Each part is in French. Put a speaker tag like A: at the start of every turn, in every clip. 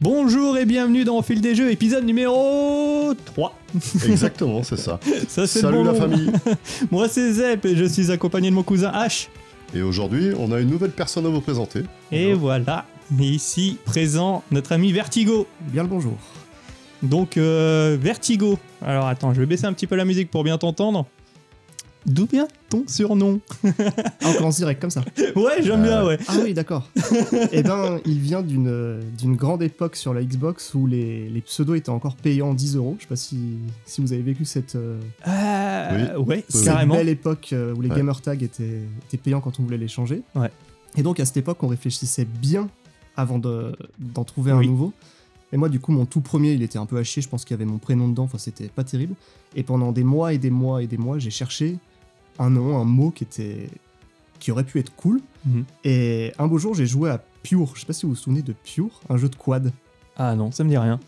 A: Bonjour et bienvenue dans Au fil des jeux, épisode numéro 3.
B: Exactement, c'est ça.
A: Ça c'est le
B: Salut
A: bon
B: la
A: nom.
B: famille.
A: Moi c'est Zep et je suis accompagné de mon cousin H.
B: Et aujourd'hui, on a une nouvelle personne à vous présenter.
A: Et voilà, et ici présent notre ami Vertigo.
C: Bien le bonjour.
A: Donc euh, Vertigo. Alors attends, je vais baisser un petit peu la musique pour bien t'entendre. D'où vient ton surnom
C: Ah, on commence direct comme ça.
A: Ouais, j'aime bien, ouais.
C: Ah oui, d'accord. Eh ben, il vient d'une euh, d'une grande époque sur la Xbox où les, les pseudos étaient encore payants 10 euros. Je sais pas si, si vous avez vécu cette, euh,
A: Euh, ouais,
B: oui.
C: cette
A: carrément.
C: belle époque euh, où les
B: Ouais.
C: gamer tags étaient, étaient payants quand on voulait les changer.
A: Ouais.
C: Et donc, à cette époque, on réfléchissait bien avant de- d'en trouver
A: Oui.
C: un nouveau. Et moi, du coup, mon tout premier, il était un peu à chier. Je pense qu'il y avait mon prénom dedans. Enfin, c'était pas terrible. Et pendant des mois et des mois et des mois, j'ai cherché un nom, un mot qui était qui aurait pu être cool.
A: Mhm.
C: Et un beau jour, j'ai joué à Pure. Je sais pas si vous vous souvenez de Pure, un jeu de quad.
A: Ah non, ça me dit rien.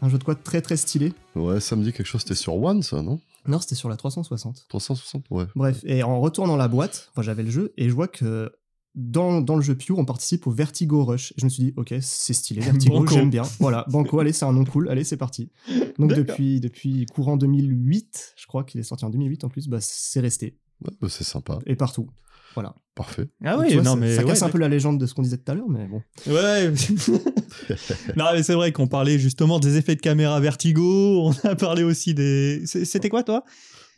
C: Un jeu de quad très très stylé.
B: Ouais, ça me dit quelque chose, c'était sur One, ça, non
C: Non, c'était sur la 360.
B: 360 Ouais.
C: Bref, et en retournant la boîte, enfin, j'avais le jeu, et je vois que dans, dans le jeu Pure, on participe au Vertigo Rush. Et je me suis dit, ok, c'est stylé, Vertigo,
A: Banco.
C: j'aime bien. Voilà, Banco, allez, c'est un nom cool, allez, c'est parti. Donc
A: D'accord.
C: depuis, depuis courant 2008, je crois qu'il est sorti en 2008 en plus, bah, c'est resté,
B: Ouais, bah, c'est sympa,
C: et partout. Voilà.
B: parfait.
A: Ah
C: Donc,
A: oui,
C: tu vois,
A: non
C: ça,
A: mais
C: ça casse
A: ouais,
C: un peu la légende de ce qu'on disait tout à l'heure, mais bon.
A: Ouais. non, mais c'est vrai qu'on parlait justement des effets de caméra vertigo. On a parlé aussi des. C'est- C'était quoi, toi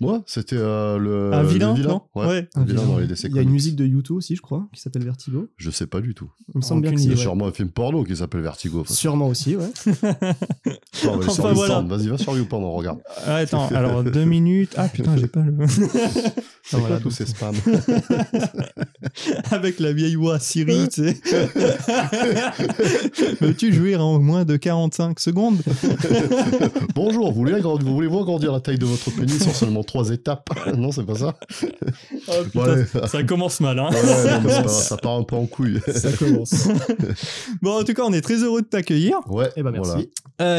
B: Moi, c'était euh, le.
A: Un vilain,
B: le vilain
A: non
B: Ouais.
A: Ouais.
B: Le vilain dans les décès
C: Il y a une
B: comics.
C: musique de YouTube aussi, je crois, qui s'appelle Vertigo.
B: Je sais pas du tout.
C: Il me semble bien que
A: Aucune
B: Il y
C: c'est.
B: a
C: ouais.
B: sûrement un film porno qui s'appelle Vertigo. enfin.
C: Sûrement aussi, ouais.
B: Ah ouais,
A: Enfin,
B: sur YouPorn.
A: voilà.
B: Vas-y, va sur YouPorn, on regarde.
A: Ah, Attends, alors deux minutes. Ah putain, j'ai pas le.
B: C'est
C: voilà,
B: quoi tous
C: donc-
B: ces spams
A: Avec la vieille voix Siri, tu sais. Veux-tu jouir en moins de 45 secondes
B: Bonjour, vous voulez, agrandir- vous voulez voir grandir la taille de votre pénis en seulement trois étapes Non, c'est pas ça
A: Oh,
B: Bon,
A: putain,
B: allez.
A: Ça commence mal, hein.
B: Ouais, non, mais c'est pas- Ça part un peu en couille.
C: Ça commence.
A: Bon, en tout cas, on est très heureux de t'accueillir.
B: Ouais,
C: Eh ben merci.
B: voilà.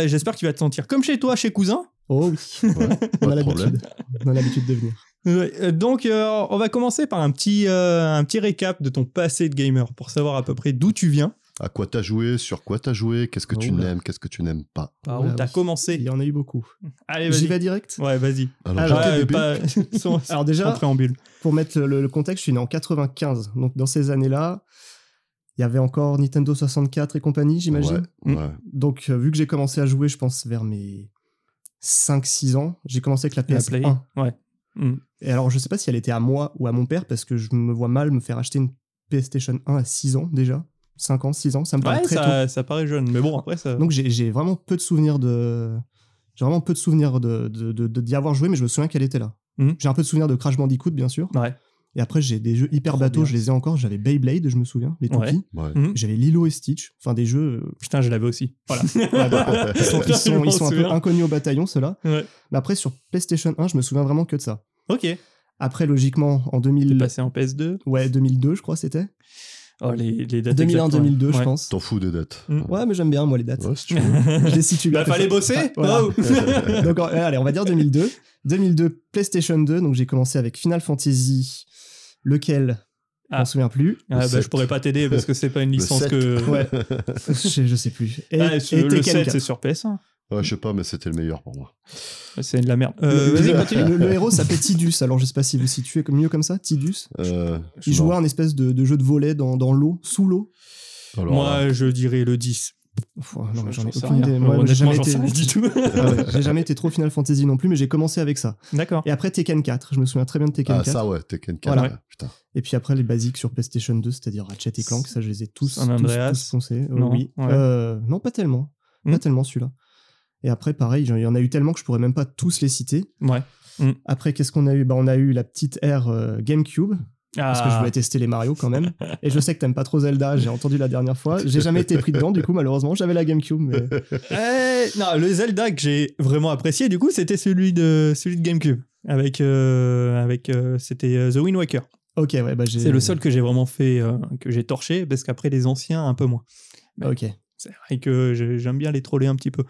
A: Euh, J'espère que tu vas te sentir comme chez toi, chez cousin.
C: Oh oui, on
B: Pas
C: a
B: de problème.
C: l'habitude. On a l'habitude de venir.
A: Ouais, euh, Donc, euh, on va commencer par un petit, euh, un petit récap de ton passé de gamer pour savoir à peu près d'où tu viens,
B: À quoi t'as joué, sur quoi t'as joué, qu'est-ce que tu
C: Oula.
B: n'aimes, qu'est-ce que tu n'aimes pas.
A: par
C: Ouais,
A: où t'as
C: oui. Il
A: commencé.
C: y en a eu beaucoup.
A: Allez,
C: J'y
A: vas-y.
C: vais direct
A: Ouais, vas-y.
B: Alors,
C: Alors,
B: j'étais
A: Ah, Ouais,
B: bébé.
A: pas- sans-
C: Alors
A: sans
C: déjà,
A: préambule.
C: pour mettre le, le contexte, je suis né en 95. Donc dans ces années-là, il y avait encore Nintendo 64 et compagnie, j'imagine.
B: Ouais,
A: Mm.
B: ouais.
C: Donc euh, vu que j'ai commencé à jouer, je pense, vers mes 5-6 ans, j'ai commencé avec la
A: La
C: PS1.
A: Play. Ouais. Mm.
C: Et alors je sais pas si elle était à moi ou à mon père, parce que je me vois mal me faire acheter une PlayStation 1 à 6 ans déjà. 5 ans, 6 ans, ça me paraît
A: Ouais,
C: très tôt.
A: ça, ça paraît jeune, mais bon, après, ça.
C: Donc j'ai j'ai vraiment peu de souvenirs de. J'ai vraiment peu de souvenirs de de- de- de- d'y avoir joué, mais je me souviens qu'elle était là.
A: Mhm.
C: J'ai un peu de souvenirs de Crash Bandicoot, bien sûr.
A: Ouais.
C: Et après, j'ai des jeux hyper
A: Trop
C: bateaux,
A: bien.
C: je les ai encore. J'avais Beyblade, je me souviens, les
A: Ouais.
C: toupies.
B: Ouais.
A: Mm.
C: J'avais Lilo et Stitch. Enfin, des jeux. euh,
A: Putain, je l'avais aussi. Voilà. bah,
C: Ils sont, ils sont- ils sont un peu
A: Souviens.
C: inconnus au bataillon, ceux-là.
A: Ouais.
C: Mais après, sur PlayStation 1, je me souviens vraiment que de ça.
A: Ok. T'es
C: Après, logiquement, en 2000...
A: passé en PS2.
C: ouais, 2002, je crois, c'était.
A: Oh, les, les dates.
C: 2001,
A: exactes,
C: 2002,
A: ouais.
C: je pense.
B: T'en fous des dates.
A: Mm.
C: Ouais, mais j'aime bien, moi, les dates.
B: Ouais, si tu veux.
C: Je
A: Ouais.
C: les situe
A: Il
C: bien.
A: bah, fallait bosser.
C: Voilà.
A: Oh.
C: donc, en- allez, on va dire 2002. 2002, PlayStation 2. Donc, j'ai commencé avec Final Fantasy, lequel Je
A: Ah.
C: m'en souviens plus.
A: Ah, bah, je
B: sept.
A: pourrais pas t'aider parce que c'est pas une licence
B: sept.
A: que.
C: Ouais, je, sais- je sais plus. Et,
A: Ah,
C: et
A: ce- le
C: Tekken
A: 7,
C: 4.
A: c'est sur PS1.
B: Ouais, je sais pas, mais c'était le meilleur pour moi.
A: C'est de la merde. Euh,
C: Le-
A: Vas-y,
C: le,
A: continue.
C: le- le héros s'appelle Tidus, alors je sais pas si vous situez comme mieux comme ça, Tidus.
B: Euh,
C: Il
B: non.
C: jouait un espèce de, de jeu de volet dans, dans l'eau, sous l'eau.
B: Alors, euh,
A: Moi, je dirais le 10.
C: Pff, non, mais
A: Je-
C: j'en
A: j'en
C: ai
A: sais
C: aucune
A: rien.
C: idée. Moi,
A: Honnêtement,
C: j'ai jamais,
A: j'en sais
C: été-
A: rien du tout.
C: Ah ouais, j'ai jamais été trop Final Fantasy non plus, mais j'ai commencé avec ça.
A: D'accord.
C: Et après Tekken 4, je me souviens très bien de Tekken
B: ah,
C: 4.
B: ça, ouais, Tekken 4.
C: Voilà.
B: ouais, Putain.
C: Et puis après les basiques sur PlayStation 2, c'est-à-dire Ratchet et Clank, ça je les ai tous,
A: San
C: tous,
A: Andreas.
C: tous poncés. Euh,
A: Non,
C: oui.
A: ouais.
C: Euh, non, pas tellement.
A: Hmm.
C: Pas tellement celui-là. Et après, pareil, il y en a eu tellement que je pourrais même pas tous les citer.
A: Ouais.
C: Après, qu'est-ce qu'on a eu bah, On a eu la petite ère euh, GameCube, parce que je
A: Ah.
C: voulais tester les Mario quand même. Et je sais que t'aimes pas trop Zelda, j'ai entendu la dernière fois. J'ai jamais été pris dedans, du coup, malheureusement, j'avais la GameCube. Mais...
A: Eh, non, le Zelda que j'ai vraiment apprécié, du coup, c'était celui de, celui de GameCube. Avec, euh, avec euh, c'était euh, The Wind Waker.
C: Ok, ouais, bah j'ai.
A: C'est le seul que j'ai vraiment fait, euh, que j'ai torché, parce qu'après les anciens, un peu moins.
C: Ok.
A: C'est vrai que j'ai- j'aime bien les troller un petit peu.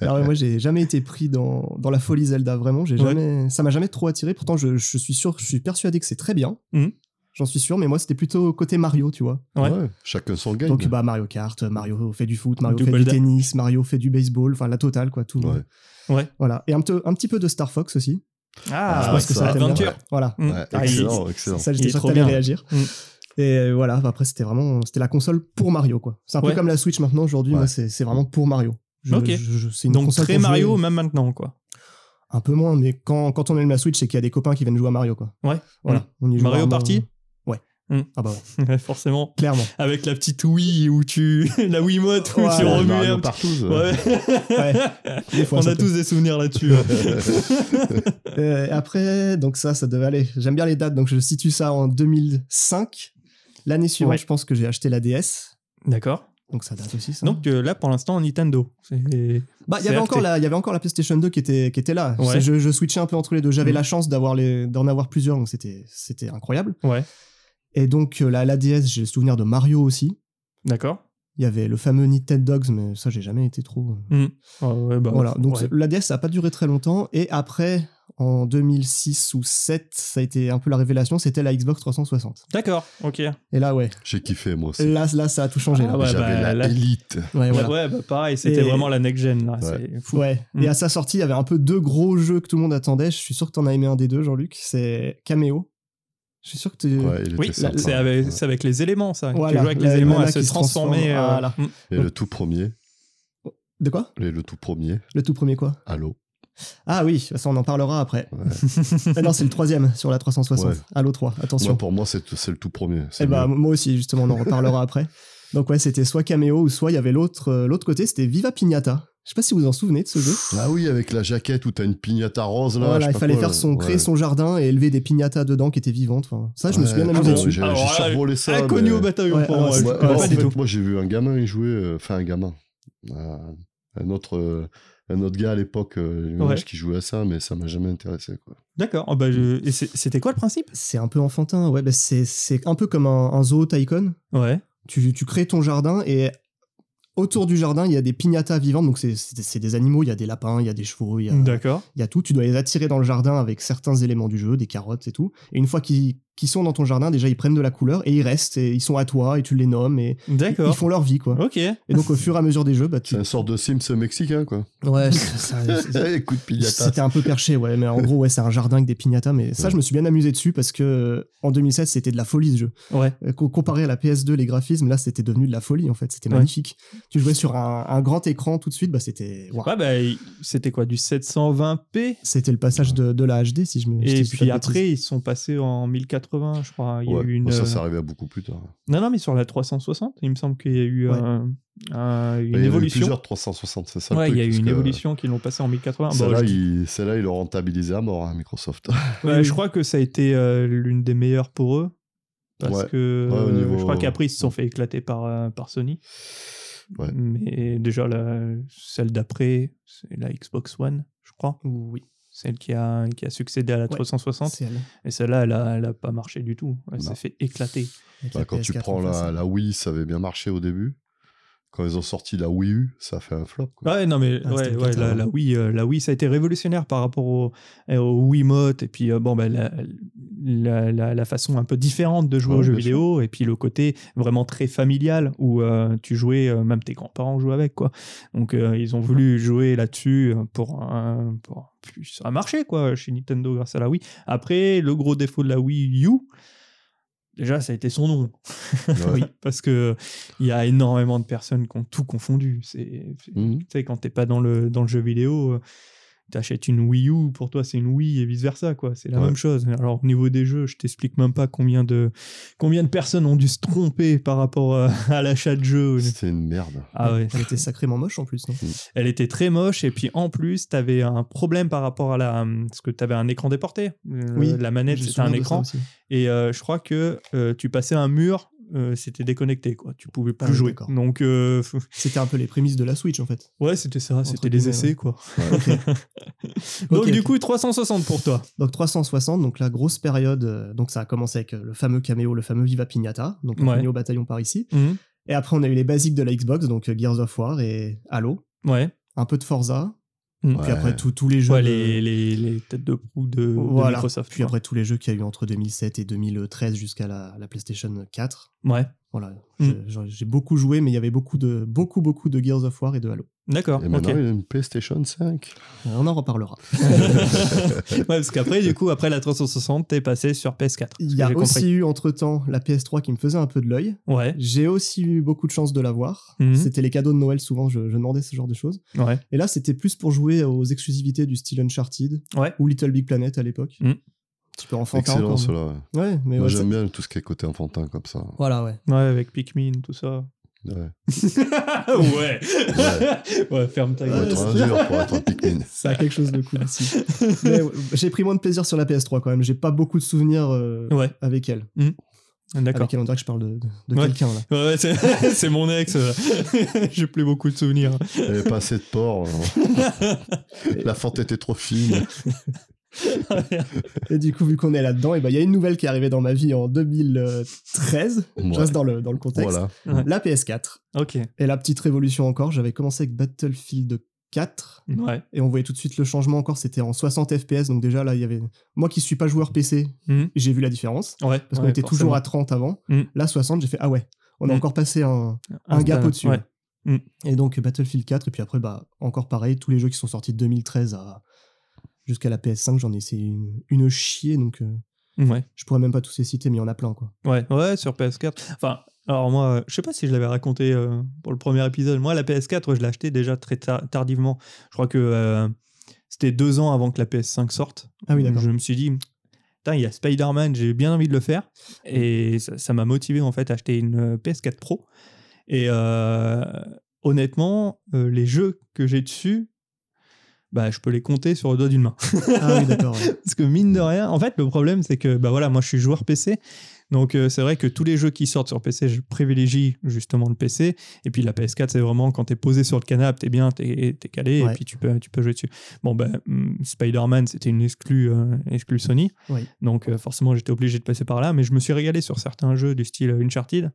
C: Alors, ouais, moi, j'ai jamais été pris dans, dans la folie Zelda, vraiment. J'ai
A: Ouais.
C: jamais... Ça m'a jamais trop attiré. Pourtant, je, je suis sûr, je suis persuadé que c'est très bien.
A: Mhm.
C: J'en suis sûr, mais moi c'était plutôt côté Mario, tu vois.
A: Ouais.
B: Chacun son game.
C: Donc bah Mario Kart, Mario fait du foot, Mario
A: Du
C: fait
A: Golda.
C: du tennis, Mario fait du baseball, enfin la totale quoi, tout. le monde.
A: Ouais.
C: Voilà. Et un, peu- un petit peu de Star Fox aussi.
A: Ah,
B: je pense que ça,
A: va
B: aventure.
C: Voilà.
A: Mm.
B: Ouais,
A: Ah, il-
B: excellent, excellent.
C: Ça,
A: Il
C: j'étais
A: est
C: sûr
A: trop
C: que t'allais
A: bien. Mhm.
C: réagir. Et euh, voilà, après c'était vraiment c'était la console pour Mario quoi. C'est un
A: Ouais.
C: peu comme la Switch maintenant aujourd'hui,
B: Ouais.
C: moi c'est c'est vraiment pour Mario. Je-
A: Ok.
C: je- je- c'est une
A: Donc
C: console
A: très
C: pour jouer.
A: Mario, même maintenant, quoi.
C: Un peu moins, mais quand, quand on aime la Switch, c'est qu'il y a des copains qui viennent jouer à Mario, quoi.
A: Ouais.
C: Voilà. On y joue
A: Mario
C: vraiment-
A: Party
C: Ouais.
A: Mm.
C: Ah bah ouais.
A: Forcément.
C: Clairement.
A: Avec la petite Wii où tu. la Wiimote où
C: Ouais.
A: tu
C: Ouais,
A: remues
B: Mario euh,
A: un petit-
B: Partouze,
A: Ouais.
C: Des fois,
A: On
C: ça
A: a
C: peut.
A: tous des souvenirs là-dessus. hein.
C: Euh, et après, donc ça, ça devait aller. J'aime bien les dates, donc je situe ça en 2005. L'année suivante,
A: Ouais.
C: je pense que j'ai acheté la DS.
A: D'accord.
C: Donc ça date aussi, ça.
A: Donc euh, là, pour l'instant, Nintendo. C'est-
C: bah, il y
A: c'est
C: avait
A: acté.
C: encore la, il y avait encore la PlayStation 2 qui était, qui était là.
A: Ouais.
C: C'est- Je, je switchais un peu entre les deux. J'avais
A: Mhm.
C: la chance d'avoir les, d'en avoir plusieurs, donc c'était, c'était incroyable.
A: Ouais.
C: Et donc euh, la, la DS, j'ai le souvenir de Mario aussi.
A: D'accord.
C: Il y avait le fameux Nintendo Dogs, mais ça, j'ai jamais été trop.
A: Ah ouais, bah,
C: Voilà, donc
A: ouais.
C: la DS ça n'a pas duré très longtemps et après en 2006 ou 7, ça a été un peu la révélation, c'était la Xbox 360.
A: D'accord. Ok.
C: Et là ouais,
B: J'ai kiffé, moi aussi.
C: là, là ça a tout changé.
A: Ah
C: là.
A: ouais,
B: J'avais
A: bah,
B: la
A: là-
B: élite.
C: Ouais, voilà.
A: Ouais, bah pareil, c'était
C: Et-
A: vraiment la next gen là.
B: Ouais.
A: C'est fou.
C: Ouais.
A: Mm.
C: Et à sa sortie, il y avait un peu deux gros jeux que tout le monde attendait. Je suis sûr que t'en as aimé un des deux, Jean-Luc. C'est Cameo. Je suis sûr que tu.
B: Ouais, il
A: Mm. Oui,
B: était
A: là,
B: sympa.
A: c'est avec,
B: Ouais.
A: c'est avec les éléments, ça. Tu
C: Voilà,
A: joues avec
C: la-
A: les éléments,
C: la-
A: à
C: la
A: se
C: qui se transforme,
A: transformer. euh,
C: voilà.
A: mm.
B: Et le tout premier,
C: De quoi
B: et le tout premier,
C: Le tout premier quoi
B: Halo.
C: Ah oui, ça on en parlera après.
B: Ouais.
C: Ah non, c'est le troisième sur la 360.
B: Ouais.
C: Halo 3, attention.
B: Moi, pour moi, c'est c'est le tout premier.
C: Eh
B: C'est
C: bah,
B: mieux.
C: moi aussi, justement, on en reparlera après. Donc, ouais, c'était soit Cameo ou soit il y avait l'autre euh, l'autre côté, c'était Viva Pignata. Je sais pas si vous vous en souvenez de ce jeu.
B: Ah oui, avec la jaquette où t'as une pignata rose là. je
C: voilà,
B: sais
C: il
B: pas
C: fallait
B: quoi,
C: faire
B: là.
C: son, créer
B: Ouais.
C: son jardin et élever des pignatas dedans qui étaient vivantes. Enfin, ça, Ah, je me suis bien
B: Ouais,
C: amusé
B: ouais,
C: dessus.
B: J'ai j'ai
A: Alors là,
B: survolé ça.
A: Inconnu
B: mais-
A: au bataillon
C: Ouais,
A: pour
C: alors,
A: moi.
C: c'est-
A: je
B: Ouais,
A: connais
B: bah,
A: pas
B: en
A: du
B: fait,
A: tout.
B: moi j'ai vu un gamin y jouer, euh, enfin un gamin, Euh, un autre, euh, un autre gars à l'époque euh, du même
A: Ouais.
B: âge qui jouait à ça, mais ça m'a jamais intéressé quoi.
A: D'accord. Ah bah, je- et c'est- C'était quoi le principe
C: C'est un peu enfantin, ouais, bah, c'est- c'est un peu comme un, un zoo tycoon.
A: Ouais.
C: Tu, tu crées ton jardin et autour du jardin, il y a des pignatas vivantes. Donc, c'est- c'est c'est des animaux, il y a des lapins, il y a des chevaux, il y a,
A: D'accord.
C: Il y a tout, tu dois les attirer dans le jardin avec certains éléments du jeu, des carottes et tout. Et une fois qu'ils qu'ils sont dans ton jardin, déjà ils prennent de la couleur et ils restent et ils sont à toi et tu les nommes et ils
A: D'accord.
C: font leur vie quoi.
A: Ok.
C: Et donc au fur et à mesure des jeux, bah tu.
B: C'est un sort de Sims mexicain quoi.
C: Ouais, ça- ça- ça-
B: Écoute pignata.
C: c'était un peu perché, ouais, mais en gros, ouais, c'est un jardin avec des pignatas, mais ça, je me suis bien amusé dessus parce que euh, en 2007, c'était de la folie ce jeu.
A: Ouais.
C: Euh, co- Comparé à la PS2, les graphismes, là, c'était devenu de la folie en fait, c'était
A: Ouais.
C: magnifique. Tu jouais sur un, un grand écran tout de suite, bah c'était. waouh.
A: Ouais, bah, il- c'était quoi Du 720p
C: C'était le passage de, de la HD, si je me. je
A: et
C: dis pas
A: puis
C: de bêtises.
A: après, ils sont passés en 1080, je crois. Il y a
B: Ouais,
A: eu une.
B: bon, ça,
A: euh,
B: ça arrivait à beaucoup plus tard.
A: Non, non, mais sur la 360, il me semble qu'il y a eu
C: Ouais.
A: un- un-
B: Mais
A: une
B: il y en a eu
A: évolution.
B: plusieurs 360, c'est ça le
A: Ouais, il y a eu
B: truc, parce
A: une
B: que
A: évolution qui l'ont passé en 1080. Bon,
B: Celle-là,
A: je-
B: ils celle-là, ils l'ont rentabilisé à mort, hein, Microsoft.
A: Ouais,
C: Oui,
A: Je
C: oui.
A: crois que ça a été euh, l'une des meilleures pour eux. Parce
B: Ouais.
A: que
B: Ouais, au
A: euh,
B: niveau-
A: je crois qu'après, ils se sont fait éclater par, euh, par Sony.
B: Ouais.
A: Mais déjà, la- celle d'après, c'est la Xbox One, je crois.
C: Oui,
A: Celle qui a, qui a succédé à la 360.
C: c'est elle.
A: Et celle-là, elle a, elle a pas marché du tout. Elle
B: Non.
A: s'est fait éclater.
C: Avec
B: Bah,
C: la
B: quand tu
C: PS4
B: prends
C: en face.
B: la, la Wii, ça avait bien marché au début. Quand ils ont sorti la Wii U, ça a fait un flop. Quoi.
A: Ouais, non, mais
C: Ah,
A: ouais,
C: c'était
A: ouais, la,
B: hein.
C: éclatant.
A: la Wii, euh, la Wii, ça a été révolutionnaire par rapport au, euh, au Wiimote. Et puis, euh, bon, bah, la, la, la- la façon un peu différente de jouer
B: Ouais,
A: aux jeux
B: bien sûr.
A: vidéo. Et puis, le côté vraiment très familial où euh, tu jouais, euh, même tes grands-parents jouaient avec, quoi. Donc, euh, ils ont voulu jouer là-dessus euh, pour, un- pour. puis Ça a marché, quoi, chez Nintendo grâce à la Wii. Après, le gros défaut de la Wii U. Déjà, ça a été son nom. Ah,
B: Ouais.
A: Parce que il y a énormément de personnes qui ont tout confondu. C'est, c'est-
B: Mhm.
A: tu sais, quand t'es pas dans le, dans le jeu vidéo, euh, t'achètes une Wii U, pour toi c'est une Wii et vice versa, quoi. C'est la
B: Ouais.
A: même chose. Alors, au niveau des jeux, je t'explique même pas combien de, combien de personnes ont dû se tromper par rapport à, à l'achat de jeux.
B: C'était une merde.
A: Ah ouais.
C: Elle était sacrément moche en plus, non
A: Elle était très moche et puis en plus, t'avais un problème par rapport à la. euh, Parce que t'avais un écran déporté. Le-
C: Oui,
A: La manette,
C: Je me
A: c'était un
C: souviens de ça
A: écran.
C: aussi.
A: Et euh, je crois que euh, tu passais un mur, euh, c'était déconnecté, quoi. Tu pouvais plus
C: Ah oui,
A: jouer.
C: d'accord.
A: Donc, euh, faut-
C: C'était un peu les prémices de la Switch en fait.
A: ouais, c'était ça, c'était
C: guillemets,
A: des essais,
C: ouais.
A: quoi.
C: Ok.
A: Donc,
C: Ok,
A: du
C: ok.
A: coup, 360 pour toi.
C: Donc 360, donc la grosse période. euh, Donc ça a commencé avec euh, le fameux caméo, le fameux Viva Pignata, donc
A: Ouais.
C: on est au bataillon par ici. Et après on a eu les basiques de la Xbox, donc euh, Gears of War et Halo,
A: Ouais.
C: un peu de Forza.
A: Mm.
C: Puis
B: Ouais.
C: après tout- tous les jeux.
A: Ouais,
C: de-
A: les, les, les têtes de proue de, de
C: Voilà.
A: Microsoft.
C: Puis
A: quoi.
C: après tous les jeux qu'il y a eu entre 2007 et 2013 jusqu'à la, la PlayStation 4.
A: Ouais,
C: Voilà.
A: Mm.
C: J'ai- j'en- J'ai beaucoup joué, mais il y avait beaucoup de, beaucoup, beaucoup de Gears of War et de Halo.
A: d'accord.
B: Et
A: ok.
B: maintenant, il a une PlayStation 5.
C: Euh, On en reparlera.
A: ouais, parce qu'après, du coup, après la 360, t'es passé sur PS4.
C: Il
A: ce
C: y
A: que
C: a
A: j'ai compris.
C: aussi eu entre-temps la PS3 qui me faisait un peu de l'œil.
A: Ouais,
C: J'ai aussi eu beaucoup de chance de l'avoir.
A: Mhm.
C: C'était les cadeaux de Noël, souvent, je, je demandais ce genre de choses.
A: ouais.
C: Et là, c'était plus pour jouer aux exclusivités du style Uncharted
A: Ouais.
C: ou Little Big Planet à l'époque.
A: Mhm.
C: Un petit peu enfantin
B: Excellent,
C: encore,
B: cela. ouais.
C: mais- Ouais, mais
B: Moi,
C: ouais,
B: j'aime bien tout ce qui est côté enfantin comme ça.
C: ça- Voilà, ouais.
A: Ouais, avec Pikmin, tout ça.
B: Ouais.
A: ouais. ouais. ferme ta
B: Pour
A: gueule.
B: être un
C: c'est-
B: dur, pour être un Pikmin.
C: Ça a quelque chose de cool aussi. Mais ouais, j'ai pris moins de plaisir sur la PS3 quand même. J'ai pas beaucoup de souvenirs euh,
A: Ouais,
C: avec elle.
A: d'accord.
C: Avec elle, on dirait que je parle de, de- de
A: Ouais.
C: quelqu'un là.
A: Ouais, ouais, c'est c'est mon ex. euh. J'ai plus beaucoup de souvenirs.
B: Il n'y avait pas assez de porc. euh. La fente était trop fine.
C: Et du coup, vu qu'on est là-dedans, il ben, il y a une nouvelle qui est arrivée dans ma vie en 2013.
B: Ouais.
C: Je reste dans le, dans le contexte.
B: Voilà.
C: La PS4.
A: Ok.
C: Et la petite révolution encore, j'avais commencé avec Battlefield 4.
A: Ouais.
C: Et on voyait tout de suite le changement encore, c'était en 60 FPS. Donc déjà là, il y avait... Moi qui suis pas joueur PC,
A: Mhm.
C: j'ai vu la différence.
A: Ouais.
C: Parce qu'on
A: ouais,
C: était toujours à 30 avant.
A: Mhm.
C: Là, 60, j'ai fait, ah ouais, on a
A: Mhm.
C: encore passé un,
A: forcément.
C: un gap au-dessus.
A: Ouais. Mmh.
C: Et donc Battlefield 4, et puis après, bah, encore pareil, tous les jeux qui sont sortis de 2013 à... jusqu'à la PS5, j'en ai essayé une, une chier. Donc euh,
A: ouais.
C: je pourrais même pas tous les citer, mais il y en a plein. quoi.
A: Ouais, ouais, sur PS4. Enfin, alors moi, euh, je sais pas si je l'avais raconté euh, pour le premier épisode. Moi, la PS4, ouais, je l'ai achetée déjà très ta- tardivement. Je crois que euh, c'était deux ans avant que la PS5 sorte.
C: Ah oui, d'accord.
A: Je me suis dit, putain, il y a Spider-Man, j'ai bien envie de le faire. Et ça ça m'a motivé en fait à acheter une euh, PS4 Pro. Et euh, honnêtement, euh, les jeux que j'ai dessus, bah, je peux les compter sur le doigt d'une main.
C: Ah oui, d'accord. ouais.
A: Parce que mine de rien, en fait, le problème, c'est que, bah voilà, moi, je suis joueur PC. Donc, euh, c'est vrai que tous les jeux qui sortent sur PC, je privilégie justement le PC. Et puis, la PS4, c'est vraiment quand t'es posé sur le canapé, t'es bien, t'es t'es calé,
C: Ouais.
A: et puis tu peux, tu peux jouer dessus. Bon, ben, hum, Spider-Man, c'était une exclue, euh, exclue Sony.
C: Oui.
A: Donc, euh, forcément, j'étais obligé de passer par là. Mais je me suis régalé sur certains jeux du style euh, Uncharted.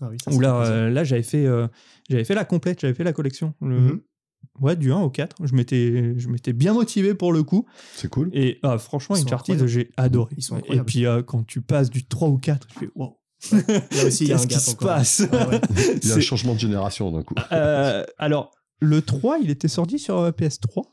C: Ah oui, ça,
A: Où
C: c'est
A: là,
C: plaisir.
A: euh, là j'avais fait, euh, j'avais fait la complète, j'avais fait la collection. Le-
C: Mhm.
A: Ouais, du 1 au 4. Je m'étais je m'étais bien motivé pour le coup.
B: C'est cool.
A: Et ah, franchement,
C: Ils sont
A: Uncharted,
C: incroyables.
A: j'ai adoré.
C: Ils sont
A: et
C: incroyables.
A: puis euh, quand tu passes du 3 au 4, je fais wow.
C: Là aussi, il y a
A: Qu'est-ce
C: un
A: qui
C: gap
A: se
C: encore.
A: passe
C: Ah ouais.
B: Il y a un
A: C'est-
B: changement de génération d'un coup.
A: Euh, Alors, le 3, il était sorti sur euh, PS3,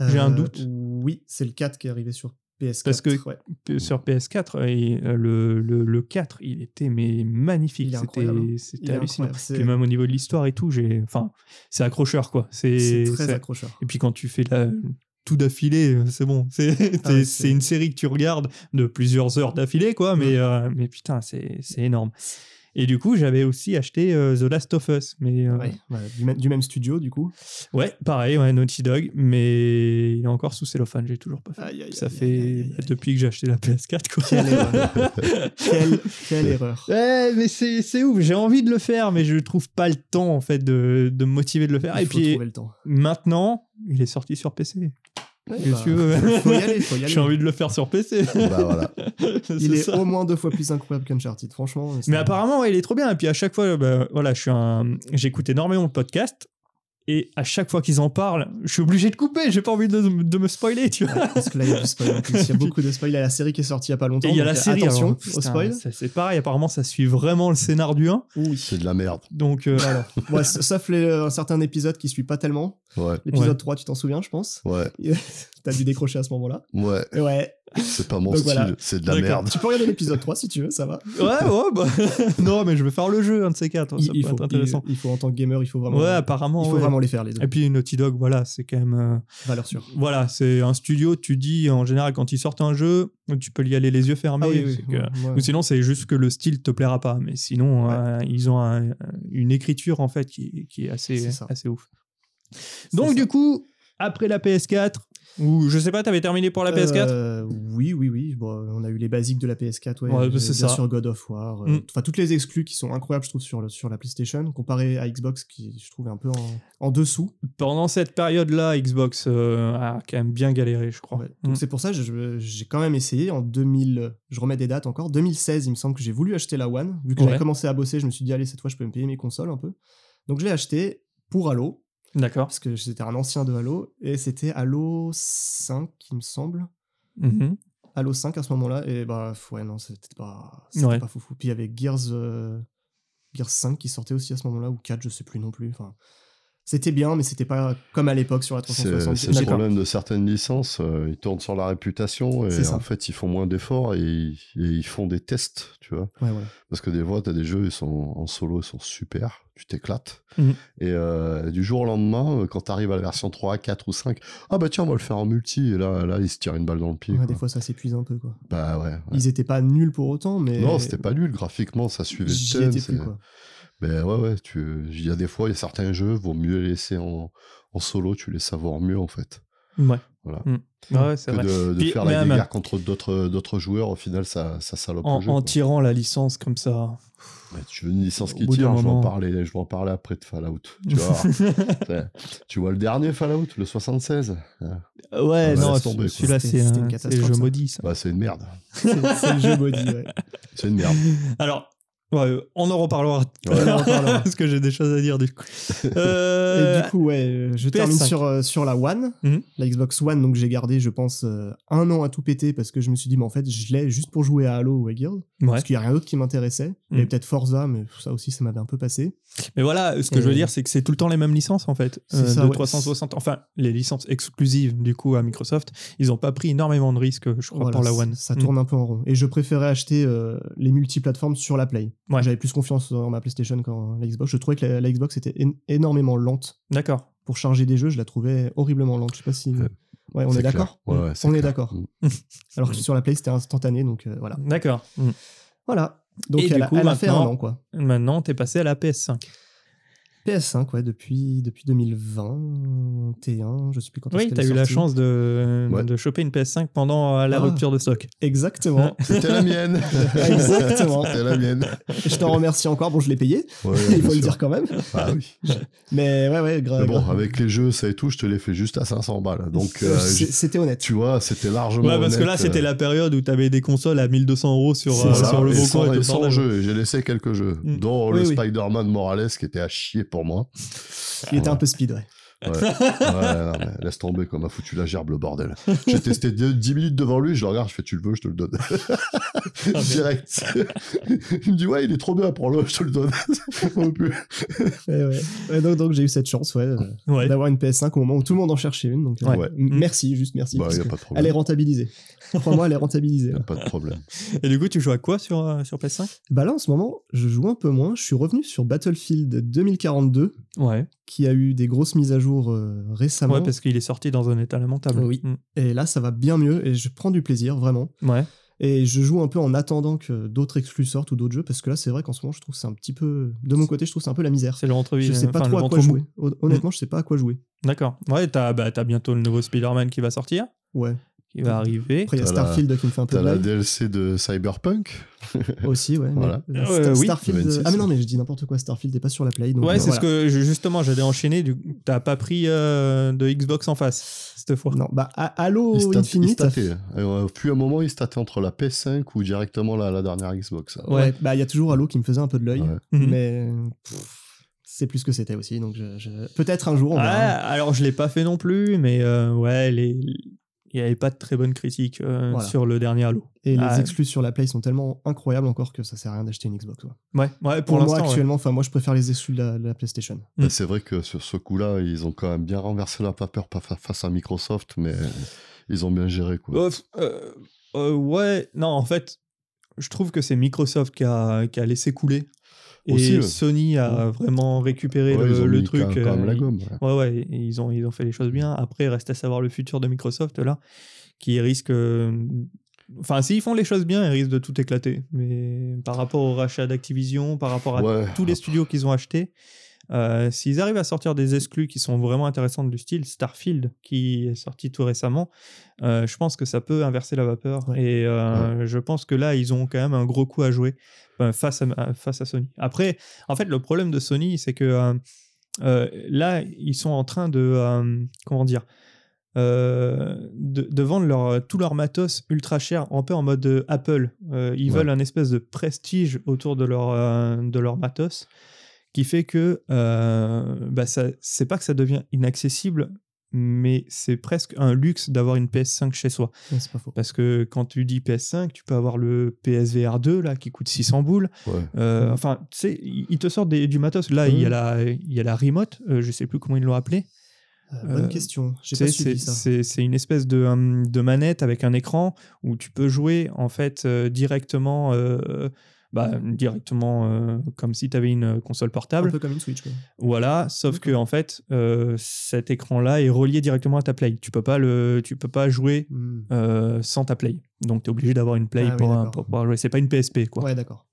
A: J'ai un
C: Euh,
A: doute.
C: Oui, c'est le 4 qui est arrivé sur PS4.
A: Parce que-
C: ouais.
A: p- sur PS4, et euh, le, le, le 4, il était mais magnifique.
C: Il est
A: C'était
C: incroyable. Il
A: c'était
C: est
A: hallucinant.
C: incroyable, c'est-
A: Puis même au niveau de l'histoire et tout, j'ai, enfin, c'est accrocheur quoi.
C: c'est
A: C'est
C: très
A: c'est-
C: accrocheur.
A: Et puis quand tu fais la- euh, tout d'affilée, euh, c'est bon. C'est
C: Ah
A: c'est-
C: ouais,
A: c'est
C: c'est- Mm.
A: une série que tu regardes de plusieurs heures d'affilée, quoi. Mais, euh, mais putain, c'est c'est énorme. Et du coup, j'avais aussi acheté euh, The Last of Us. Mais, euh,
C: Ouais,
A: ouais.
C: voilà, du, même- du même studio, du coup.
A: pareil, ouais, Naughty Dog. Mais il est encore sous cellophane, j'ai toujours pas fait.
C: Aïe, aïe,
A: Ça
C: aïe,
A: fait
C: aïe, aïe, aïe.
A: bah, depuis que j'ai acheté la PS4, quoi.
C: Quelle erreur. Quelle, quelle erreur.
A: Ouais, mais c'est c'est ouf, j'ai envie de le faire, mais je trouve pas le temps en fait de, de me motiver de le faire.
C: Il
A: Ah, Et
C: faut
A: puis
C: trouver le temps.
A: maintenant, il est sorti sur PC. Qu'est-ce que
C: bah,
A: tu veux
C: Faut y aller, faut y aller.
A: J'ai envie de le faire sur PC.
B: Bah voilà.
A: C'est
C: Il est
A: ça.
C: au moins deux fois plus incroyable qu'Uncharted, franchement. c'est-
A: Mais apparemment, ouais, il est trop bien. Et puis à chaque fois, bah, voilà, je suis un... j'écoute énormément de podcasts. Et à chaque fois qu'ils en parlent, je suis obligé de couper. J'ai pas envie de, de me spoiler, tu vois.
C: Ouais, parce que là, il y a du spoil en plus. Il y a beaucoup de spoil. Il y a la série qui est sortie il y a pas longtemps.
A: Et il y a
C: donc euh,
A: la série.
C: Attention
A: alors.
C: au
A: Putain,
C: spoil.
A: ça, C'est pareil. Apparemment, ça suit vraiment le scénar du 1.
C: Oui.
B: C'est de la merde.
A: Donc, euh,
C: Moi, s- sauf les- euh, un certain épisode qui suit pas tellement.
B: Ouais.
C: L'épisode
A: Ouais.
C: 3, tu t'en souviens, je pense.
B: Ouais.
C: T'as dû décrocher à ce moment-là.
B: Ouais.
C: Ouais.
B: C'est pas mon
C: Donc
B: style.
C: voilà.
B: C'est de la
A: D'accord.
B: merde.
C: Tu peux regarder l'épisode 3 si tu veux, ça va.
A: ouais, ouais. bah, non, mais je vais faire le jeu, un de ces quatre. hein,
C: il,
A: ça
C: il
A: peut
C: faut,
A: être intéressant.
C: Il, il faut en tant que gamer, il faut vraiment,
A: ouais,
C: il
A: apparemment.
C: faut
A: ouais.
C: vraiment les faire les deux.
A: Et puis Naughty Dog, voilà, c'est quand même. euh,
C: Valeur sûre.
A: Voilà, c'est un studio. Tu dis en général quand ils sortent un jeu, tu peux y aller les yeux
C: Ah
A: fermés. c'est que-
C: ouais, ouais.
A: Ou sinon, c'est juste que le style te plaira pas. Mais sinon,
C: Ouais.
A: euh, ils ont un- une écriture en fait qui, qui est assez,
C: C'est ça.
A: assez ouf.
C: C'est
A: Donc,
C: ça.
A: du coup, après la PS4, ou je sais pas, t'avais terminé pour la PS4
C: Euh, Oui, oui, oui. Bon, on a eu les basiques de la PS4, ouais.
A: Ouais,
C: euh,
A: c'est ça.
C: bien sûr God of War. euh,
A: Mm.
C: Enfin, toutes les exclus qui sont incroyables, je trouve, sur, le, sur la PlayStation, comparé à Xbox, qui je trouve est un peu en, en dessous.
A: Pendant cette période-là, Xbox euh, a quand même bien galéré, je crois.
C: Ouais. Donc,
A: Mm.
C: c'est pour ça, je- je- j'ai quand même essayé en 2000. Je remets des dates encore. 2016, il me semble que j'ai voulu acheter la One. Vu que
A: Ouais.
C: j'avais commencé à bosser, je me suis dit, allez, cette fois, je peux me payer mes consoles un peu. Donc, je l'ai acheté pour Halo.
A: D'accord.
C: parce que c'était un ancien de Halo, et c'était Halo 5, il me semble.
A: Mhm.
C: Halo 5 à ce moment-là, et bah, f- ouais, non, c'était pas, c'était
A: Ouais.
C: pas foufou. Puis il y avait Gears, euh, Gears 5 qui sortait aussi à ce moment-là, ou 4, je sais plus non plus. Enfin, c'était bien, mais c'était pas comme à l'époque sur la
B: C'est
C: 360.
B: c'est le
A: D'accord.
B: problème de certaines licences. euh, ils tournent sur la réputation
C: C'est
B: et
C: ça.
B: en fait, ils font moins d'efforts et, ils- et ils font des tests, tu vois.
C: Ouais, ouais.
B: Parce que des fois, t'as des jeux, ils sont en solo, ils sont super, tu t'éclates.
A: Mhm.
B: Et euh, du jour au lendemain, euh, quand t'arrives à la version 3, 4 ou 5, ah bah tiens, on va le faire en multi. Et là, là ils se tirent une balle dans le pied.
C: Ouais,
B: quoi.
C: des fois, ça s'épuise un peu, quoi.
B: Bah ouais. ouais.
C: Ils étaient pas nuls pour autant, mais.
B: Non, c'était pas nul. Graphiquement, ça suivait
C: J'y
B: le thème.
C: étais
B: c'est-
C: plus, quoi.
B: Mais ouais, ouais. tu- Il y a des fois, il y a certains jeux, vaut mieux les laisser en, en solo, tu les savoirs mieux en fait.
A: Ouais.
B: Voilà.
A: Mm. Ouais,
B: Que
A: c'est vrai.
B: de, de
A: Puis
B: faire la
A: même-
B: guerre contre d'autres d'autres joueurs, au final, ça, ça salope
A: En,
B: le jeu.
A: en
B: quoi.
A: tirant la licence comme ça.
B: Mais tu veux une licence
A: Au
B: qui
A: bout d'un
B: tire, je vais, en
A: moment.
B: parler, je vais en parler après de Fallout. Tu vois, tu vois le dernier Fallout, le 76 hein.
C: Euh,
A: ouais,
B: laisse
A: non,
B: tomber, quoi.
A: celui-là,
C: C'était-
A: c'est
C: c'était une
A: un- c'est le
C: catastrophe,
A: jeu
C: ça.
A: maudit. ça.
B: bah, C'est une merde.
C: C'est c'est le jeu body, ouais.
B: C'est une merde.
A: Alors, ouais, euh, on en reparlera.
B: Ouais,
C: on en reparlera.
A: Parce que j'ai des choses à dire du coup. Euh,
C: Et du coup, ouais, euh, je
A: PS5.
C: termine sur, euh, sur la One,
A: Mhm.
C: la Xbox One, donc j'ai gardé, je pense, euh, un an à tout péter parce que je me suis dit, mais en fait, je l'ai juste pour jouer à Halo ou à Gears,
A: ouais.
C: parce qu'il n'y a rien d'autre qui m'intéressait. Il y avait
A: Mhm.
C: peut-être Forza, mais ça aussi, ça m'avait un peu passé.
A: Mais voilà, ce que je veux
C: Euh,
A: dire, c'est que c'est tout le temps les mêmes licences en fait. Euh,
C: C'est ça,
A: de
C: ouais.
A: 360, enfin les licences exclusives du coup à Microsoft, ils n'ont pas pris énormément de risques, je crois,
C: Voilà,
A: pour la
C: ça-
A: One.
C: Ça
A: Mm.
C: tourne un peu en rond. Et je préférais acheter euh, les multiplateformes sur la Play.
A: Ouais.
C: J'avais plus confiance en ma PlayStation qu'en la Xbox. Je trouvais que la, la Xbox était é- énormément lente.
A: Hmm. D'accord.
C: Pour charger des jeux, je la trouvais horriblement lente. Je sais pas si.
B: Euh,
C: Ouais, on est,
B: C'est clair.
C: d'accord
B: Ouais, ouais, c'est
C: On est
B: clair.
C: d'accord.
B: Mm.
C: Alors que sur la Play, c'était instantané, donc euh, voilà.
A: D'accord. Mm.
C: Voilà. Donc
A: Et
C: elle,
A: du
C: a-
A: coup,
C: elle a fait un
A: maintenant-
C: an, quoi.
A: Maintenant, t'es passé à la PS5.
C: PS5, ouais, depuis, depuis 2020, T1, je sais plus quand est-ce
A: Oui,
C: qu'elle
A: t'as
C: est
A: eu la
C: sortie.
A: chance de,
B: Ouais.
A: de choper une PS5 pendant euh, la
C: Ah.
A: rupture de stock.
C: Exactement.
B: C'était la mienne.
C: Exactement.
B: C'était la mienne.
C: Et je t'en remercie encore. Bon, je l'ai payé,
B: Ouais,
C: il
B: bien
C: faut le
B: sûr.
C: dire quand même.
B: Ah oui.
C: Mais ouais, ouais, gra-
B: Mais bon,
C: gra-
B: avec les jeux, ça et tout, je te les fais juste à 500 balles. Donc, euh,
C: C'est- c'était honnête.
B: tu vois, c'était largement.
A: Ouais, parce que
B: honnête,
A: là, c'était
B: euh,
A: la période où t'avais des consoles à 1200 euros sur,
C: C'est
A: euh,
C: ça.
A: sur le
B: et
A: bon
B: sans,
A: coin et tout
B: et
A: le
B: sans
A: bordel.
B: jeu. Et J'ai laissé quelques jeux,
A: Mm.
B: dont
A: Oui,
B: le
A: oui.
B: Spider-Man Morales qui était à chier pour moi.
C: Il était un peu speed, ouais.
B: Ouais, ouais non, mais laisse tomber, comme a foutu la gerbe, le bordel. J'ai testé 10 minutes devant lui, je le regarde, je fais tu le veux, je te le donne. Direct. il me dit ouais, il est trop bien, prends-le, je te le donne. J'en peux plus.
C: Ouais, ouais. Ouais, donc donc j'ai eu cette chance, ouais, euh,
A: Ouais. Mm.
C: d'avoir une PS5 au moment où tout le monde en cherchait une. Donc, euh,
B: Ouais.
C: m- merci, juste merci.
B: bah,
C: parce
B: il a
C: que
B: pas de
C: elle est
B: problème.
C: rentabilisée. Crois-moi, elle est rentabilisée.
B: Y a pas de problème.
A: Et du coup, tu joues à quoi sur, euh, sur PS5
C: Bah là, en ce moment, je joue un peu moins. Je suis revenu sur Battlefield 2042,
A: Ouais.
C: qui a eu des grosses mises à jour euh, récemment.
A: Ouais, parce qu'il est sorti dans un état lamentable.
C: Oui.
A: Mm.
C: Et là, ça va bien mieux et je prends du plaisir, vraiment.
A: Ouais.
C: Et je joue un peu en attendant que d'autres exclus sortent ou d'autres jeux, parce que là, c'est vrai qu'en ce moment, je trouve que c'est un petit peu. De mon côté, je trouve que c'est un peu la misère.
A: C'est le ventre vide,
C: Je sais pas
A: enfin, le
C: trop à
A: ventre
C: quoi
A: mou.
C: jouer. Hon- Honnêtement, je sais pas à quoi jouer.
A: D'accord. Ouais, t'as bah, t'as bientôt le nouveau Spider-Man qui va sortir,
C: Ouais.
A: qui va arriver.
C: Après, il y a
B: T'as la-
C: Starfield qui me fait un peu
B: T'as
C: de
B: la
C: mal.
B: DLC de Cyberpunk
C: Aussi, ouais. mais-
B: Voilà.
C: Euh,
A: Euh,
C: Star-
A: oui.
C: Starfield.
B: 26,
C: Ah, mais non, mais je dis n'importe quoi. Starfield n'est pas sur la Play. Donc euh,
A: Ouais, c'est
C: voilà.
A: ce que je- justement j'allais enchaîner. Du... T'as pas pris euh, de Xbox en face cette fois.
C: Non, bah, à-
A: Oh,
C: Halo
B: Il se tâtait- il se
C: Infinite.
B: tâtait. Euh, Puis à un moment, il se tâtait entre la PS5 ou directement la, la dernière Xbox.
A: Oh.
C: Ouais, bah, il y a toujours Halo qui me faisait un peu de l'œil.
B: Ouais.
A: Mhm.
C: Mais. pff, C'est plus ce que c'était aussi, donc je, je- peut-être un jour on
A: Ouais,
B: ben, hein.
C: verra.
A: Ah, alors je l'ai pas fait non plus, mais euh, ouais, les... il y avait pas de très bonnes critiques euh,
C: Voilà.
A: sur le dernier Halo.
C: Et
A: Ah.
C: les exclus sur la Play sont tellement incroyables encore que ça sert à rien d'acheter une Xbox. ouais.
A: Ouais, ouais, pour,
C: Pour, moi
A: l'instant. ouais.
C: actuellement, enfin moi je préfère les exclus de la, de la PlayStation.
A: Mm.
B: Bah, c'est vrai que sur ce coup-là, ils ont quand même bien renversé la vapeur pa- fa- face à Microsoft, mais ils ont bien géré. Quoi.
A: Euh, f- euh, euh, ouais, non, en fait, je trouve que c'est Microsoft qui a, qui a laissé couler. Et
B: Aussi, ouais.
A: Sony a vraiment récupéré
B: Ouais,
A: le,
B: ils ont
A: le
B: mis
A: truc.
B: quand- quand même
A: euh,
B: la gomme. ouais.
A: Ouais, ouais, et ils ont, ils ont fait les choses bien. Après, reste à savoir le futur de Microsoft, là, qui risque. euh, Enfin, s'ils font les choses bien, ils risquent de tout éclater. Mais par rapport au rachat d'Activision, par rapport à
B: Ouais.
A: tous les studios qu'ils ont achetés, euh, s'ils arrivent à sortir des exclus qui sont vraiment intéressantes du style Starfield, qui est sorti tout récemment, euh, je pense que ça peut inverser la vapeur.
C: Ouais.
A: Et euh, je pense que là, ils ont quand même un gros coup à jouer euh, face, à, à- face à Sony. Après, en fait, le problème de Sony, c'est que euh, euh, là, ils sont en train de. euh, comment dire euh, de, de vendre leur, euh, tout leur matos ultra cher, un peu en mode euh, Apple. Euh, ils
B: Ouais.
A: veulent un espèce de prestige autour de leur, euh, de leur matos qui fait que euh, bah ça, c'est pas que ça devient inaccessible, mais c'est presque un luxe d'avoir une PS5 chez soi.
C: Ouais, c'est pas faux.
A: Parce que quand tu dis PS5, tu peux avoir le PSVR 2 là qui coûte 600 boules.
B: Ouais. Mmh.
A: Euh,
C: Mhm.
A: Enfin, tu sais, ils ils te sortent des- du matos. Là, il y a la, il y a la remote. euh, je sais plus comment ils l'ont appelée.
C: Euh, bonne
A: Euh,
C: question. J'ai
A: C'est-
C: pas
A: c'est-
C: suivi ça.
A: C'est c'est une espèce de, hum, de manette avec un écran où tu peux jouer en fait euh, directement, euh, bah, directement euh, comme si tu avais une console
C: Un
A: portable.
C: peu comme une Switch. Quoi.
A: Voilà, sauf que en fait, euh, cet écran-là est relié directement à ta Play. Tu peux pas le, tu peux pas jouer
C: Hmm.
A: euh, sans ta Play. Donc tu es obligé d'avoir une Play
C: Ah oui,
A: pour, un-
C: d'accord.
A: pour pouvoir jouer. C'est pas une PSP quoi.
C: Ouais, d'accord.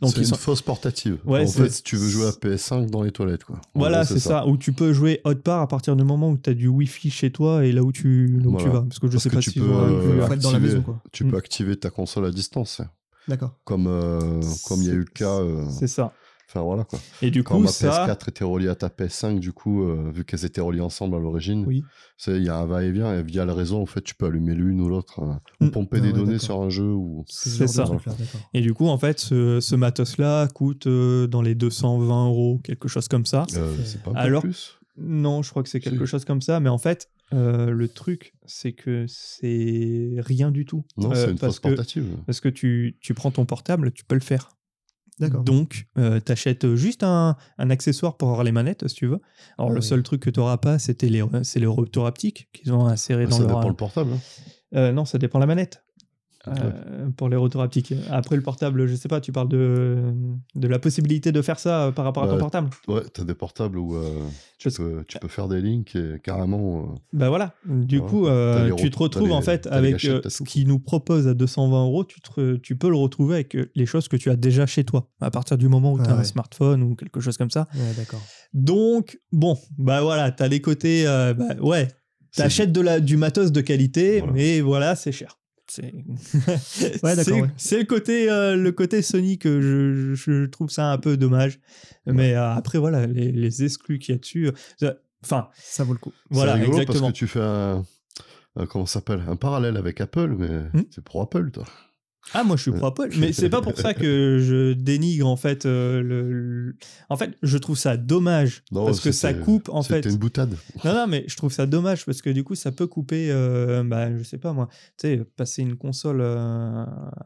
A: Donc
B: c'est
A: ils
B: une
A: sont-
B: fausse portative.
A: Ouais,
B: en
A: c'est-
B: fait, tu veux jouer à PS5 dans les toilettes, quoi. En
A: Voilà,
B: gros,
A: c'est ça. Où tu peux jouer autre part à partir du moment où tu as du Wi-Fi chez toi et là où tu, là où tu
B: Voilà.
A: vas. Parce que je
B: Parce
A: sais
B: que
A: pas
B: tu
A: si
B: peux,
A: ils ont
B: euh,
A: inclus la-
C: Faut être dans la
B: activer.
C: maison, quoi.
B: Tu
A: Mm.
B: peux activer ta console à distance, hein.
C: D'accord.
B: comme euh, comme il y a eu le cas. euh,
A: C'est ça.
B: Enfin voilà quoi.
A: Et du
B: Quand
A: coup,
B: ma
A: ça.
B: PS4 était reliée à ta PS5, du coup, euh, vu qu'elles étaient reliées ensemble à l'origine,
C: Oui.
B: c'est- il y a un va-et-vient et via le réseau, en fait, tu peux allumer l'une ou l'autre euh, ou
A: Mm.
B: pomper
C: Ah
B: des
C: ouais,
B: données
C: d'accord.
B: sur un jeu ou.
C: C'est ce
A: C'est
C: genre de
A: ça.
C: truc-là, d'accord.
A: Et du coup, en fait, ce, ce matos-là coûte euh, dans les 220 euros, quelque chose comme ça.
B: Euh,
C: fait-
B: c'est pas un peu
A: Alors-
B: plus.
A: Non, je crois que c'est quelque
B: Si.
A: chose comme ça. Mais en fait, euh, le truc, c'est que c'est rien du tout.
B: Non,
A: Euh,
B: c'est une
A: parce
B: fausse
A: que,
B: portative.
A: parce que tu, tu prends ton portable, tu peux le faire.
C: D'accord.
A: Donc, euh, t'achètes juste un, un accessoire pour avoir les manettes, si tu veux. Alors,
C: Ah
A: le
C: oui.
A: seul truc que t'auras pas, c'était les, c'est le retour haptique qu'ils ont inséré
B: Ah,
A: dans
B: ça
A: leur.
B: dépend le portable. hein.
A: Euh, non, ça dépend la manette.
B: Ah
A: Euh, Pour les retours haptiques. Après le portable, je sais pas, tu parles de, de la possibilité de faire ça euh, par rapport à ton
B: Bah,
A: portable.
B: Ouais, t'as des portables où euh, tu,
A: Parce-
B: peux, tu peux faire des links et carrément. euh,
A: Bah voilà, du
B: Ah Ouais.
A: coup, euh,
B: T'as les
A: tu te
B: retours, t'as
A: retrouves en
B: les-
A: fait
B: t'as les
A: avec
B: gâchettes,
A: euh,
B: t'as
A: ce
B: tout.
A: qui nous propose à 220 euros, tu, te- tu peux le retrouver avec euh, les choses que tu as déjà chez toi, à partir du moment où tu as
C: Ah
A: un
C: ouais.
A: smartphone ou quelque chose comme ça.
C: Ouais, d'accord.
A: Donc, bon, bah voilà, t'as les côtés, euh, bah ouais,
B: c'est-
A: t'achètes de la, du matos de qualité,
B: Voilà.
A: mais voilà, c'est cher. C'est
C: Ouais, d'accord,
A: c'est-
C: ouais.
A: c'est le côté euh, le côté Sony que je, je trouve ça un peu dommage. Mais euh, après, voilà, les, les exclus qu'il y a dessus. euh, ça- Enfin,
C: Ça vaut le coup.
A: voilà,
B: c'est rigolo
A: exactement.
B: parce que tu fais un. un- comment ça s'appelle Un parallèle avec Apple, mais
A: Hmm.
B: c'est pour Apple, toi.
A: Ah, moi, je suis pro Apple, mais c'est pas pour ça que je dénigre en fait euh, le, le- En fait, je trouve ça dommage
B: Non,
A: parce que ça
B: c'était-
A: coupe en fait.
B: C'était une boutade.
A: Non, non, mais je trouve ça dommage parce que du coup, ça peut couper, euh, bah, je sais pas moi, tu sais, passer une console euh,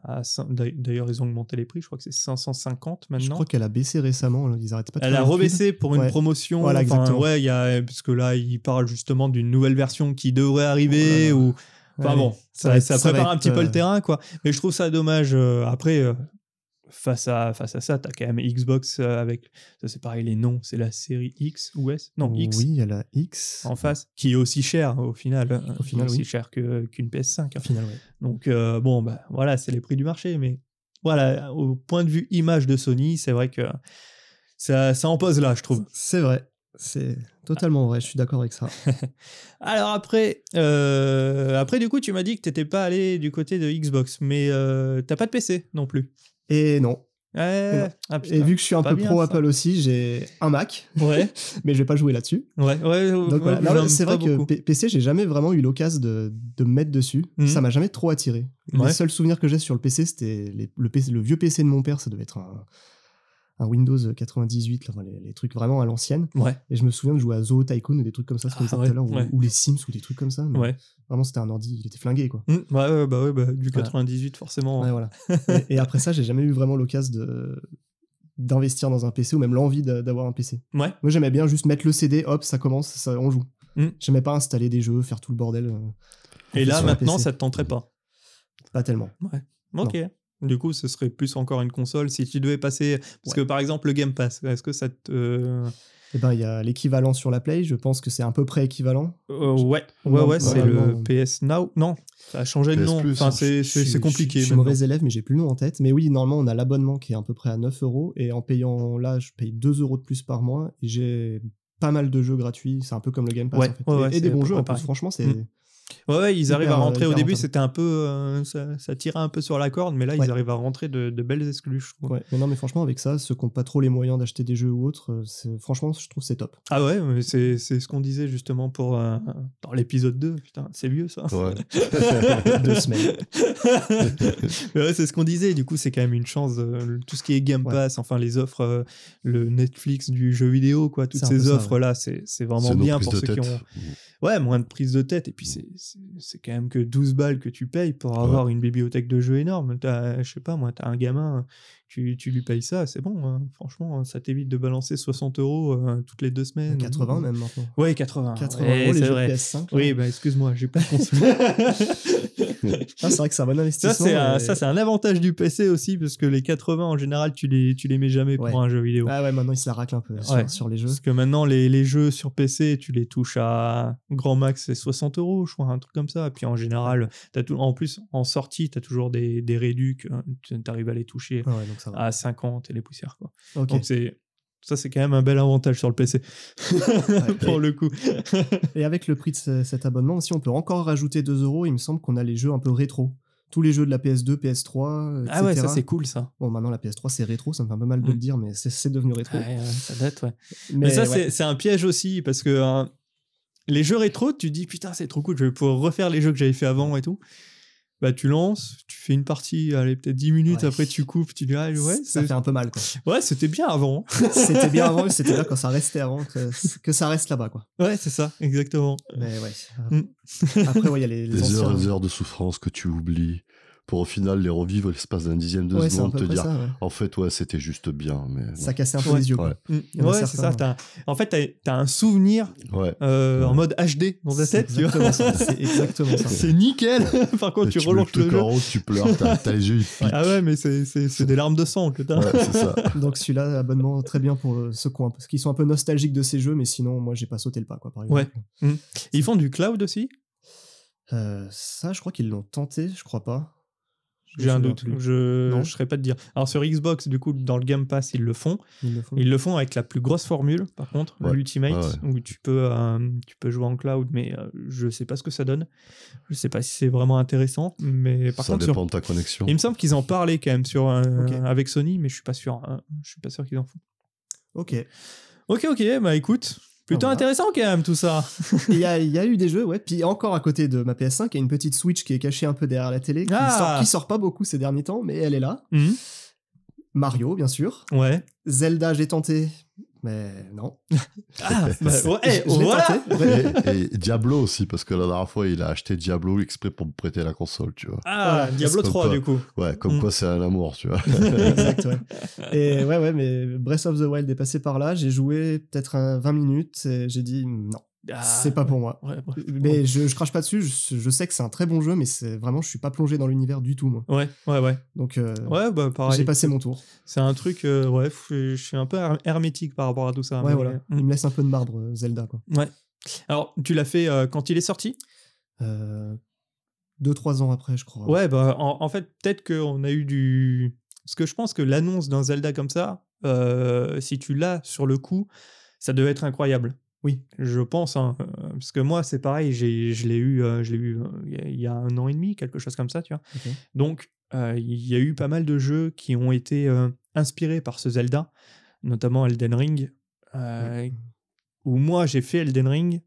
A: à. cin- d'ail- D'ailleurs, ils ont augmenté les prix, je crois que c'est 550
C: Je
A: maintenant.
C: crois qu'elle a baissé récemment. là, Ils arrêtent pas de
A: Elle
C: faire
A: a
C: des pubs.
A: rebaissé pour une
C: Ouais.
A: promotion.
C: Voilà,
A: enfin,
C: exactement.
A: ouais, il y a, parce que là, ils parlent justement d'une nouvelle version qui devrait arriver.
C: Oh là là.
A: ou... Enfin
C: Ouais.
A: bon, ça,
C: va être-
A: ça
C: ça va
A: prépare un
C: être,
A: petit peu
C: euh,
A: le terrain, quoi. Mais je trouve ça dommage. euh, après, euh, face, à, face à ça, t'as quand même Xbox euh, avec. Ça, c'est pareil, les noms, c'est la série X ou S Non, X
C: Oui, elle a X.
A: en face, qui est aussi cher au final, euh,
C: Au final,
A: aussi
C: oui.
A: cher que- qu'une PS5. hein.
C: Au final, ouais.
A: Donc euh, bon, bah, voilà, c'est les prix du marché, mais voilà, au point de vue image de Sony, c'est vrai que ça, ça en pose là, je trouve.
C: C'est vrai. C'est totalement vrai. Je suis d'accord avec ça.
A: Alors après, euh, après du coup, tu m'as dit que t'étais pas allé du côté de Xbox, mais euh, t'as pas de PC non plus.
C: Et non.
A: Ouais,
C: non.
A: ah,
C: Et
A: putain.
C: vu que je suis un
A: pas
C: peu
A: bien,
C: pro
A: ça.
C: Apple aussi, j'ai un Mac,
A: ouais,
C: mais je vais pas jouer là-dessus.
A: ouais, ouais.
C: Donc voilà. Non,
A: j'aime
C: c'est
A: Mhm. pas
C: vrai que
A: beaucoup.
C: P- PC, j'ai jamais vraiment eu l'occasion de, de me mettre dessus.
A: Mhm.
C: Ça m'a jamais trop attiré.
A: Ouais.
C: Les seuls souvenirs que j'ai sur le PC, c'était les- le, PC le vieux PC de mon père. Ça devait être un, un Windows 98, là, enfin, les, les trucs vraiment à l'ancienne.
A: Ouais,
C: Et je me souviens de jouer à Zoo Tycoon ou des trucs comme ça, ce
A: Ah,
C: qu'on disait
A: ouais,
C: tout à l'heure, ou,
A: ouais.
C: ou les Sims ou des trucs comme ça. mais
A: ouais.
C: Vraiment, c'était un ordi, il était flingué, quoi.
A: Mm, ouais, ouais, bah ouais, bah, du
C: Voilà.
A: 98 forcément.
C: Ouais, voilà. et, et après ça, j'ai jamais eu vraiment l'occasion de d'investir dans un PC ou même l'envie d'a- d'avoir un PC.
A: Ouais.
C: Moi, j'aimais bien juste mettre le CD, hop, ça commence, ça, on joue.
A: Mm.
C: J'aimais pas installer des jeux, faire tout le bordel. euh,
A: Et là
C: sur un
A: maintenant,
C: PC.
A: ça te tenterait pas.
C: Pas tellement.
A: Ok. Du coup, ce serait plus encore une console si tu devais passer. Parce que par exemple, le Game Pass, est-ce que ça te. euh,
C: Et ben, il y a l'équivalent sur la Play, je pense que c'est à peu près équivalent.
A: euh, ouais, ouais,
C: Non,
A: ouais, c'est le
C: vraiment.
A: PS Now. Non, ça a changé de
B: PS
A: nom.
B: Plus,
A: Enfin,
B: hein.
A: c'est-
C: Je
A: c'est
C: suis-
A: c'est compliqué.
C: Je suis
A: maintenant.
C: mauvais élève, mais j'ai plus le nom en tête. Mais oui, normalement, on a l'abonnement qui est à peu près à 9 euros. Et en payant là, je paye 2 euros de plus par mois. Et j'ai pas mal de jeux gratuits. C'est un peu comme le Game Pass.
A: Ouais,
C: en fait.
A: ouais, ouais,
C: et, et des
A: c'est à
C: bons
A: peu
C: jeux,
A: près
C: en plus.
A: pareil.
C: Franchement, c'est
A: Mm. Ouais, ouais, ils arrivent
C: Hyper,
A: à rentrer.
C: euh,
A: Au
C: hyper
A: début,
C: rentable.
A: c'était un peu. euh, ça, ça tirait un peu sur la corde, mais là,
C: Ouais.
A: ils arrivent à rentrer de, de belles exclus, je trouve.
C: Ouais, mais non, mais franchement, avec ça, ceux qui n'ont pas trop les moyens d'acheter des jeux ou autres, euh, c'est- franchement, je trouve c'est top.
A: Ah ouais, mais c'est c'est ce qu'on disait justement pour. euh, dans l'épisode 2, putain, c'est vieux ça.
B: Ouais.
C: Deux semaines.
A: Mais ouais, c'est ce qu'on disait, du coup, c'est quand même une chance. euh, le- tout ce qui est Game
C: Ouais.
A: Pass, enfin les offres, euh, le Netflix du jeu vidéo, quoi, toutes
C: C'est un peu
A: ces
C: ça, ouais.
A: offres-là, c'est- c'est vraiment
B: C'est nos
A: bien
B: prises
A: pour
B: de
A: ceux qui
B: tête.
A: ont. Ouais, moins de prise de tête. Et puis, c'est- c'est c'est quand même que 12 balles que tu payes pour avoir une bibliothèque de jeux énorme. T'as- Je sais pas, moi, t'as un gamin, tu, tu lui payes ça, c'est bon. hein. Franchement, ça t'évite de balancer 60 euros euh, toutes les deux semaines.
C: 80 même maintenant.
A: Ouais, 80.
C: 80
A: Ah, Ouais,
C: euros les
A: c'est
C: jeux
A: vrai.
C: PS5.
A: Oui, bah excuse-moi, j'ai pas de console.
C: Ah, c'est vrai que c'est un bon
A: Ça,
C: investissement.
A: c'est un,
C: mais-
A: ça, c'est un avantage du PC aussi, parce que les 80, en général, tu les, tu les mets jamais pour
C: Ouais.
A: un jeu vidéo.
C: Ah ouais, maintenant, ils se la raclent un peu sur,
A: Ouais.
C: sur les jeux.
A: Parce que maintenant, les, les jeux sur PC, tu les touches à grand max, c'est 60 euros, je crois, un truc comme ça. Puis en général, as tout, en plus, en sortie, tu as toujours des, des réducs, hein, tu arrives à les toucher
C: Ah ouais, donc ça va.
A: à 50 et les poussières. Quoi.
C: ok.
A: Donc c'est. Ça, c'est quand même un bel avantage sur le PC. Pour le coup.
C: Et avec le prix de ce- cet abonnement aussi, on peut encore rajouter 2 euros. Il me semble qu'on a les jeux un peu rétro. Tous les jeux de la PS2, PS3, etc.
A: Ah ouais, ça, c'est cool, ça.
C: Bon, maintenant, la PS3, c'est rétro. Ça me fait un peu mal de
A: Mm.
C: le dire, mais c'est- c'est devenu rétro.
A: Ouais, ouais, ça date, ouais.
C: Mais,
A: Mais, ça,
C: ouais.
A: c'est- c'est un piège aussi, parce que hein, les jeux rétro, tu dis putain, c'est trop cool, je vais pouvoir refaire les jeux que j'avais fait avant et tout. Bah, tu lances, tu fais une partie, allez, peut-être 10 minutes,
C: Ouais.
A: après tu coupes, tu dis, ah, ouais,
C: ça
A: c'est-
C: fait un peu mal. quoi.
A: ouais, c'était bien avant. hein.
C: C'était bien avant, c'était bien quand ça restait avant, que, que ça reste là-bas. quoi.
A: ouais, c'est ça, exactement.
C: Mais ouais.
A: Mm.
C: Après, ouais, il y a les, les
B: Des
C: anciens.
B: heures et des heures de souffrance que tu oublies pour au final les revivre l'espace d'un dixième de
C: ouais, c'est un
B: seconde,
C: peu
B: te
C: près
B: dire
C: ça. ouais.
B: en fait, ouais, c'était juste bien. Mais...
C: Ça cassait un peu
A: Ouais.
C: les yeux. quoi.
B: Ouais.
A: Mm.
C: y en a
A: Ouais, c'est ça.
C: certains,
A: t'as- En fait, t'as- t'as un souvenir
B: Ouais.
A: euh,
B: Ouais.
A: en mode HD dans ta
C: C'est
A: tête, tu vois.
C: exactement ça, C'est exactement ça.
A: C'est nickel. Par contre, Oh,
B: Et
A: tu
B: mets le
A: relances le
B: truc
A: jeu.
B: en route, tu pleures, t'as t'as les yeux, ils piquent.
A: Ah ouais, mais c'est- c'est c'est des larmes de sang que t'as.
B: Ouais, c'est ça.
C: Donc celui-là, abonnement très bien pour euh, ceux qui, ont un peu- qui sont un peu nostalgiques de ces jeux, mais sinon, moi, j'ai pas sauté le pas, quoi, par exemple.
A: Ouais. Ils font du cloud aussi
C: Euh, ça, je crois qu'ils l'ont tenté, je crois pas. Je
A: J'ai
C: me
A: un
C: souviens
A: doute.
C: plus.
A: Je
C: Non.
A: ne saurais pas te dire. Alors sur Xbox, du coup, dans le Game Pass, ils le font.
C: Ils le font.
A: Ils le font avec la plus grosse formule, par contre,
B: Ouais.
A: l'Ultimate, où tu peux, euh, tu peux jouer en cloud, mais euh, je sais pas ce que ça donne. Je sais pas si c'est vraiment intéressant, mais par
B: ça
A: contre,
B: dépend
A: sur-
B: de ta connexion.
A: il me semble qu'ils en parlaient quand même sur, euh,
C: Ok.
A: avec Sony, mais je suis pas sûr. hein. Je suis pas sûr qu'ils en font.
C: Ok. Et
A: Ok, ok, bah écoute, plutôt
C: Ah, voilà.
A: intéressant quand même tout ça.
C: Il y, a- il y a eu des jeux, ouais. Puis encore à côté de ma PS5, il y a une petite Switch qui est cachée un peu derrière la télé, qui,
A: Ah.
C: sort, qui sort pas beaucoup ces derniers temps, mais elle est là.
A: Mhm.
C: Mario, bien sûr.
A: Ouais.
C: Zelda, j'ai tenté, mais non.
A: Ah, bah, ouais,
C: Je- je l'ai
A: voilà.
C: tenté, vraiment.
B: Et, et Diablo aussi, parce que la dernière fois, il a acheté Diablo exprès pour me prêter la console, tu vois.
A: Ah,
C: Voilà.
A: Diablo
B: Stop.
A: 3 du coup.
B: Ouais, comme
A: Mm.
B: quoi c'est un amour, tu vois.
C: exact, ouais. Et ouais, ouais, mais Breath of the Wild est passé par là. J'ai joué peut-être un 20 minutes et j'ai dit non,
A: Ah,
C: c'est pas pour moi.
A: ouais, bref.
C: Mais je, je crache pas dessus. Je, je sais que c'est un très bon jeu, mais c'est vraiment, je suis pas plongé dans l'univers du tout, moi.
A: Ouais, ouais, ouais.
C: Donc, euh,
A: Ouais, bah pareil.
C: j'ai passé mon tour.
A: C'est un truc, euh, ouais, f- je suis un peu her- hermétique par rapport à tout ça.
C: Ouais,
A: mais-
C: voilà.
A: Mm.
C: Il me laisse un peu de marbre, euh, Zelda, quoi.
A: Ouais. Alors, tu l'as fait euh, quand il est sorti
C: Euh, deux, trois ans après, je crois.
A: Ouais, bah en, en fait, peut-être qu'on a eu du. Parce que je pense que l'annonce d'un Zelda comme ça, euh, si tu l'as sur le coup, ça devait être incroyable.
C: Oui.
A: Je pense, hein, euh, parce que moi, c'est pareil, j'ai- je l'ai eu, euh, je l'ai eu euh, il y a- il y, a un an et demi, quelque chose comme ça, tu vois.
C: Ok.
A: Donc, euh, il y a eu pas mal de jeux qui ont été euh, inspirés par ce Zelda, notamment Elden Ring, euh,
C: Ouais.
A: où moi j'ai fait Elden Ring.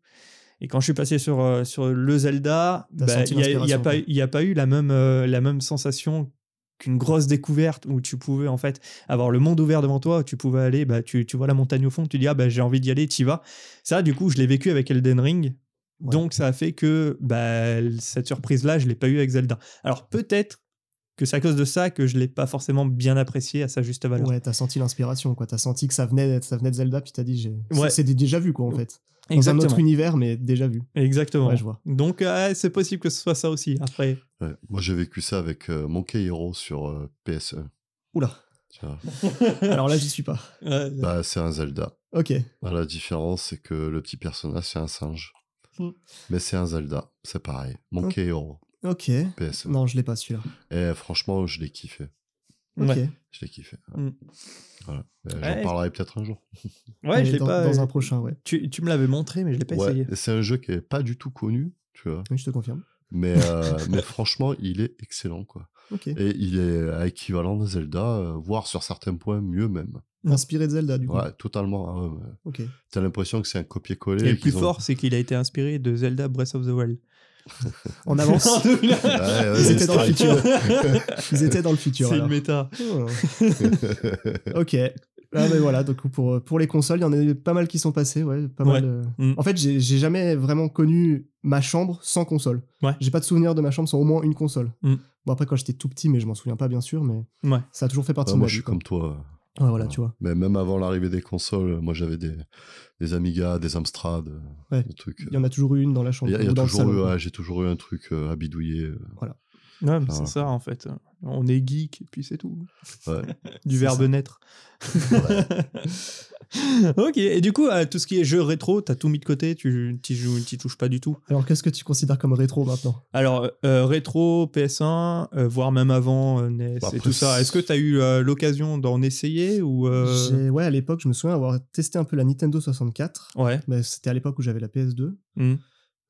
A: Et quand je suis passé sur, euh, sur le Zelda,
C: T'as
A: bah,
C: senti
A: il n'y a, il y a
C: l'inspiration,
A: pas-
C: quoi.
A: il y a pas eu la même, euh, la même sensation qu'une grosse découverte où tu pouvais en fait avoir le monde ouvert devant toi, où tu pouvais aller, bah, tu, tu vois la montagne au fond, tu dis ah bah, j'ai envie d'y aller, t'y vas. Ça, du coup, je l'ai vécu avec Elden Ring.
C: Ouais.
A: Donc ça a fait que bah, cette surprise-là, je l'ai pas eu avec Zelda. Alors peut-être que c'est à cause de ça que je l'ai pas forcément bien apprécié à sa juste valeur.
C: Ouais, t'as senti l'inspiration, quoi. T'as senti que ça venait, ça venait de Zelda, puis t'as dit, j'ai-
A: Ouais.
C: c'est c'est déjà vu, quoi, en fait. Dans un autre univers, mais déjà vu.
A: Exactement.
C: Ouais, je vois.
A: Donc euh, c'est possible que ce soit ça aussi. Après,
B: Ouais. Moi, j'ai vécu ça avec euh, Monkey Hero sur euh, PS1.
C: Oula.
B: tu vois.
C: Alors là, j'y suis pas.
A: euh,
B: Bah, c'est un Zelda.
C: Ok.
B: Bah, la différence, c'est que le petit personnage, c'est un singe.
A: Mm.
B: Mais c'est un Zelda, c'est pareil. Monkey Hero, E.
C: Ok.
B: PS1.
C: Non, je l'ai pas celui-là.
B: Et franchement, je l'ai kiffé.
C: Ok.
A: Ouais.
B: Je l'ai kiffé.
A: Mm.
B: Voilà. Ben, J'en
A: Ouais.
B: parlerai peut-être un jour.
A: Ouais, je
C: Mais
A: l'ai
C: dans,
A: pas. euh,
C: dans un prochain, ouais.
A: tu, tu me l'avais montré, mais je l'ai pas
B: Ouais,
A: essayé.
B: c'est un jeu qui est pas du tout connu, tu vois.
C: Oui, je te confirme.
B: Mais, euh, mais franchement, il est excellent, quoi.
C: Ok.
B: Et il est à équivalent de Zelda, euh, voire sur certains points mieux même.
C: Inspiré de Zelda, du coup.
B: Ouais, totalement. ah ouais, ouais.
C: Ok.
B: T'as l'impression que c'est un copier-coller.
A: Et le plus
B: qu'ils ont-
A: fort, c'est qu'il a été inspiré de Zelda Breath of the Wild.
C: En avance,
B: Ouais, ouais,
C: Ils
B: ouais,
C: étaient dans le
B: c'est
C: futur.
B: vrai.
C: ils étaient dans le futur.
A: C'est une
C: alors.
A: méta.
C: Oh. ok. Ah, mais voilà, donc pour, pour les consoles, il y en a eu pas mal qui sont passées, ouais, pas mal.
A: Ouais.
C: euh.
A: Mm.
C: En fait, j'ai j'ai jamais vraiment connu ma chambre sans console.
A: Ouais.
C: J'ai pas de souvenir de ma chambre sans au moins une console.
A: Mm.
C: Bon, après, quand j'étais tout petit, mais je m'en souviens pas, bien sûr, mais
A: Ouais.
C: ça a toujours fait partie
B: Ah,
C: de ma
B: moi,
C: vie,
B: je suis
C: quoi.
B: comme toi.
C: Ouais, voilà, tu vois.
B: Mais même avant l'arrivée des consoles, moi, j'avais des, des Amiga, des Amstrad, euh,
C: Ouais.
B: des trucs.
C: Il y en a toujours eu une dans la
B: Il
C: chambre.
B: y a, il y a
C: ou dans le
B: toujours eu,
C: salon.
B: ouais, j'ai toujours eu un truc euh, à bidouiller. euh,
A: Ouais, mais
B: Ah
A: c'est
B: ouais.
A: ça, en fait. On est geek, et puis c'est tout.
B: Ouais.
A: du
C: C'est
A: verbe
C: ça.
A: naître.
B: ouais.
A: ok, et du coup, euh, tout ce qui est jeu rétro, t'as tout mis de côté, tu t'y joues- t'y touches pas du tout.
C: Alors, qu'est-ce que tu considères comme rétro maintenant
A: Alors, euh, rétro, PS1, euh, voire même avant euh, NES
B: Bah,
A: et
B: après,
A: tout ça,
B: c'est-
A: est-ce que t'as eu euh, l'occasion d'en essayer ou euh,
C: J'ai- Ouais, à l'époque, je me souviens avoir testé un peu la Nintendo 64.
A: Ouais.
C: Mais c'était à l'époque où j'avais la PS2.
A: Mm.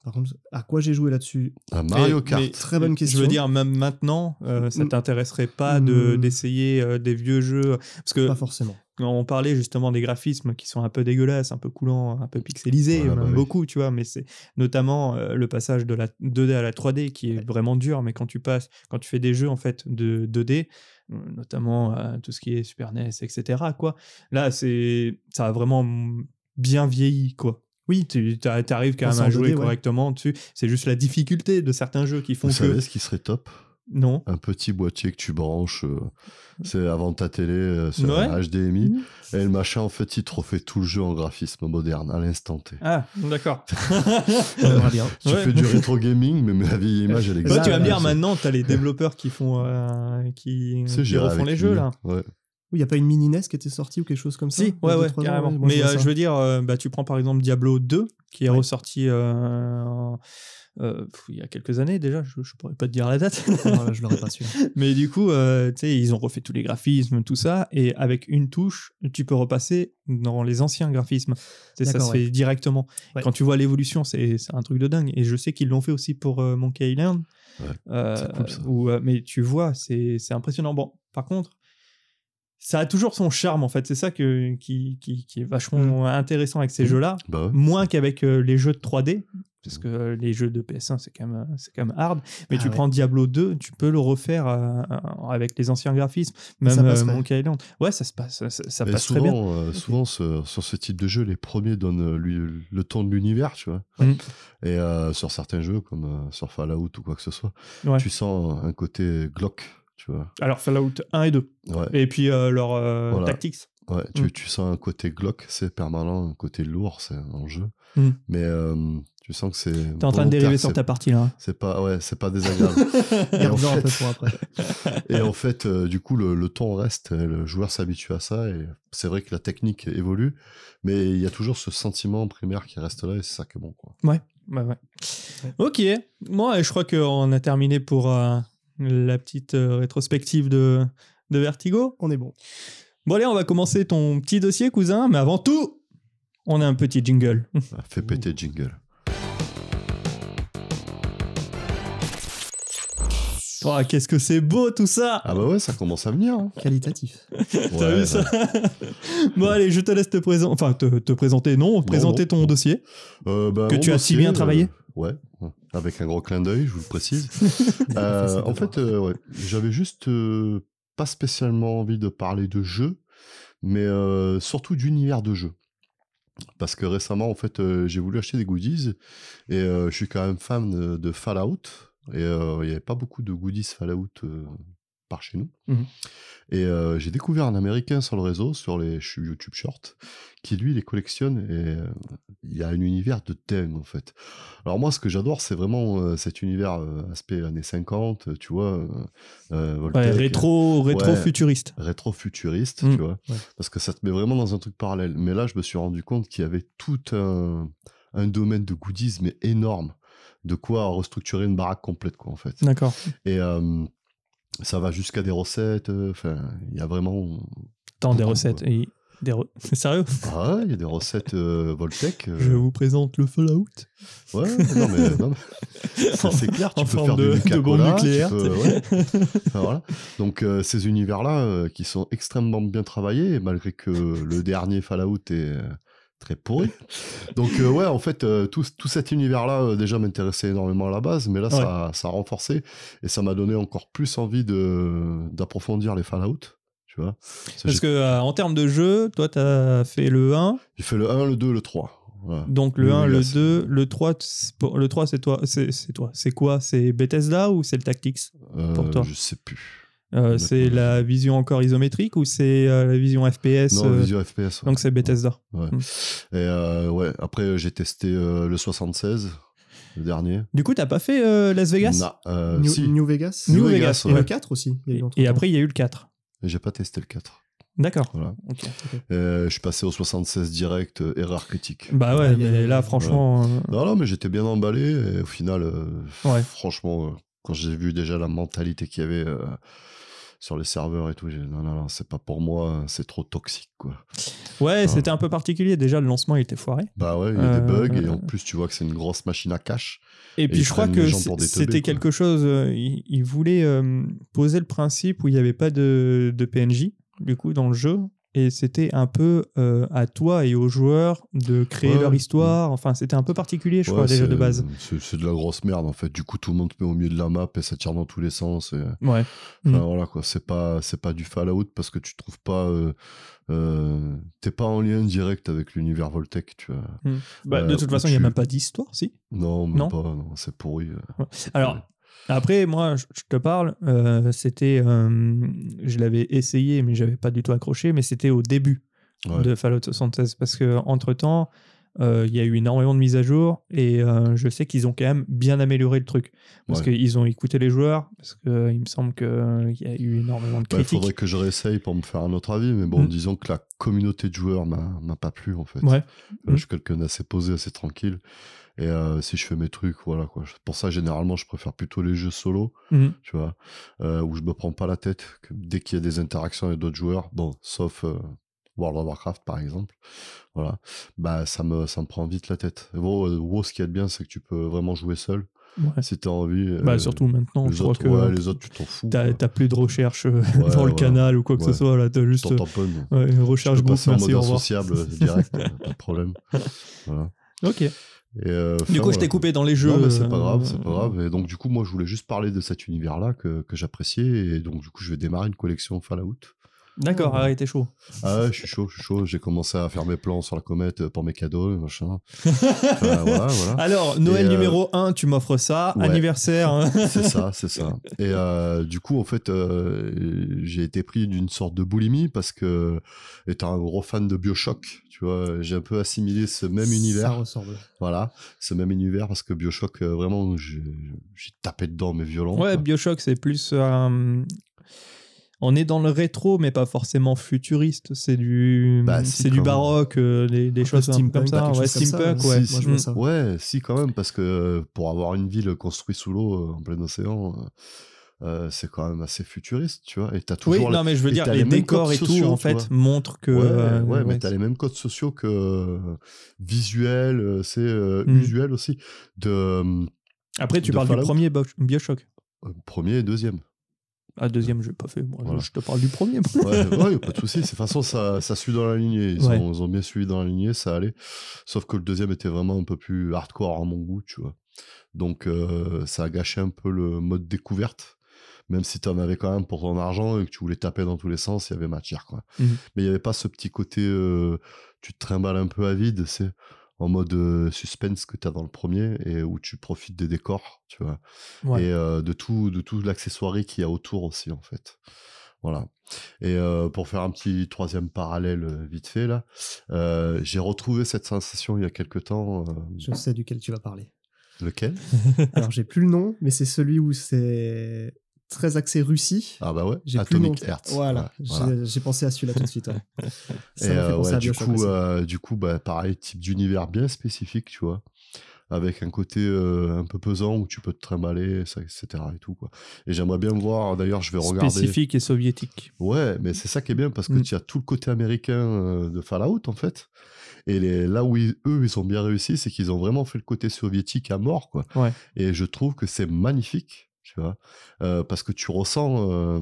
C: Par contre, à quoi j'ai joué là-dessus
B: Un Mario
A: Mais-
B: Kart.
A: mais
C: Très bonne question.
A: Je veux dire, même maintenant, euh, ça
C: Mm.
A: t'intéresserait pas de-
C: Mm.
A: d'essayer euh, des vieux jeux Parce que
C: Pas forcément.
A: on parlait justement des graphismes qui sont un peu dégueulasses, un peu coulants, un peu pixelisés,
B: Voilà,
A: même
B: bah oui.
A: beaucoup, tu vois, mais c'est notamment euh, le passage de la 2D à la 3D qui est vraiment dur, mais quand tu passes, quand tu fais des jeux en fait de 2D, euh, notamment euh, tout ce qui est Super NES, etc., quoi, là, c'est ça a vraiment mm, bien vieilli, quoi. Oui, tu t'a- t'arrives quand
C: Quand
A: même
C: c'est
A: à
C: en
A: jouer
C: 2D, ouais.
A: correctement dessus. C'est juste la difficulté de certains jeux qui font
B: Vous
A: que.
B: savez ce qui serait top
A: Non.
B: Un petit boîtier que tu branches euh, c'est avant ta télé euh, sur
A: Ouais. Mmh.
B: un HDMI. Et le machin, en fait, il te refait tout le jeu en graphisme moderne à l'instant T.
A: Ah, d'accord. Euh.
C: On verra bien.
B: Tu
A: Ouais.
B: fais du rétro gaming, mais la vieille image, elle existe.
A: Toi, tu vas me
C: Là,
A: dire
B: Bah, C'est-
A: maintenant, t'as les développeurs qui font, euh, qui,
B: c'est
A: qui
B: géré
A: refont
B: avec
A: les
B: une
A: jeux
B: mine.
A: là.
B: Ouais.
C: Il n'y a pas une mini NES qui était sortie ou quelque chose comme ça
A: Si,
C: il y a
A: ouais,
C: deux,
A: ouais,
C: trois ans,
A: carrément.
C: ouais, moi,
A: Mais
C: vois
A: euh,
C: ça.
A: je veux dire, euh, bah, tu prends par exemple Diablo 2 qui est
C: Ouais.
A: ressorti euh, euh, pff, il y a quelques années déjà. Je, je pourrais pas te dire la date.
C: Ah, Non, je l'aurais pas su.
A: Mais du coup, euh, tu sais, ils ont refait tous les graphismes, tout ça, et avec une touche, tu peux repasser dans les anciens graphismes. C'est ça se
C: D'accord, ouais.
A: fait directement.
C: Ouais.
A: Quand tu vois l'évolution, c'est c'est un truc de dingue. Et je sais qu'ils l'ont fait aussi pour euh, Monkey Island.
B: Ouais,
A: Euh,
B: c'est cool, ça.
A: où, euh, mais tu vois, c'est c'est impressionnant. Bon, par contre. Ça a toujours son charme en fait, c'est ça que, qui, qui, qui est
C: Mm.
A: vachement intéressant avec ces jeux-là
B: Bah ouais.
A: moins qu'avec euh, les jeux de 3D, parce que euh, les jeux de PS1, c'est quand même, euh, c'est quand même hard. Mais
C: Ah
A: tu
C: ouais.
A: prends Diablo 2, tu peux le refaire euh, euh, avec les anciens graphismes, même
C: Ça passe,
A: euh,
C: ouais.
A: Monkey Island. Ouais, ça se passe, ça, ça- ça
B: Mais
A: passe très bien.
B: souvent, euh, souvent ce- sur ce type de jeu, les premiers donnent euh, lui- le temps de l'univers, tu vois.
A: Mm.
B: Et euh, sur certains jeux, comme euh, sur Fallout ou quoi que ce soit,
A: Ouais.
B: tu sens un côté glauque, tu vois.
A: Alors Fallout 1 et 2,
B: Ouais.
A: et puis euh, leur euh,
B: Voilà.
A: Tactics.
B: Ouais, tu,
A: Mm.
B: tu sens un côté glauque, c'est permanent, un côté lourd, c'est un jeu.
A: Mm.
B: Mais euh, tu sens que c'est.
A: T'es en train de dériver sur
B: c'est-
A: ta partie là.
B: C'est pas, ouais, c'est pas désagréable. et, en
C: Garde-en un peu
B: fait,
C: pour après.
B: et en fait, euh, du coup, le, le ton reste, euh, le joueur s'habitue à ça, et c'est vrai que la technique évolue, mais il y a toujours ce sentiment primaire qui reste là, et c'est ça qui est bon, quoi.
A: Bah ouais. Ok, moi je crois qu'on a terminé pour euh, la petite euh, rétrospective de, de Vertigo.
C: On est bon.
A: Bon allez, on va commencer ton petit dossier cousin, mais avant tout, on a un petit jingle.
B: Ah, Fais péter jingle.
A: Oh, qu'est-ce que c'est beau tout ça
B: Ah bah ouais, ça commence à venir.
A: Euh,
B: hein.
C: Qualitatif.
A: T'as
B: Ouais,
A: vu
B: ouais.
A: ça Bon allez, je te laisse te présenter, enfin te, te présenter, non, présenter
B: bon.
A: ton dossier.
B: Euh, bah,
A: Que
B: mon
A: tu as si
B: dossier,
A: bien travaillé.
B: euh, ouais, avec un gros clin d'œil, je vous le précise.
C: On a
B: Euh,
C: fait ça
B: en
C: d'abord.
B: fait, euh, ouais, j'avais juste euh, pas spécialement envie de parler de jeux, mais euh, surtout d'univers de jeux. Parce que récemment, en fait, euh, j'ai voulu acheter des goodies et euh, je suis quand même fan de, de Fallout. Et euh, il n'y avait pas beaucoup de goodies Fallout euh, par chez nous.
A: Mhm.
B: Et euh, j'ai découvert un Américain sur le réseau, sur les ch- YouTube Shorts, qui lui les collectionne et euh, il y a un univers de dingue en fait. Alors moi, ce que j'adore, c'est vraiment euh, cet univers euh, aspect années 50, euh, tu vois, euh, euh, Voltaire,
A: Ouais, rétro, rétro
B: Ouais.
A: futuriste.
B: rétro-futuriste,
A: Mm.
B: tu vois,
C: Ouais.
B: parce que ça te met vraiment dans un truc parallèle. Mais là, je me suis rendu compte qu'il y avait tout un, un domaine de goodies, mais énorme, de quoi restructurer une baraque complète, quoi, en fait.
A: D'accord.
B: Et euh, Ça va jusqu'à des recettes. euh, Enfin, il y a vraiment.
A: Tant des recettes. Et des re- Sérieux
B: Ah ouais, il y a des recettes euh, Voltec. euh,
A: Je vous présente le Fallout.
B: Ouais, non, mais non, mais- ça, c'est clair, tu
A: En
B: peux
A: forme
B: faire
A: de-
B: du Nuka
A: de bombe
B: Cola,
A: nucléaire,
B: tu peux- euh, ouais. Enfin, voilà. Donc euh, ces univers-là euh, qui sont extrêmement bien travaillés, et malgré que le dernier Fallout est euh, très pourri. Donc euh, ouais, en fait, euh, tout, tout cet univers-là euh, déjà m'intéressait énormément à la base, mais là ça, ça a renforcé et ça m'a donné encore plus envie de d'approfondir les Fallout. Tu vois, Parce que
A: Parce que, euh, en termes de jeu, toi, t'as fait le 1.
B: j'ai fait le 1, le 2, le 3. Voilà.
A: Donc, le
B: Oui,
A: 1, le
B: là, c'est-
A: 2, le 3, c'est pour- le 3, c'est toi. C'est c'est toi. C'est quoi C'est Bethesda ou c'est le Tactics
B: Euh,
A: pour toi.
B: Je sais plus.
A: Euh, C'est
B: Maintenant,
A: la vision encore isométrique ou c'est euh, la vision FPS
B: Non,
A: euh,
B: Visio FPS. ouais.
A: Donc, c'est Bethesda.
B: Ouais.
A: Mm.
B: Et euh, ouais, après euh, j'ai testé euh, le 76, le dernier.
A: Du coup, t'as pas fait euh, Las Vegas
B: Na- euh,
C: New,
B: si,
C: New Vegas.
A: New
C: Et
A: Vegas,
B: ouais.
C: le 4 aussi. il y a eu
A: Et-
C: entre-temps.
A: Et après, il y a eu le 4.
B: j'ai pas testé le 4.
A: D'accord.
B: Voilà.
A: Ok.
B: Euh, je suis passé au 76 direct, euh, erreur critique.
A: Bah ouais,
C: Ouais,
A: mais
C: ouais,
A: là,
C: ouais.
A: franchement. euh,
B: Non, non, mais j'étais bien emballé et au final, euh,
A: Ouais.
B: franchement, euh, quand j'ai vu déjà la mentalité qu'il y avait euh, sur les serveurs et tout, j'ai dit non, non, non, c'est pas pour moi, hein, c'est trop toxique quoi.
A: Ouais,
B: Ah.
A: c'était un peu particulier. Déjà, le lancement, il était foiré.
B: Bah ouais, il y a des
A: Euh,
B: bugs et en plus, tu vois que c'est une grosse machine à cache.
A: Et, puis
B: ils
A: je crois
B: prennent les
A: que
B: gens pour
A: c'est-
B: des teubés,
A: c'était
B: quoi.
A: quelque chose. euh, ils, ils voulaient euh, poser le principe où il n'y avait pas de, de PNJ, du coup, dans le jeu. Et c'était un peu euh, à toi et aux joueurs de créer
B: Ouais,
A: leur
B: ouais.
A: histoire. Enfin, c'était un peu particulier, je crois,
B: Ouais,
A: déjà de
B: c'est- euh,
A: base.
B: C'est c'est de la grosse merde en fait. Du coup, tout le monde se met au milieu de la map et ça tire dans tous les sens. et-
A: Ouais. Mm.
B: Enfin, voilà quoi, c'est pas c'est pas du Fallout parce que tu trouves pas euh, euh, t'es pas en lien direct avec l'univers Voltec, tu vois.
A: Bah, de
B: Euh,
A: toute
B: où
A: façon, il n'y a
B: tu-
A: même pas d'histoire, si.
B: Non, même
A: Non.
B: pas, non, c'est pourri. euh,
A: Ouais.
B: c'est
A: Alors,
B: pourri.
A: Après, moi, je je te parle, euh, c'était. euh, je l'avais essayé, mais j'avais pas du tout accroché, mais c'était au début
B: Ouais.
A: de Fallout 76. Parce que entre temps, euh, il y a eu énormément de mises à jour, et euh, je sais qu'ils ont quand même bien amélioré le truc. Parce
B: Ouais.
A: qu'ils ont écouté les joueurs, parce qu'il me semble qu'il y a eu énormément de
B: Bah, il
A: critiques.
B: faudrait que je réessaye pour me faire un autre avis, mais bon,
A: Mm.
B: disons que la communauté de joueurs m'a m'a pas plu en fait.
A: Ouais.
B: Euh,
A: Mm.
B: Je suis quelqu'un d'assez posé, assez tranquille. Et euh, si je fais mes trucs, voilà quoi. Pour ça, généralement, je préfère plutôt les jeux solo,
A: Mhm.
B: tu vois, euh, où je me prends pas la tête. que dès qu'il y a des interactions avec d'autres joueurs, bon, sauf euh, World of Warcraft par exemple, voilà, bah ça me, ça me prend vite la tête. WoW, euh, WoW, ce qui est bien, c'est que tu peux vraiment jouer seul
A: Ouais.
B: si t'as envie. euh,
A: Bah, surtout maintenant,
B: les
A: je crois
B: autres,
A: que
B: ouais, les autres, tu t'en fous.
A: t'as
B: quoi.
A: t'as plus de recherche euh, dans le
B: voilà.
A: canal ou quoi que ce
B: Ouais.
A: soit, là, t'as juste
B: T'en tamponnes.
A: ouais, une recherche
B: Je peux
A: groupe,
B: passer en
A: merci,
B: mode
A: au revoir.
B: associable euh, direct, euh, pas de problème. Voilà.
A: Ok.
B: Et, euh,
A: Du
B: enfin,
A: coup, je
B: voilà.
A: t'ai coupé dans les jeux.
B: Non, mais c'est
A: euh,
B: pas grave, c'est pas grave. Et donc, du coup, moi, je voulais juste parler de cet univers-là que, que j'appréciais. Et donc, du coup, je vais démarrer une collection Fallout.
A: D'accord,
B: Ouais.
A: arrêtez chaud.
B: Ah ouais, je suis chaud, je suis chaud. J'ai commencé à faire mes plans sur la comète euh, pour mes cadeaux et machin. Enfin, Bah, voilà, voilà.
A: Alors, Noël
B: euh,
A: numéro 1, tu m'offres ça.
B: ouais.
A: Anniversaire. hein.
B: C'est ça, c'est ça. Et euh, du coup, en fait, euh, j'ai été pris d'une sorte de boulimie parce que, étant un gros fan de Bioshock, tu vois, j'ai un peu assimilé ce même univers.
C: Ça ressemble.
B: Voilà, ce même univers parce que Bioshock, euh, vraiment, j'ai j'ai tapé dedans, mais violent.
A: ouais,
B: quoi.
A: Bioshock, c'est plus. euh, on est dans le rétro, mais pas forcément futuriste. C'est du,
B: Bah, si,
A: c'est du
B: quand même.
A: baroque, euh, des, des
C: Un peu
A: choses un peu
C: steampunk,
A: comme ça.
C: quelque chose
A: Ouais,
C: comme ça,
A: steampunk,
C: ouais.
A: ouais.
C: Si, si. Moi, je vois ça.
B: Ouais, si, quand même, parce que euh, pour avoir une ville construite sous l'eau, euh, en plein océan, euh, euh, c'est quand même assez futuriste, tu vois. Et t'as
A: Oui,
B: toujours. les-
A: non, mais je veux
B: et
A: dire,
B: t'as
A: les,
B: les mêmes
A: décors
B: codes
A: et tout,
B: sociaux,
A: en
B: tu
A: fait,
B: vois.
A: montrent que.
B: Ouais,
A: euh,
B: ouais, mais
A: ouais,
B: t'as les mêmes codes sociaux que euh, visuels, euh, c'est euh,
A: Mm.
B: usuel aussi, de euh,
A: Après, tu
B: de
A: parles
B: Fallout.
A: du premier Bo- Bioshock.
B: premier et deuxième.
A: Ah, deuxième, je l'ai pas fait. moi,
B: Voilà.
A: Je te parle du premier. moi.
B: Ouais, ouais, y a pas de souci. De toute façon, ça, ça suit dans la lignée. Ils,
A: Ouais.
B: ont, ils ont bien suivi dans la lignée, ça allait. Sauf que le deuxième était vraiment un peu plus hardcore à mon goût, tu vois. Donc, euh, ça a gâché un peu le mode découverte. Même si t'en avais quand même pour ton argent et que tu voulais taper dans tous les sens, il y avait matière, quoi.
A: Mhm.
B: Mais il n'y avait pas ce petit côté, euh, tu te trimbales un peu à vide, c'est en mode euh, suspense que t'as dans le premier et où tu profites des décors, tu vois
A: Ouais.
B: et euh, de tout, de tout l'accessoirie qu'il y a autour aussi, en fait. Voilà. Et euh, pour faire un petit troisième parallèle euh, vite fait, là, euh, j'ai retrouvé cette sensation il y a quelque temps. euh,
C: Je sais duquel tu vas parler.
B: lequel
C: Alors, j'ai plus le nom, mais c'est celui où c'est très axé Russie.
B: Ah bah ouais,
C: J'ai plus le nom.
B: Atomic Hertz.
C: Voilà,
B: Ouais,
C: j'ai-
B: voilà.
C: j'ai pensé à celui-là tout de suite. ouais.
B: Et
C: Ça m'a fait
B: euh,
C: penser
B: ouais,
C: à
B: du
C: Bioshock
B: coup,
C: aussi.
B: euh, du coup bah, pareil, type d'univers bien spécifique, tu vois. avec un côté euh, un peu pesant où tu peux te trimballer, ça, etc. Et tout quoi. Et j'aimerais bien voir. D'ailleurs, je vais regarder.
A: Spécifique et soviétique.
B: Ouais, mais c'est ça qui est bien parce que
A: Mm.
B: tu as tout le côté américain euh, de Fallout en fait. Et les- là où ils- eux ils ont bien réussi, c'est qu'ils ont vraiment fait le côté soviétique à mort quoi.
A: Ouais.
B: Et je trouve que c'est magnifique, tu vois, Euh, parce que tu ressens euh,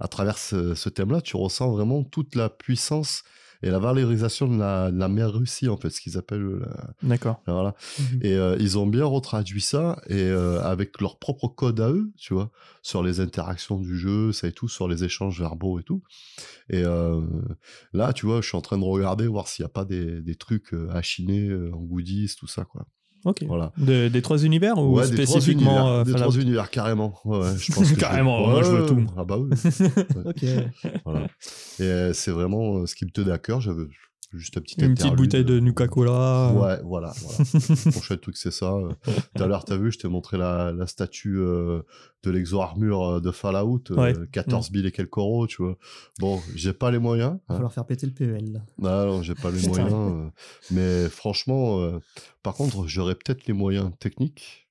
B: à travers ce, ce thème-là, tu ressens vraiment toute la puissance et la valorisation de la, de la mer Russie en fait, ce qu'ils appellent la,
A: D'accord.
B: voilà.
A: Mmh
C: Mhm.
B: Et euh, ils ont bien retraduit ça et euh, avec leur propre code à eux, tu vois, sur les interactions du jeu, ça et tout, sur les échanges verbaux et tout. Et euh, là, tu vois, je suis en train de regarder voir s'il n'y a pas des, des trucs euh, à chiner euh, en goodies, tout ça, quoi.
A: Ok.
B: Voilà.
A: De- des trois univers ou
B: Ouais, des trois univers,
A: spécifiquement euh,
B: des
A: Fallout
B: trois univers, carrément. Ouais, ouais, je pense que je-
A: Carrément, moi, je veux tout.
B: Ah bah oui.
C: Ok.
B: voilà. Et euh, c'est vraiment euh, ce qui me tenait à cœur. J'avais juste un petit
A: Une petite
B: interlude.
A: bouteille de Nuka Cola. euh,
B: Ouais, voilà. voilà. Le prochain truc, c'est ça. Euh, Tout à l'heure, t'as vu, je t'ai montré la, la statue euh, de l'exo-armure euh, de Fallout, euh,
A: Ouais. Mm.
B: 14 000 et quelques euros, tu vois. Bon, j'ai pas les moyens.
C: va
B: hein.
C: falloir faire péter le E PEL. là.
B: Non, non, j'ai pas les
A: Putain.
B: moyens. euh, mais franchement, euh, par contre, j'aurais peut-être les moyens techniques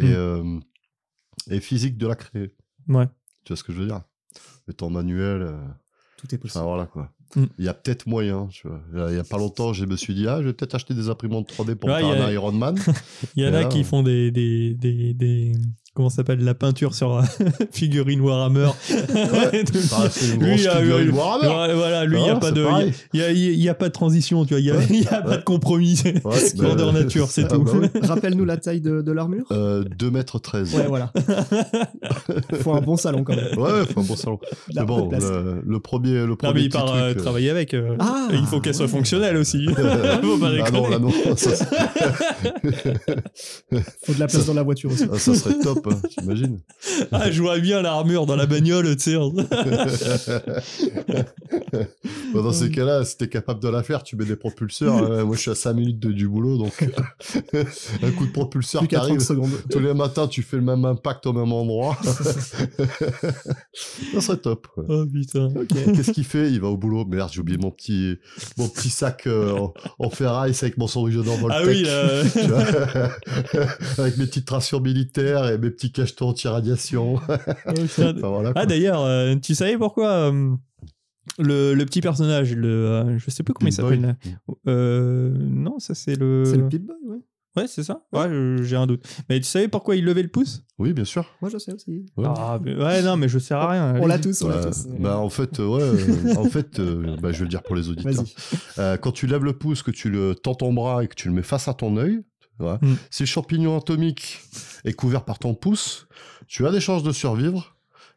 B: et,
A: Mm.
B: euh, et physiques de la créer.
A: Ouais.
B: Tu vois ce que je veux dire Le temps manuel. euh,
C: Tout est
B: Enfin
C: possible.
B: voilà quoi.
A: Mm.
B: Il y a peut-être moyen. tu vois. Là, Il y a pas longtemps, je me suis dit, ah, je vais peut-être acheter des imprimantes 3D pour
A: Ouais,
B: faire
A: il y a-
B: un Iron Man.
A: Il y en
B: Et
A: a
B: là,
A: qui
B: on-
A: font des, des, des, des- comment ça s'appelle la peinture sur euh, figurine Warhammer. Et tout.
B: Enfin, Bah, c'est une
A: Lui,
B: grosse
A: il a-
B: figurine
A: lui-
B: Warhammer.
A: Ouais, voilà, lui, il n'y a
B: Hein,
A: pas
B: c'est
A: de,
B: pareil.
A: il y a, il y a pas de transition, tu vois, il y a, il y a pas de compromis.
B: Ouais,
A: C'est
B: bah,
A: grandeur nature, c'est
B: ah,
A: tout.
B: bah oui.
C: Rappelle-nous la taille de, de l'armure.
B: Euh, 2m13.
C: Ouais, voilà. Faut un bon salon quand même.
B: Ouais, enfin, bon salon.
C: La
B: Mais bon, euh,
C: place.
B: le, le premier, le premier
A: Non, mais il
B: petit
A: part
B: truc,
A: euh,
B: euh,
A: travailler avec. euh,
C: Ah,
A: et il faut qu'elle soit
C: ouais.
A: fonctionnelle aussi. Faut pas
B: ah non,
A: déconner.
B: là, non, ça, c'est-
C: Faut de la place dans la voiture aussi.
B: ah, ça serait top, hein, t'imagines
A: Ah, je vois bien l'armure dans la bagnole, tu sais. Oh,
B: Bah, Dans ces cas-là, si t'es capable de la faire, tu mets des propulseurs. euh, moi, je suis à 5 minutes de- du boulot, donc un coup de propulseur
C: Plus
B: qui
C: qu'à 30
B: arrive,
C: secondes.
B: tous les matins, tu fais le même impact au même endroit. ça serait top. ouais.
A: Oh putain.
C: Euh,
B: Qu'est-ce qu'il fait Il va au boulot. Merde, j'ai oublié mon petit, mon petit sac euh, en, en ferraille, c'est avec mon sourire dans
A: Ah oui, là.
B: Tu vois avec mes petites rassures militaires et mes petits cachetons anti-radiation. Enfin, voilà, quoi.
A: Ah d'ailleurs, euh, tu savais pourquoi euh, le, le petit personnage, le, euh, je sais plus comment il
B: Pip-Boy.
A: s'appelle. Euh, non, ça c'est le.
C: C'est le Pip Boy, ouais.
A: Ouais, c'est ça. Ouais, euh, j'ai un doute. Mais tu savais pourquoi il levait le pouce
B: Oui, bien sûr.
C: Moi, je sais aussi.
B: Ouais.
A: Ah, mais- ouais, non, mais je sers à rien.
C: On l'a tous, on l'a
B: Ouais.
C: tous.
B: bah, en fait, euh, ouais, euh, en fait euh, bah, je vais le dire pour les auditeurs.
C: Vas-y.
B: Euh, quand tu lèves le pouce, que tu le tends ton bras et que tu le mets face à ton œil, tu vois,
A: Mm.
B: si le champignon atomique est couvert par ton pouce, tu as des chances de survivre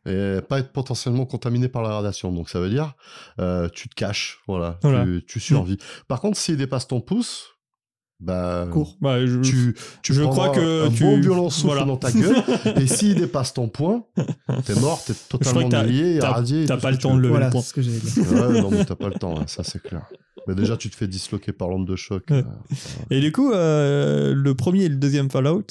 B: et pas être potentiellement contaminé par la radiation. Donc ça veut dire, euh, tu te caches, voilà,
A: Voilà. Mm.
B: Tu, tu survis. Par contre, s'il dépasse ton pouce, bah,
C: Cours.
A: Bah, je-
B: tu, tu
A: Je
B: prendras
A: crois que
B: un
A: tu-
B: bon violent souffle
A: voilà.
B: dans ta gueule. et s'il dépasse ton point, t'es mort, t'es totalement
A: t'as-
B: délié, et
A: t'as-
B: radié. et
A: t'as
B: tout
A: pas
B: ce
A: le
B: que
A: temps
B: tu
A: de
B: veux.
A: le
C: Voilà,
A: point.
C: c'est ce que j'allais dire.
B: Ouais, non, mais t'as pas le temps, hein, ça c'est clair. Mais déjà, tu te fais disloquer par l'onde de choc.
A: Ouais.
B: euh,
A: Et du coup, euh, le premier et le deuxième Fallout,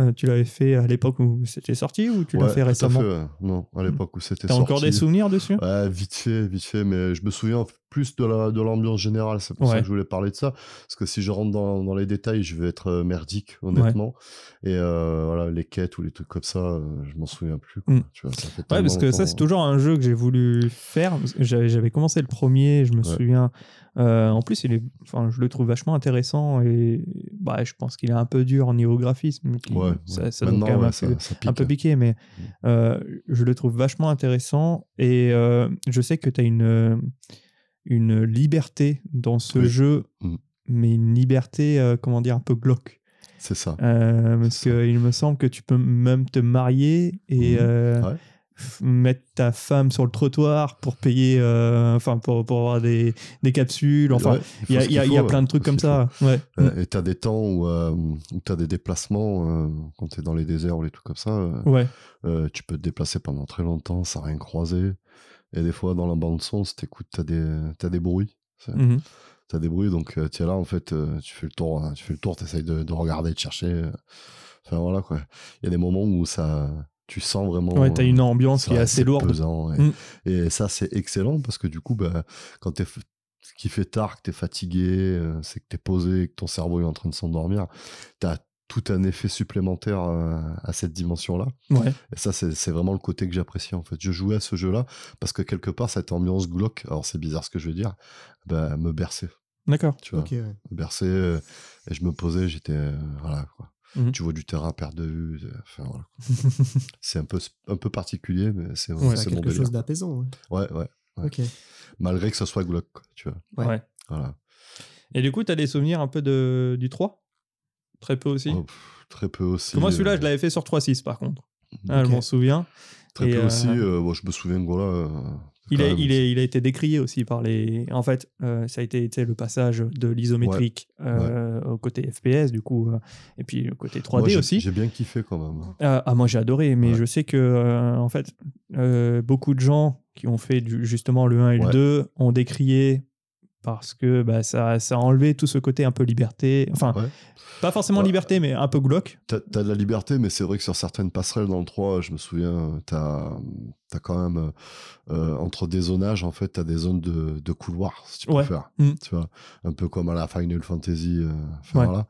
A: euh, tu l'avais fait à l'époque où c'était sorti ou tu l'as
B: Ouais,
A: fait
B: tout à
A: récemment
B: fait, ouais. Non, à l'époque où c'était
A: T'as
B: sorti.
A: encore des souvenirs dessus
B: Ouais, vite fait, vite fait, mais je me souviens plus de la- de l'ambiance générale, c'est pour ça
A: Ouais.
B: que je voulais parler de ça, parce que si je rentre dans, dans les détails, je vais être euh, merdique, honnêtement, et euh, voilà, les quêtes ou les trucs comme ça, euh, je m'en souviens plus, quoi,
A: Mm.
B: tu vois, ça fait
A: Ouais, parce
B: tellement
A: que ça,
B: longtemps.
A: c'est toujours un jeu que j'ai voulu faire. parce que J'avais j'avais commencé le premier, je me
B: Ouais.
A: souviens. Euh, en plus, il est, enfin, je le trouve vachement intéressant et bah, je pense qu'il est un peu dur au niveau graphisme. mais qui-
B: hein. Ouais, ouais.
A: ça, ça donne
B: Maintenant,
A: quand même
B: ouais,
A: un,
B: ça,
A: peu,
B: ça
A: un
B: pique. Mm.
A: peu piqué, mais euh, je le trouve vachement intéressant. Et euh, je sais que tu as une, euh, une liberté dans ce
B: Oui.
A: jeu,
B: Mhm.
A: mais une liberté, euh, comment dire, un peu glauque.
B: C'est ça.
A: Euh, parce
B: C'est
A: qu'il me semble que tu peux même te marier et
B: Mhm.
A: euh,
B: Ouais.
A: f- mettre ta femme sur le trottoir pour payer, euh, enfin pour, pour avoir des, des capsules. Enfin,
B: Ouais, il faut
A: il y a,
B: ce
A: il y a-
B: qu'il
A: il y a
B: faut,
A: plein de
B: ouais,
A: trucs
B: faut ce
A: comme
B: qu'il faut.
A: ça. Ouais.
B: Euh, Et t'as des temps où, euh, où t'as des déplacements, euh, quand t'es dans les déserts ou les trucs comme ça, euh,
A: ouais.
B: Euh, tu peux te déplacer pendant très longtemps sans rien croiser. Et des fois, dans la bande-son, si t'écoutes, t'as des, t'as des bruits.
A: Mhm.
B: T'as des bruits, donc tu es là, en fait, euh, tu fais le tour, hein, tu fais le tour, t'essayes de, de regarder, de chercher. euh. Enfin, voilà, quoi. Il y a des moments où ça, tu sens vraiment...
A: Ouais, t'as
B: euh,
A: une ambiance
B: ça,
A: qui est assez
B: c'est
A: lourde.
B: pesant, ouais.
A: Mm.
B: et ça, c'est excellent, parce que du coup, bah, quand t'es... f- Ce qui fait tard, que t'es fatigué, euh, c'est que t'es posé, que ton cerveau est en train de s'endormir. T'as tout un effet supplémentaire euh, à cette dimension-là.
A: Ouais.
B: Et ça, c'est c'est vraiment le côté que j'appréciais en fait. Je jouais à ce jeu-là parce que quelque part, cette ambiance glauque, alors c'est bizarre ce que je vais dire, bah, me berçait.
A: D'accord.
B: Tu vois,
C: Ok, ouais.
B: me berçait euh, et je me posais, j'étais. euh, voilà quoi.
A: Mhm.
B: Tu vois du terrain à perte de vue. euh, Enfin, voilà, quoi. c'est un peu, un peu particulier, mais c'est
A: Ouais,
B: c'est
C: ça a
B: mon
C: quelque
B: délire.
C: chose d'apaisant. ouais.
B: Ouais, ouais. Ouais.
C: Ok.
B: Malgré que ça soit glauque, quoi, tu vois.
C: Ouais.
A: Ouais.
B: Voilà.
A: Et du coup, t'as des souvenirs un peu de, du 3 Très peu aussi.
B: Oh, pff, très peu aussi.
A: Parce que moi, celui-là,
B: euh,
A: je l'avais fait sur 3.6 par contre. Ah,
C: Ok.
A: Je m'en souviens.
B: Très
A: Et,
B: peu
A: euh,
B: aussi. euh, bon, je me souviens que voilà. euh,
A: Il
B: quand
A: a,
B: même,
A: il, est- il a été décrié aussi par les. En fait, euh, ça a été tu sais, le passage de l'isométrique euh, au côté FPS, du coup, euh, et puis le côté 3D
B: moi, j'ai-
A: aussi.
B: J'ai bien kiffé quand même. hein.
A: Euh, ah, moi j'ai adoré, mais
B: Ouais.
A: je sais que, euh, en fait, euh, beaucoup de gens qui ont fait du- justement le 1 et le
B: Ouais.
A: 2 ont décrié parce que bah, ça, ça a enlevé tout ce côté un peu liberté. Enfin,
B: Ouais. Bah,
A: pas forcément
B: Ouais.
A: liberté, mais un peu glauque.
B: T'as t'as de la liberté, mais c'est vrai que sur certaines passerelles dans le 3, je me souviens, t'as as quand même euh, entre des zonages, en fait, t'as des zones de, de couloir, si tu
A: Ouais.
B: préfères.
A: Mm.
B: Tu vois, un peu comme à la Final Fantasy. euh, enfin,
A: Ouais.
B: voilà.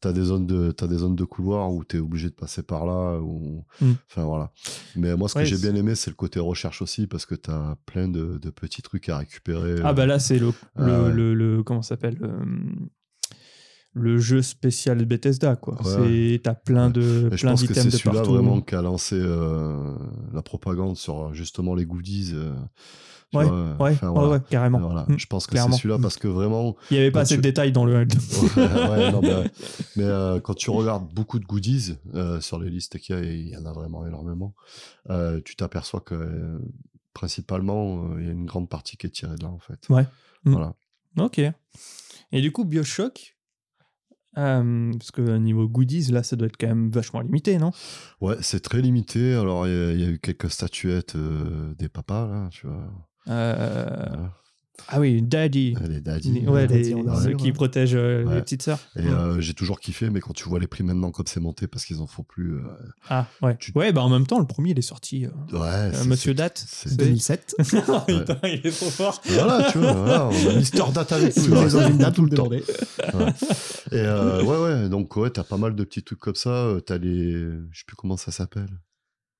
B: T'as des zones de t'as des zones de couloir où t'es obligé de passer par là. Ou...
A: Mm.
B: Enfin voilà. Mais moi, ce
A: Ouais,
B: que j'ai
A: c'est-
B: bien aimé, c'est le côté recherche aussi, parce que t'as plein de, de petits trucs à récupérer.
A: Ah, bah là, c'est le,
B: euh, ah
A: le,
B: ouais.
A: le- le- Comment ça s'appelle euh, Le jeu spécial Bethesda, quoi.
B: Ouais.
A: c'est T'as plein de
B: Et je
A: plein
B: pense que c'est
A: d'items de
B: celui-là
A: partout.
B: vraiment qui a lancé euh, la propagande sur euh, justement les goodies. euh, tu vois, euh,
A: Ouais,
B: enfin,
A: ouais,
B: voilà.
A: ouais, carrément.
B: Voilà,
A: Mm.
B: Je pense que c'est
A: clairement.
B: celui-là parce que vraiment.
A: Il n'y avait pas
B: Quand
A: assez de
B: tu-
A: détails dans le 1 et le 2.
B: Ouais, non, mais euh, mais, euh, quand tu regardes beaucoup de goodies euh, sur les listes qu'il y a, et il y en a vraiment énormément, euh, tu t'aperçois que euh, principalement, euh, il y a une grande partie qui est tirée de là en fait.
A: Ouais. Mm.
B: Voilà.
A: Ok. Et du coup, Bioshock, euh, parce que euh, niveau goodies, là, ça doit être quand même vachement limité, non
B: Ouais, c'est très limité. Alors, il y, a- il y a eu quelques statuettes euh, des papas, là, tu vois.
A: Euh,
B: Voilà.
A: Ah oui, Daddy.
B: Les daddies.
A: Ni- Ouais,
C: Daddy
A: les-
C: en
A: ceux
C: armure,
A: qui
C: hein.
A: protègent euh, les
B: Euh, Ouais.
A: petites sœurs.
B: Et
A: Mm.
B: euh, j'ai toujours kiffé, mais quand tu vois les prix maintenant comme c'est monté parce qu'ils en font plus. euh,
A: Ah, ouais.
B: tu-
A: Ouais, bah en même temps, le premier, il est sorti. euh,
B: Ouais,
A: euh,
B: c'est-
A: Monsieur
B: c'est-
A: Date.
B: c'est-
A: c'est-
C: 2007.
A: Putain, il est trop fort.
B: Voilà, tu vois, voilà, on a Mister Date avec
C: Si
B: nous.
C: vous
B: là,
C: avez besoin d'une date, vous me demandez.
B: Et euh, ouais, ouais, donc ouais, t'as pas mal de petits trucs comme ça. euh, T'as les. Je sais plus comment ça s'appelle.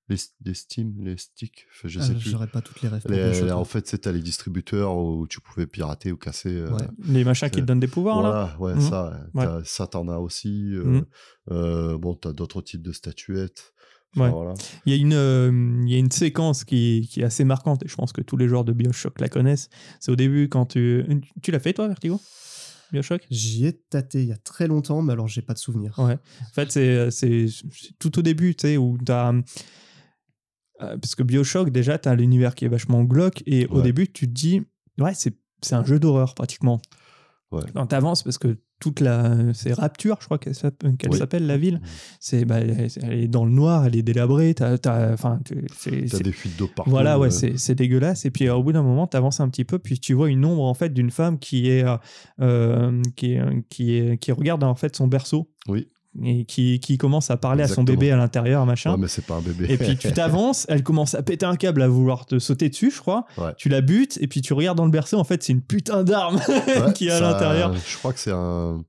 B: Les, les Steam, les sticks, enfin, je sais
C: Ah,
B: plus.
C: J'aurais pas toutes les rêves. pour
B: Les-
C: Bioshock,
B: en
C: hein.
B: fait, c'est t'as les distributeurs où tu pouvais pirater ou casser. euh,
C: Ouais.
A: Les machins qui te donnent des pouvoirs, là.
B: Voilà, ouais,
A: Mhm.
B: ça,
A: Ouais.
B: t'as- ça t'en as aussi. euh,
A: Mhm.
B: euh, bon, t'as d'autres types de statuettes. Enfin,
A: Ouais.
B: voilà.
A: Il y a une, euh, il y a une séquence qui, qui est assez marquante, et je pense que tous les joueurs de Bioshock la connaissent. C'est au début, quand tu. Tu l'as fait, toi, Vertigo Bioshock
C: J'y ai tâté il y a très longtemps, mais alors j'ai pas de souvenir.
A: Ouais. En fait, c'est c'est- c'est tout au début, tu sais, où t'as. euh, Parce que Bioshock, déjà, t'as l'univers qui est vachement glauque, et au
B: Ouais.
A: début, tu te dis, ouais, c'est c'est un jeu d'horreur, pratiquement.
B: Ouais.
A: Quand t'avances, parce que toute la. C'est Rapture, je crois qu'elle s'app- euh, qu'elle
B: Oui.
A: s'appelle, la ville.
B: Mhm.
A: C'est bah, elle est- elle est dans le noir, elle est délabrée, t'as. t'as- Enfin, tu- c'est-
B: T'as
A: c'est-
B: des fuites d'eau partout.
A: voilà, ouais,
B: euh,
A: c'est c'est dégueulasse. Et puis euh, au bout d'un moment, tu avances un petit peu, puis tu vois une ombre en fait d'une femme qui est, euh, euh, qui, est- qui, est- qui regarde en fait son berceau.
B: Oui.
A: Et qui, qui commence à parler à son
B: Exactement.
A: bébé à l'intérieur, machin.
B: Ouais, mais c'est pas un bébé.
A: Et puis tu t'avances, elle commence à péter un câble, à vouloir te sauter dessus, je crois.
B: Ouais.
A: Tu la butes, et puis tu regardes dans le berceau, en fait, c'est une putain d'arme
B: Ouais,
A: qui est à
B: ça- euh,
A: l'intérieur.
B: Je crois que c'est un, euh,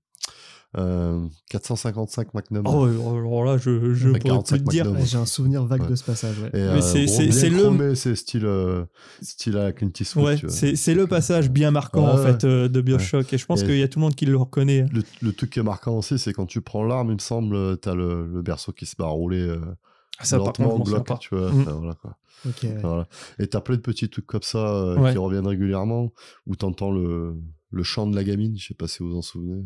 B: un 455 Magnum.
A: Oh, alors là, je, je
B: Un
A: pourrais
B: 45
A: plus te dire.
B: Magnum.
C: Ouais, j'ai un souvenir vague
B: Ouais.
C: de ce passage. ouais.
B: Et, euh,
A: mais c'est- c'est- c'est le-
B: le. C'est style, euh, style à Clint Eastwood.
A: Ouais,
B: tu vois.
A: c'est c'est le passage bien marquant
B: Ouais,
A: en
B: ouais.
A: fait euh, de Bioshock, et je pense
B: Et-
A: qu'il y a tout le monde qui le reconnaît.
B: Le, le truc qui est marquant aussi, c'est quand tu prends l'arme, il me semble, euh, t'as le, le berceau qui se bat à rouler euh,
A: Ça, par contre,
B: lentement
A: je
B: au
A: m'en souviens
B: Glock,
A: pas.
B: tu vois.
A: Mm.
B: enfin, voilà, quoi.
C: Ok, ouais.
B: Voilà. Et Ah. t'as plein de petits trucs comme ça euh,
A: Ouais.
B: qui reviennent régulièrement, où t'entends le, le chant de la gamine, je sais pas si vous vous en souvenez.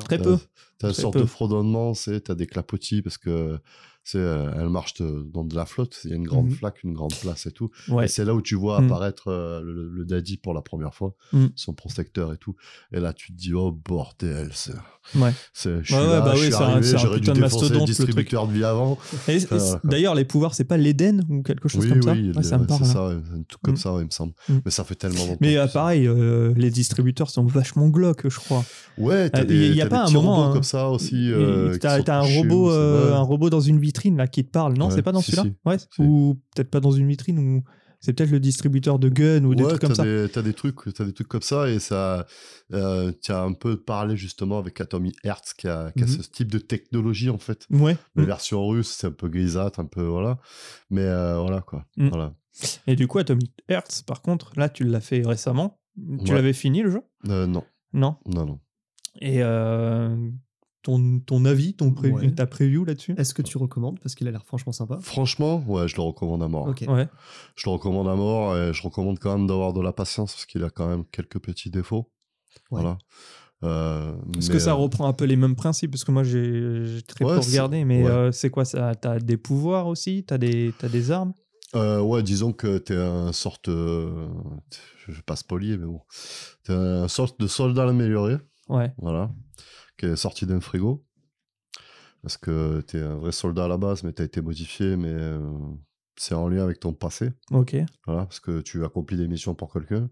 A: Très
B: T'as-
A: peu.
B: T'as une
A: Très
B: sorte
A: peu.
B: de fredonnement, c'est t'as des clapotis parce que c'est euh, elle marche te- dans de la flotte, il y a une grande
A: Mhm.
B: flaque, une grande place et tout.
A: Ouais.
B: Et c'est là où tu vois
A: Mhm.
B: apparaître euh, le, le daddy pour la première fois,
A: Mhm.
B: son protecteur et tout. Et là tu te dis oh bordel, c'est
A: Ouais.
B: c'est- je suis
A: Ouais, ouais,
B: là,
A: bah
B: je
A: oui,
B: suis
A: c'est un-
B: arrivé,
A: c'est un
B: j'aurais dû
A: putain de
B: défoncer le
A: mastodonte, le truc.
B: distributeur de vie avant.
A: Et- et-
B: Enfin, voilà.
A: D'ailleurs, les pouvoirs, c'est pas l'Éden ou quelque chose
B: oui
A: comme
B: oui,
A: ça
B: il
A: Ouais,
B: est-
A: Ça me
B: ouais,
A: parle.
B: c'est
A: hein.
B: ça, ouais, un truc comme
A: Mhm.
B: ça, ouais, il me semble.
A: Mhm.
B: Mais ça fait tellement longtemps.
A: Mais euh,
B: tout ça.
A: pareil, euh, les distributeurs sont vachement glauques, je crois.
B: Ouais, t'as
A: Euh,
B: des,
A: il y a
B: t'as
A: pas
B: des
A: un
B: petits
A: moment,
B: robots
A: hein.
B: comme ça aussi.
A: Et-
B: euh, qui
A: T'as
B: sont
A: t'as un
B: touchés,
A: robot,
B: c'est-
A: euh,
B: ouais.
A: un robot dans une vitrine là qui te parle. Non,
B: Ouais,
A: c'est pas dans
B: si,
A: celui-là.
B: si.
A: Ouais.
B: Si.
A: Ou peut-être pas dans une vitrine ou C'est peut-être le distributeur de guns ou des
B: ouais,
A: trucs comme ça.
B: t'as des, t'as des trucs, t'as des trucs comme ça et ça, euh, tu as un peu parlé justement avec Atomy Hertz qui a, qui a
A: Mhm.
B: ce type de technologie en fait.
A: Ouais.
B: La version russe, c'est un peu grisâtre, un peu voilà, mais euh, voilà quoi.
A: Mhm.
B: Voilà.
A: Et du coup, Atomic Hertz, par contre, là, tu l'as fait récemment. Tu
B: Ouais.
A: l'avais fini le jeu
B: Euh, non,
A: Non.
B: non, non.
A: Et euh, ton, ton avis, ton pré-
C: Ouais.
A: ta preview là-dessus
C: Est-ce que tu recommandes Parce qu'il a l'air franchement sympa.
B: Franchement, ouais, je le recommande à mort.
C: Ok.
A: Ouais.
B: Je le recommande à mort et je recommande quand même d'avoir de la patience parce qu'il a quand même quelques petits défauts.
C: Ouais.
B: Voilà. Euh,
A: Est-ce
B: mais,
A: que ça
B: euh,
A: reprend un peu les mêmes principes Parce que moi, j'ai j'ai très
B: Ouais,
A: peu
B: c'est-
A: regardé, mais
B: ouais.
A: euh, c'est quoi ça T'as des pouvoirs aussi T'as des, t'as des armes
B: Euh, ouais, disons que t'es un sorte. euh, je vais pas spolier, mais bon. T'es un sorte de soldat amélioré,
A: Ouais.
B: voilà, qui est sorti d'un frigo. Parce que t'es un vrai soldat à la base, mais t'as été modifié, mais euh, c'est en lien avec ton passé,
A: Ok.
B: voilà, parce que tu accomplis des missions pour quelqu'un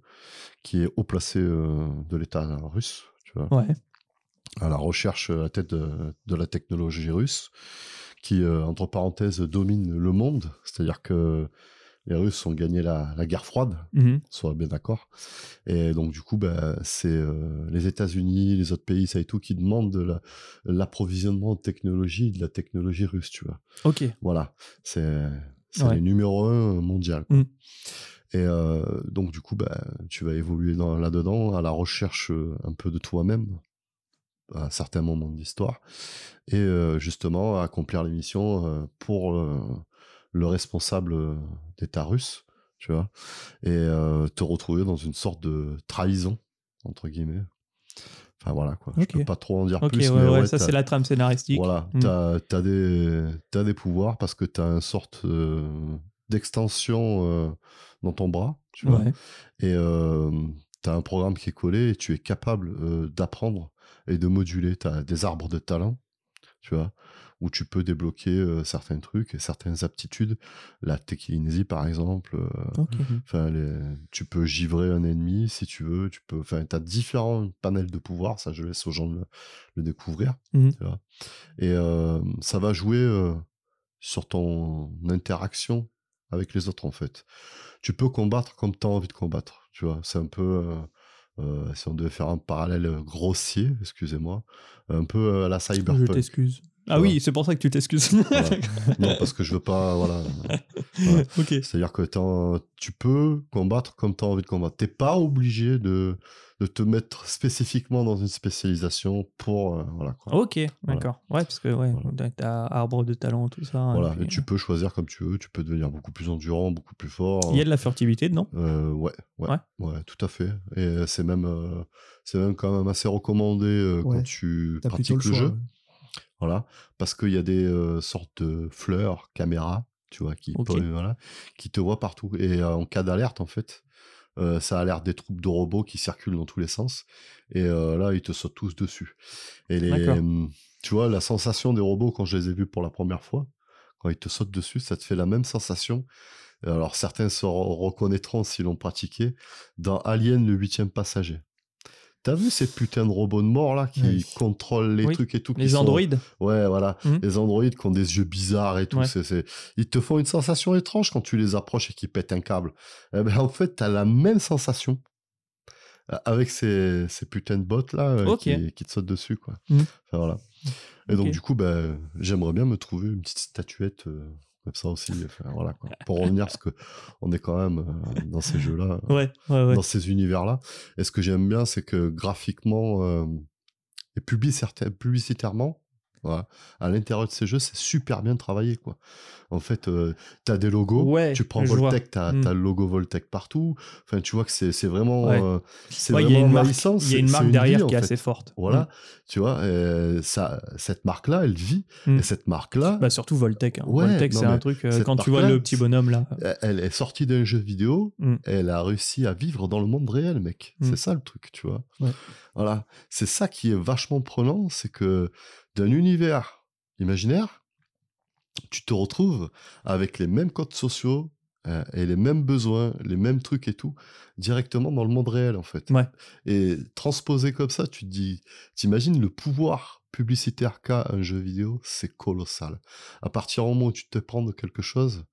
B: qui est haut placé euh, de l'État russe, tu vois
A: Ouais.
B: à la recherche à la tête de, de la technologie russe, qui, euh, entre parenthèses, domine le monde. C'est-à-dire que les Russes ont gagné la, la guerre froide,
A: Mhm.
B: soit bien d'accord. Et donc, du coup, bah, c'est euh, les États-Unis, les autres pays, ça et tout, qui demandent de la- l'approvisionnement de technologie, de la technologie russe, tu vois.
A: Ok.
B: Voilà, c'est c'est
A: Ouais.
B: les numéro un mondial. quoi.
A: Mm.
B: Et euh, donc, du coup, bah, tu vas évoluer dans- là-dedans à la recherche euh, un peu de toi-même à certains moments de l'histoire et euh, justement à accomplir les missions euh, pour euh, le responsable euh, d'État russe, tu vois, et euh, te retrouver dans une sorte de trahison, entre guillemets. Enfin voilà quoi,
A: Ok.
B: je peux pas trop en dire
A: Ok,
B: plus.
A: ouais,
B: mais
A: ouais,
B: ouais,
A: ça
B: t'as-
A: c'est la trame scénaristique.
B: voilà,
A: Mm.
B: t'as t'as des, t'as des pouvoirs parce que t'as une sorte euh, d'extension euh, dans ton bras, tu vois.
A: Ouais.
B: Et euh, t'as un programme qui est collé et tu es capable euh, d'apprendre et de moduler. T'as des arbres de talent, tu vois, où tu peux débloquer euh, certains trucs et certaines aptitudes. La télékinésie, par exemple, euh,
A: Ok.
B: Enfin, les- tu peux givrer un ennemi si tu veux. Tu peux. Enfin, t'as différents panels de pouvoir. Ça, je laisse aux gens le, le découvrir.
A: Mhm.
B: tu vois. Et euh, ça va jouer euh, sur ton interaction avec les autres, en fait. Tu peux combattre comme t'as envie de combattre. Tu vois, c'est un peu. euh, euh, si on devait faire un parallèle grossier, excusez-moi, un peu euh, à la
A: Je
B: cyberpunk.
A: t'excuse. Ah
B: Voilà.
A: oui, c'est pour ça que tu t'excuses.
B: Voilà. non, parce que je veux pas, voilà,
A: ok.
B: c'est-à-dire que t'en- tu peux combattre comme tu as envie de combattre. T'es pas obligé de, de te mettre spécifiquement dans une spécialisation pour. euh, voilà, quoi.
C: Ah
A: Ok, d'accord. Ouais, parce que ouais, t'as arbre de talent, tout ça. hein,
B: voilà.
A: puis,
B: Et tu peux choisir comme tu veux. Tu peux devenir beaucoup plus endurant, beaucoup plus fort.
A: Il y a de la furtivité dedans.
B: Euh, ouais, ouais,
A: Ouais.
B: ouais, tout à fait. Et euh, c'est même, euh, c'est même quand même assez recommandé euh,
C: Ouais.
B: quand tu
C: T'as plutôt
B: pratiques
C: le
B: le,
C: choix. hein.
B: jeu.
C: ouais.
B: Voilà, parce qu'il y a des euh, sortes de fleurs, caméras, tu vois, qui,
A: Ok.
B: peuvent- voilà, qui te voient partout. Et euh, en cas d'alerte, en fait, euh, ça alerte des troupes de robots qui circulent dans tous les sens. Et euh, là, ils te sautent tous dessus. Et les,
A: D'accord.
B: hum, tu vois, la sensation des robots quand je les ai vus pour la première fois, quand ils te sautent dessus, ça te fait la même sensation. Alors certains se re- reconnaîtront s'ils l'ont pratiqué dans Alien le huitième passager. T'as vu ces putains de robots de mort là qui
C: Oui.
B: contrôlent les
A: Oui.
B: trucs et tout qui
A: Les
B: sont-
A: androïdes.
B: Ouais, voilà.
A: Mhm.
B: Les androïdes qui ont des yeux bizarres et tout.
A: Ouais.
B: c'est- c'est- Ils te font une sensation étrange quand tu les approches et qu'ils pètent un câble. Eh ben, en fait, tu as la même sensation euh, avec ces, ces putains de bottes là euh,
A: Ok.
B: qui, qui te sautent dessus. Quoi.
A: Mhm.
B: Enfin, voilà. Et donc,
A: Ok.
B: du coup, ben, j'aimerais bien me trouver une petite statuette. euh, Comme ça aussi, Enfin, voilà, quoi. pour revenir, parce que on est quand même euh, dans ces jeux-là,
A: Ouais, ouais, ouais.
B: dans ces univers-là. Et ce que j'aime bien, c'est que graphiquement euh, et publi- certain- publicitairement, voilà, à l'intérieur de ces jeux, c'est super bien travaillé. Quoi. En fait, tu as des logos,
A: Ouais,
B: tu prends
A: je vois.
B: Voltec, tu as,
A: Mm.
B: le logo Voltec partout. Enfin, tu vois que c'est c'est vraiment,
A: Ouais. Mmh.
B: euh, c'est
A: Ouais, il y a
B: vraiment
A: une marque-
B: envahissant,
A: Il y a
B: c'est-
A: une
B: c'est
A: marque
B: vie,
A: derrière
B: en
A: qui est
B: fait.
A: assez forte.
B: Voilà, tu vois, euh, ça, cette marque-là, elle vit.
A: Mm.
B: Et cette marque-là,
A: Bah surtout Voltec. hein.
B: Ouais,
A: Voltec,
B: non,
A: c'est un
B: mais
A: truc. euh,
B: cette
A: quand tu vois
B: marque-là,
A: le petit bonhomme là. euh,
B: elle- elle est sortie d'un jeu vidéo,
A: Mm.
B: elle a réussi à vivre dans le monde réel, mec.
A: Mm.
B: C'est ça le truc, tu vois.
C: Ouais.
B: Voilà. C'est ça qui est vachement prenant, c'est que d'un univers imaginaire, tu te retrouves avec les mêmes codes sociaux euh, et les mêmes besoins, les mêmes trucs et tout, directement dans le monde réel, en fait.
A: Ouais.
B: Et transposé comme ça, tu te dis, t'imagines le pouvoir publicitaire qu'a un jeu vidéo, c'est colossal. À partir du moment où tu te prends de quelque chose,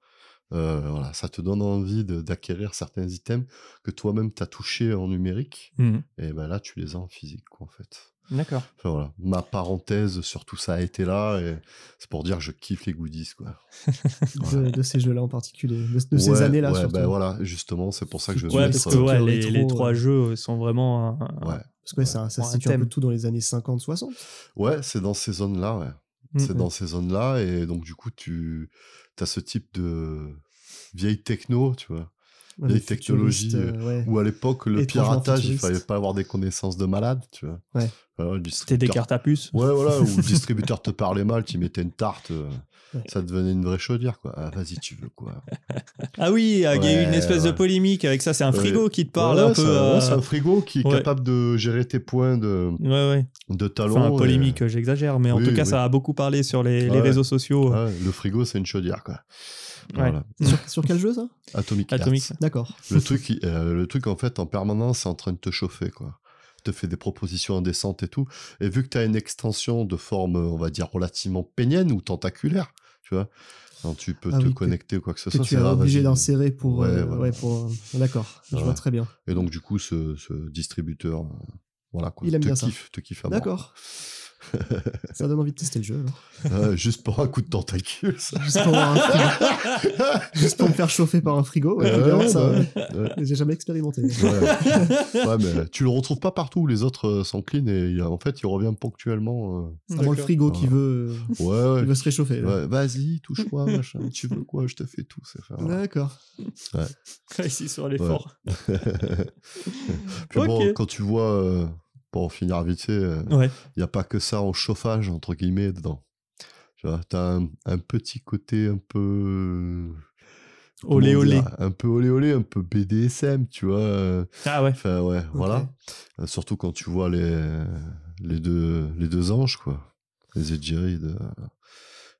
B: Euh, voilà, ça te donne envie de- d'acquérir certains items que toi-même t'as touché en numérique.
A: Hmm.
B: Et ben là, tu les as en physique, quoi, en fait.
A: D'accord.
B: Enfin voilà, ma parenthèse sur tout ça a été là. Et c'est pour dire que je kiffe les goodies, quoi.
C: de, de ces jeux-là en particulier, de, de
B: Ouais,
C: ces années-là
B: ouais,
C: surtout.
B: ben voilà, justement, c'est pour ça que je vais
A: Ouais,
B: mettre,
A: parce que
B: euh,
A: ouais,
C: euh,
A: les,
C: rétro,
A: les
C: euh,
A: trois jeux sont vraiment. un- un-
B: Ouais.
C: Parce que ouais, ça, ça
A: Ouais,
C: se
A: un
C: situe un peu
A: thème.
C: tout dans les années 50-60.
B: Ouais, c'est dans ces zones-là, ouais. C'est
A: Mm,
B: dans ces zones-là, et donc du coup, tu as ce type de vieille techno, tu vois.
C: Ouais,
B: Les
C: le futuriste,
B: technologies,
C: euh, ouais.
B: Où à l'époque, le
C: Étrangement
B: piratage, il
C: futuriste.
B: fallait pas avoir des connaissances de malade, tu vois.
C: Ouais.
B: Alors, le
A: C'était des
B: distributeur-
A: cartes à puce.
B: Ouais, voilà, où le distributeur te parlait mal, tu mettais une tarte, euh,
C: Ouais.
B: ça devenait une vraie chaudière, quoi. Ah, vas-y, tu veux, quoi.
A: Ah oui, il y a eu une
B: Ouais,
A: espèce de
B: ouais.
A: polémique avec ça. C'est un
B: Ouais.
A: frigo qui te parle
B: Ouais,
A: un peu.
B: c'est
A: euh,
B: ouais, c'est un frigo qui est
A: ouais.
B: capable de gérer tes points de,
A: Ouais, ouais.
B: de talon.
A: Enfin,
B: et-
A: polémique, j'exagère, mais en
B: Oui,
A: tout cas,
B: oui.
A: ça a beaucoup parlé sur les, les
B: Ouais.
A: réseaux sociaux. euh,
B: Ouais, le frigo, c'est une chaudière, quoi.
A: Ouais.
B: Voilà.
C: Sur, sur quel jeu ça
B: Atomic Heart.
A: Atomic.
C: D'accord.
B: Le truc, il- euh, le truc, en fait, en permanence, c'est en train de te chauffer, quoi. Te fait des propositions indécentes et tout. Et vu que tu as une extension de forme, euh, on va dire, relativement pénienne ou tentaculaire, tu vois, quand tu peux
C: Ah
B: te
C: oui, que-
B: connecter ou quoi que ce
C: Que
B: soit,
C: tu
B: c'est
C: es
B: ah,
C: obligé
B: vas-y.
C: d'insérer pour.
B: Ouais,
C: euh,
B: voilà.
C: ouais, pour, euh, D'accord, je
B: Ouais.
C: vois très bien.
B: Et donc, du coup, ce, ce distributeur, euh, voilà, quoi,
C: Il aime
B: te,
C: bien ça.
B: kiffe, te kiffe à mort.
C: D'accord. ça donne envie de tester le jeu. alors.
B: Euh, juste pour un coup de tentacule, ça.
C: Juste pour, avoir un frigo. Juste pour me faire chauffer par un frigo. Ouais, c'est bien,
B: Ouais,
C: ça,
B: bah,
C: ouais.
B: ouais.
C: J'ai jamais expérimenté.
B: Ouais. Ouais, mais tu le retrouves pas partout où les autres euh, sont clean et il- en fait, il revient ponctuellement. euh,
C: C'est vraiment le frigo qui
B: Voilà.
C: veut,
B: Ouais,
C: qui veut se réchauffer. ouais.
B: Ouais, vas-y, touche-moi, machin. Tu veux quoi Je te fais tout. C'est faire.
C: D'accord.
A: Ici sur l'effort.
B: Puis bon,
A: Ok.
B: quand tu vois, euh, pour en finir vite fait, euh, il
A: Ouais.
B: n'y a pas que ça en chauffage, entre guillemets, dedans. Tu vois, t'as un, un petit côté un peu. comment
A: Olé olé.
B: dire, Un peu olé olé, un peu BDSM, tu vois. euh,
A: Ah ouais.
B: Enfin, ouais, voilà. Euh, Surtout quand tu vois les, les, deux, les deux anges, quoi. Les Edgerides. euh,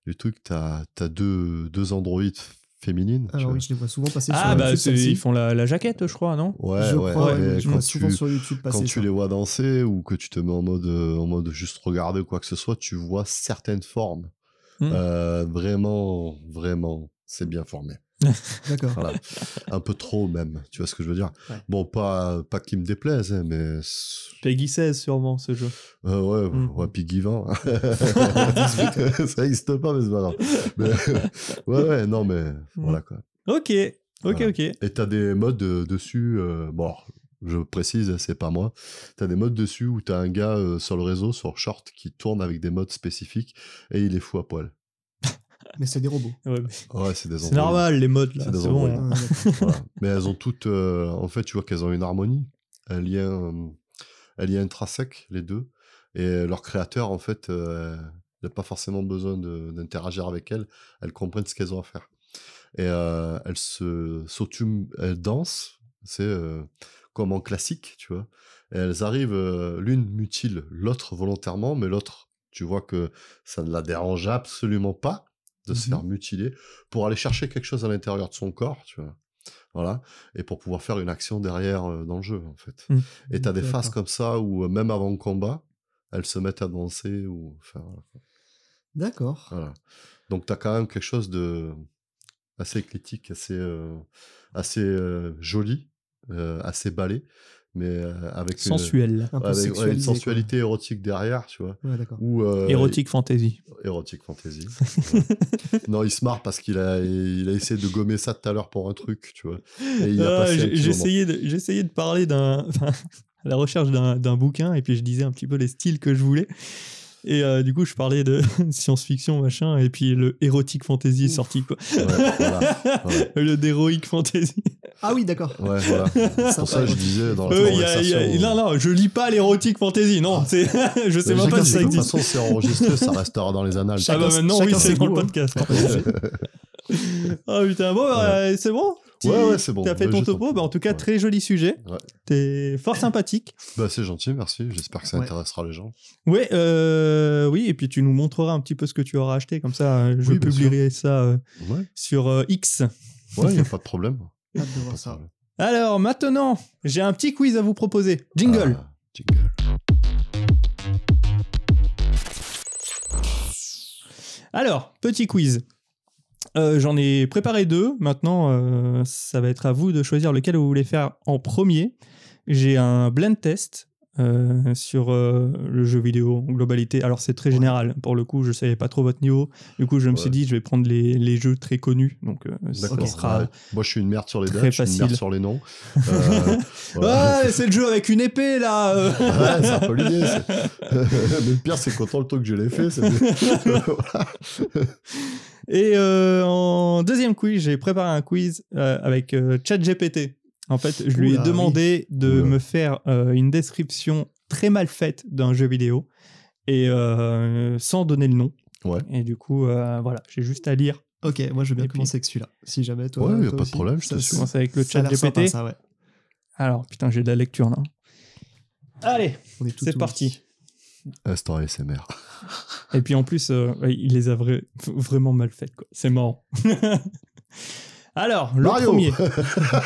B: Les trucs, t'as as deux, deux androïdes féminines. tu
C: Alors
B: vois.
C: Ah oui, je les vois souvent passer sur
A: Ah
C: YouTube,
A: bah, c'est-
C: celles-ci.
A: ils font la, la jaquette, je crois, non
B: Ouais,
C: je
B: ouais,
C: crois,
B: mais
C: ouais, je
B: quand
C: vois
B: tu,
C: souvent sur YouTube passer.
B: quand tu
C: ça.
B: les vois danser ou que tu te mets en mode, euh, en mode juste regarder ou quoi que ce soit, tu vois certaines formes.
C: Mmh.
A: Hmm.
B: Euh, vraiment, vraiment, c'est bien formé.
C: D'accord.
B: Voilà. Un peu trop même, tu vois ce que je veux dire.
A: Ouais.
B: Bon, pas, pas qu'il me déplaise, hein, mais... c'est-
A: Peggy 16, sûrement, ce jeu.
B: euh, ouais,
A: Hmm.
B: ouais, Piggy Van. ça existe pas, mais c'est pas grave. Mais, ouais, ouais, non, mais
A: Mm.
B: voilà quoi.
A: Ok. Ok,
B: Voilà.
A: ok.
B: Et t'as des modes euh, dessus, euh, bon, alors, je précise, hein, c'est pas moi. T'as des modes dessus où t'as un gars euh, sur le réseau, sur Short, qui tourne avec des modes spécifiques et il est fou à poil.
C: Mais c'est des robots. Ah,
A: Ouais, mais
B: Ouais, c'est des
A: c'est
B: androïdes.
A: normal, les modes, là.
B: C'est des
A: C'est
B: androïdes.
A: bon. hein.
C: Ouais, d'accord.
B: Voilà. Mais elles ont toutes, euh, en fait, tu vois qu'elles ont une harmonie, un lien, euh, un lien intrinsèque, les deux. Et leur créateur, en fait, euh, n'a pas forcément besoin de- d'interagir avec elles. Elles comprennent ce qu'elles ont à faire. Et euh, elles se s'autument, elles dansent. C'est euh, comme en classique, tu vois. Et elles arrivent, euh, l'une mutile l'autre volontairement, mais l'autre, tu vois que ça ne la dérange absolument pas de se
A: Mhm.
B: faire mutiler pour aller chercher quelque chose à l'intérieur de son corps, tu vois voilà, et pour pouvoir faire une action derrière euh, dans le jeu, en fait.
A: Mm.
B: Et t'as des
C: Mmh. D'accord.
B: phases comme ça où, euh, même avant le combat, elles se mettent à danser ou. Enfin, voilà.
C: D'accord.
B: voilà. Donc t'as quand même quelque chose de assez éclectique, assez, euh, assez euh, joli, euh, assez balé, mais euh, avec une-
A: Sensuel.
C: Un peu
B: avec- ouais, une,
C: sexualisé, quoi.
B: sensualité érotique derrière, tu vois.
C: Ouais, d'accord.
B: Ou, euh,
A: Érotique fantasy.
B: Érotique fantasy. Voilà. non, il se marre parce qu'il a, il a essayé de gommer ça tout à l'heure pour un truc, tu vois. Et il a
A: Ah,
B: passé un
A: j'ai-
B: petit moment.
A: J'essayais de, j'essayais de parler d'un, enfin, à la recherche d'un d'un bouquin et puis je disais un petit peu les styles que je voulais. Et euh, du coup, je parlais de science-fiction, machin, et puis le érotique fantasy est sorti, quoi. Euh,
B: Ouais, voilà, voilà.
A: Le d'héroïque fantasy.
C: Ah oui, d'accord.
B: Ouais, voilà. C'est pour ça que je disais dans la
A: Euh, il y a- il y
B: conversation.
A: a- non, non, je lis pas l'érotique fantasy, non. c'est je sais même
B: Ah. Chacun, hein,
A: pas si ça
B: De toute
A: existe.
B: façon, c'est enregistré, ça restera dans les annales.
A: Ah bah maintenant, oui,
C: chacun
A: c'est
C: ses
A: dans le
C: goûts, hein.
A: podcast. Ah putain, bon, bah, c'est bon Tu-
B: Ouais, ouais, c'est bon.
A: T'as fait
B: Ouais,
A: ton
B: je t'en
A: topo,
B: prie.
A: bah, en tout cas,
B: Ouais.
A: très joli sujet.
B: Ouais.
A: T'es fort sympathique.
B: Bah, c'est gentil, merci. J'espère que ça
C: Ouais.
B: intéressera les gens.
A: Ouais, euh, oui, et puis tu nous montreras un petit peu ce que tu auras acheté, comme ça euh, je
B: Oui, bien
A: publierai ça euh,
B: Ouais,
A: sur euh, X.
B: ouais, il n'y a pas de problème.
C: Hâte de
B: Pas de
C: voir ça.
B: problème.
A: Alors maintenant, j'ai un petit quiz à vous proposer. Jingle.
B: Ah, jingle.
A: Alors, petit quiz. Euh, J'en ai préparé deux. Maintenant, euh, ça va être à vous de choisir lequel vous voulez faire en premier. J'ai un blend test euh, sur euh, le jeu vidéo en globalité. Alors, c'est très général. Pour le coup, je savais pas trop votre niveau. Du coup, je me
B: Ouais.
A: suis dit, je vais prendre les, les jeux très connus. Donc, euh, ça
B: D'accord.
A: sera.
B: ouais. Moi, je suis une merde sur les
A: très
B: dates, je suis une merde
A: facile.
B: sur les noms. Euh, voilà.
A: Ouais, Ah, c'est le jeu avec une épée là euh.
B: Ouais, c'est un peu l'idée. c'est- Mais le pire, c'est qu'autant le temps que je l'ai fait, c'est.
A: Et euh, en deuxième quiz, j'ai préparé un quiz euh, avec euh, ChatGPT. En fait, je lui
C: Oula,
A: ai demandé de
B: Oula.
A: me faire euh, une description très mal faite d'un jeu vidéo et euh, sans donner le nom.
B: Ouais.
A: Et du coup, euh, voilà, j'ai juste à lire.
C: Ok, moi je veux bien
A: Et puis-
C: commencer avec celui-là. Si jamais toi.
B: Ouais, y a
C: toi
B: pas de
C: aussi,
B: problème, je
C: ça-
A: Je
B: t'assure.
A: commence avec le
C: ça a l'air sympa,
A: ChatGPT.
C: ça, ouais.
A: Alors, putain, j'ai de la lecture là. Allez,
C: On est tout
A: c'est
C: tout-
A: parti.
B: Instant ASMR.
A: Et puis en plus, euh, ouais, il les a vra- f- vraiment mal faites. quoi. C'est marrant. Alors, le
B: Mario.
A: premier.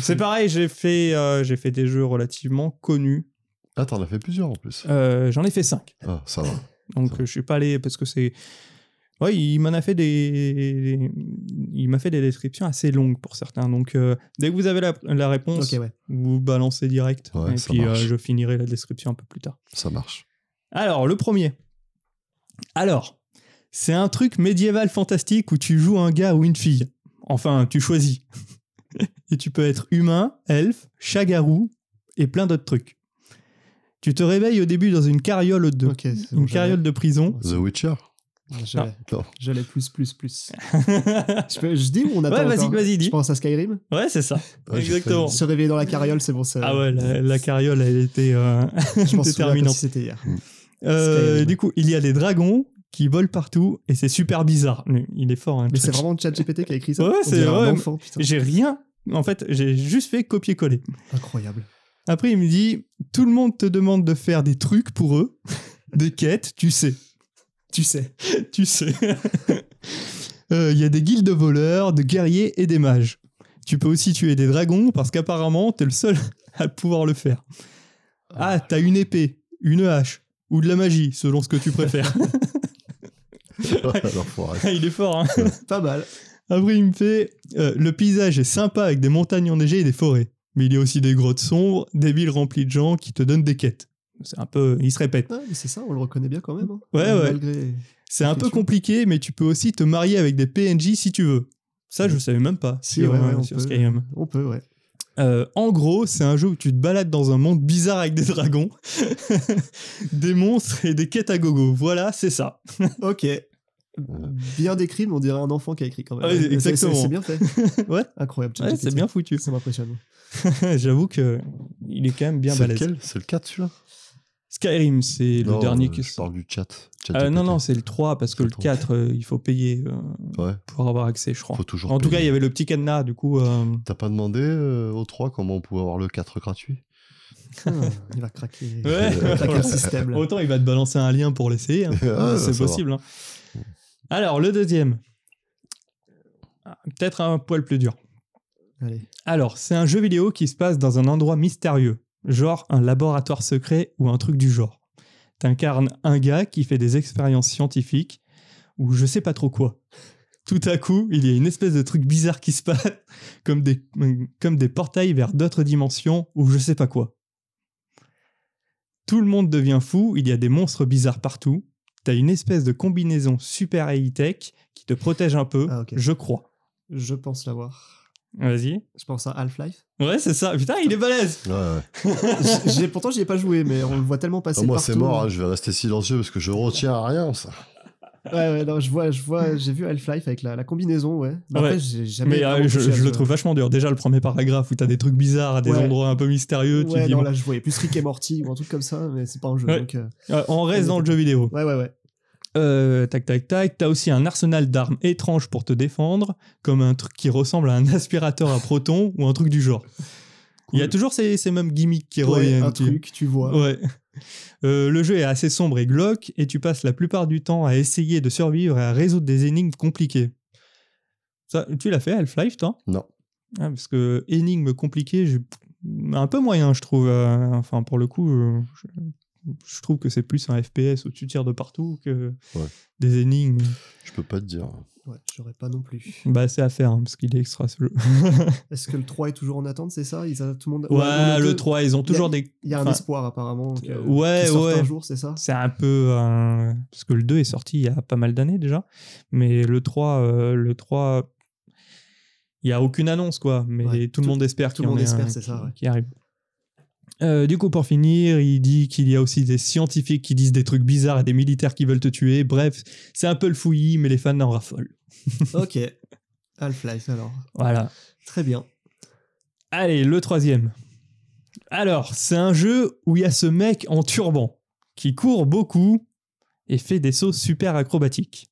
A: C'est pareil, j'ai fait, euh, j'ai fait des jeux relativement connus.
B: Ah, t'en as fait plusieurs en plus.
A: Euh, J'en ai fait 5.
B: Ah, ça va.
A: Donc euh, je suis pas allé parce que c'est. Ouais, il m'en a fait des. Il m'a fait des descriptions assez longues pour certains. Donc euh, dès que vous avez la, la réponse,
C: Ok, ouais.
A: vous balancez direct.
B: Ouais,
A: et
B: ça
A: puis euh,
B: marche.
A: je finirai la description un peu plus tard.
B: Ça marche.
A: Alors, le premier. Alors, c'est un truc médiéval fantastique où tu joues un gars ou une fille. Enfin, tu choisis. et tu peux être humain, elfe, chat garou et plein d'autres trucs. Tu te réveilles au début dans une carriole de,
C: Ok, c'est bon,
A: une
C: je
A: carriole de prison.
B: The Witcher
C: l'ai. Je l'ai.
B: Non.
C: Je l'ai plus, plus, plus.
A: ouais,
C: Je, peux- je dis ou on attend
A: vas-y,
C: encore
A: vas-y,
C: Je
A: dis.
C: pense à Skyrim.
A: Ouais, c'est ça.
B: Ah, j'ai
A: Exactement.
B: failli-
C: Se réveiller dans la carriole, c'est bon, ça.
A: Ah ouais, la, la carriole, elle était euh,
C: je m'en souviens comme
A: déterminante.
C: si c'était hier.
A: Euh,
C: Skyrim.
A: du coup, il y a des dragons qui volent partout et c'est super bizarre. Il est fort. hein,
C: Mais c'est
A: Chuck.
C: vraiment ChatGPT qui a écrit ça.
A: Ouais,
C: On
A: c'est
C: dirait un
A: vrai,
C: enfant, putain.
A: J'ai rien. En fait, j'ai juste fait copier-coller.
C: Incroyable.
A: Après, il me dit Tout le monde te demande de faire des trucs pour eux, des quêtes, tu sais.
C: Tu sais.
A: Tu sais. Euh, Il y a des guildes de voleurs, de guerriers et des mages. Tu peux aussi tuer des dragons parce qu'apparemment, t'es le seul à pouvoir le faire. Ah, t'as une épée, une hache ou de la magie, selon ce que tu préfères.
B: Alors, faut arrêter.
A: il est fort, hein.
C: Pas mal.
A: Après, il me fait euh, Le paysage est sympa avec des montagnes enneigées et des forêts. Mais il y a aussi des grottes sombres, des villes remplies de gens qui te donnent des quêtes. C'est un peu. Il se répète.
C: Ah, mais c'est ça, on le reconnaît bien quand même. hein.
A: Ouais, ouais.
C: Malgré.
A: C'est un
C: Ok,
A: peu
C: je vois.
A: compliqué, mais tu peux aussi te marier avec des PNJ si tu veux. Ça, je savais même pas.
C: Si,
A: sur,
C: ouais, ouais,
A: euh,
C: on
A: sur
C: peut.
A: Skyrim.
C: On peut, ouais.
A: Euh, en gros, c'est un jeu où tu te balades dans un monde bizarre avec des dragons, des monstres et des quêtes à gogo. Voilà, c'est ça.
C: Ok. Bien décrit, mais on dirait un enfant qui a écrit quand même.
A: Ouais,
C: C'est- c'est-
A: Euh. Ah exactement.
C: C'est bien fait.
A: Ouais.
C: Incroyable.
A: Ouais,
C: ChatGPT.
A: c'est bien foutu.
C: Ça m'impressionne.
A: J'avoue que il est quand même bien
B: C'est
A: balèze.
B: lequel C'est le 4 celui-là
A: Skyrim, c'est le
B: Non,
A: dernier
B: euh,
A: qui
B: Je parle du chat. Chat
A: Euh, non,
B: GPT.
A: non, c'est le 3 parce que
B: Le
A: le
B: 3.
A: 4, euh, il faut payer euh,
B: Ouais,
A: pour avoir accès, je crois.
B: faut toujours.
A: En tout
B: payer.
A: cas, il y avait le petit cadenas, du coup. euh,
B: T'as pas demandé euh, aux 3 comment on pouvait avoir le 4 gratuit
C: Ah, il va craquer.
A: Ouais.
C: Il va craquer le système. là.
A: Autant il va te balancer un lien pour l'essayer. hein.
B: Ah,
A: c'est
B: ça va.
A: possible. hein. Alors, le deuxième. Ah, Peut-être un poil plus dur.
C: Allez.
A: Alors, c'est un jeu vidéo qui se passe dans un endroit mystérieux, genre un laboratoire secret ou un truc du genre. T'incarnes un gars qui fait des expériences scientifiques ou je sais pas trop quoi. Tout à coup, il y a une espèce de truc bizarre qui se passe, comme des, comme des portails vers d'autres dimensions ou je sais pas quoi. Tout le monde devient fou, il y a des monstres bizarres partout. T'as une espèce de combinaison super high-tech qui te protège un peu,
C: Ah, ok.
A: je crois.
C: Je pense l'avoir.
A: Vas-y.
C: Je pense à Half-Life.
A: Ouais, c'est ça. Putain, il est balèze
B: Ouais, ouais.
C: J- j'ai- pourtant, j'y ai pas joué, mais on le voit tellement passer.
B: Ah, moi,
C: partout.
B: Ah, c'est mort, hein, je vais rester silencieux parce que je retiens à rien. Ça.
C: Ouais, ouais, non, je vois, je vois, j'ai vu Half-Life avec la, la combinaison, ouais. Mais
A: Ouais.
C: après, j'ai jamais.
A: Mais euh,
C: vraiment
A: je,
C: touché à
A: je
C: ce
A: le
C: jeu.
A: trouve vachement dur. Déjà, le premier paragraphe où t'as des trucs bizarres à des
C: Ouais.
A: endroits un peu mystérieux. tu
C: Ouais,
A: dis,
C: non,
A: bon.
C: là, je voyais plus Rick et Morty ou un truc comme ça, mais c'est pas un jeu.
A: Ouais.
C: Donc, euh,
A: Euh, on reste dans le jeu vidéo.
C: ouais, ouais, ouais.
A: Euh, tac, tac, tac. T'as aussi un arsenal d'armes étranges pour te défendre, comme un truc qui ressemble à un aspirateur à protons ou un truc du genre. Il y a
C: Cool.
A: toujours ces, ces mêmes gimmicks qui
C: Ouais,
A: reviennent.
C: un
A: tu-
C: truc, tu vois.
A: Ouais. Euh, le jeu est assez sombre et glauque, et tu passes la plupart du temps à essayer de survivre et à résoudre des énigmes compliquées. Ça, tu l'as fait, Half-Life, toi
B: Non.
A: Ah, parce que énigme compliquée, j'ai un peu moyen, je trouve. Euh, Enfin, pour le coup, euh, je, je trouve que c'est plus un FPS où tu tires de partout que
B: Ouais.
A: des énigmes.
B: Je peux pas te dire.
C: Ouais, j'aurais pas non plus.
A: Bah, c'est à faire, hein, parce qu'il est extra ce jeu.
C: Est-ce que le 3 est toujours en attente, c'est ça Ils a- tout le monde.
A: Ouais,
C: on est
A: le
C: deux.
A: 3, ils ont toujours des.
C: Il y a un
A: enfin,
C: espoir apparemment. que-
A: euh, ouais,
C: qu'il sorte
A: ouais.
C: un jour, c'est ça
A: C'est un peu. euh, Parce que le 2 est sorti il y a pas mal d'années déjà. Mais le 3, euh, le 3. Il n'y a aucune annonce, quoi. Mais
C: Ouais,
A: tout, le
C: tout-
A: monde espère qu'il
C: tout
A: y
C: le
A: en
C: monde
A: ait
C: espère,
A: un
C: c'est
A: qui-
C: ça, ouais.
A: qui arrive. Euh, du coup, pour finir, il dit qu'il y a aussi des scientifiques qui disent des trucs bizarres et des militaires qui veulent te tuer. Bref, c'est un peu le fouillis, mais les fans en raffolent.
C: Ok. Half-Life alors.
A: Voilà.
C: Très bien.
A: Allez, le troisième. Alors, c'est un jeu où il y a ce mec en turban qui court beaucoup et fait des sauts super acrobatiques.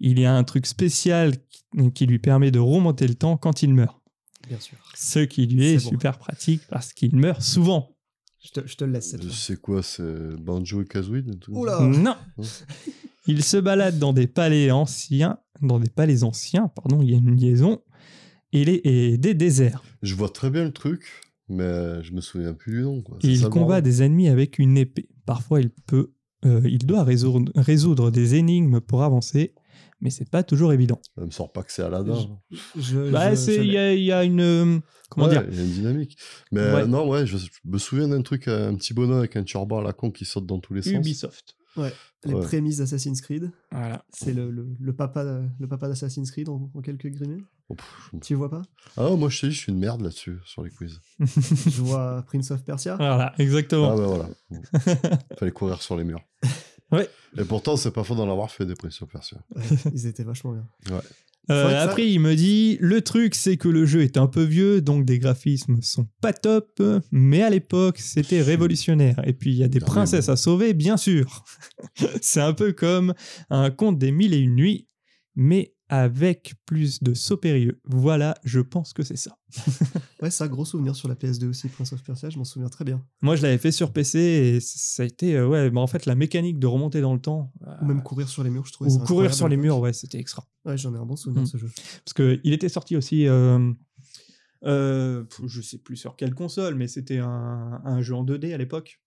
A: Il y a un truc spécial qui- qui lui permet de remonter le temps quand il meurt.
C: Bien sûr.
A: Ce qui lui est,
C: C'est bon.
A: super pratique parce qu'il meurt souvent.
C: Je te, je te le laisse cette
B: Je
C: fois.
B: sais quoi, Euh, c'est Banjo et Kazooie et tout
C: Oula
A: Non.
C: Oh.
A: Il se balade dans des palais anciens, dans des palais anciens, pardon, il y a une liaison, et, les- et des déserts.
B: Je vois très bien le truc, mais je me souviens plus du nom. Quoi. C'est
A: Il
B: ça, le
A: combat
B: bordel.
A: des ennemis avec une épée. Parfois, il peut, euh, il doit résoudre, résoudre des énigmes pour avancer, mais c'est pas toujours évident.
B: Ça me sort pas que c'est Aladdin.
C: Je- Je-
A: Bah,
C: je-
A: c'est,
C: je
A: il y,
C: l'ai.
A: a- il y a une, euh, comment
B: Ouais,
A: dire,
B: Il y a une dynamique. Mais euh,
A: Ouais.
B: non, ouais, je je me souviens d'un truc, euh, un petit bonhomme avec un turban à la con qui saute dans tous les sens.
A: Ubisoft.
C: Les
B: Ouais.
C: prémices d'Assassin's Creed.
A: Voilà.
C: C'est le, le, le papa, le papa d'Assassin's Creed en, en quelques grimés.
B: Oh, pff, je me-
C: Tu vois pas
B: Ah non, moi je te dis, je suis une merde là-dessus, sur les quiz.
C: Je vois Prince of Persia.
A: Voilà,
B: Ah
A: exactement.
B: bah voilà. Bon. Fallait courir sur les murs.
A: Ouais.
B: Et pourtant, c'est pas faux d'en avoir fait des pressions persiennes.
C: Ouais, ils étaient vachement bien.
A: Euh,
C: faudrait que ça-
A: après, il me dit, le truc, c'est que le jeu est un peu vieux, donc des graphismes sont pas top, mais à l'époque, c'était révolutionnaire. Et puis, il y a des
B: Ah, mais
A: princesses
B: bon.
A: à sauver, bien sûr. c'est un peu comme un conte des mille et une nuits, mais avec plus de sauts périlleux. Voilà, je pense que c'est ça.
C: Ouais, ça, gros souvenir sur la PS2 aussi, Prince of Persia, je m'en souviens très bien.
A: Moi, je l'avais fait sur PC et ça a été, euh, ouais, bah, en fait, la mécanique de remonter dans le temps. euh,
C: Ou même courir sur les murs, je trouvais
A: ou
C: ça
A: courir
C: incroyable.
A: sur les murs, ouais, Mm. c'était extra.
C: Ouais, j'en ai un bon souvenir de ce jeu.
A: Parce qu'il était sorti aussi, euh, euh, pff, je sais plus sur quelle console, mais c'était un, un jeu en 2D à l'époque.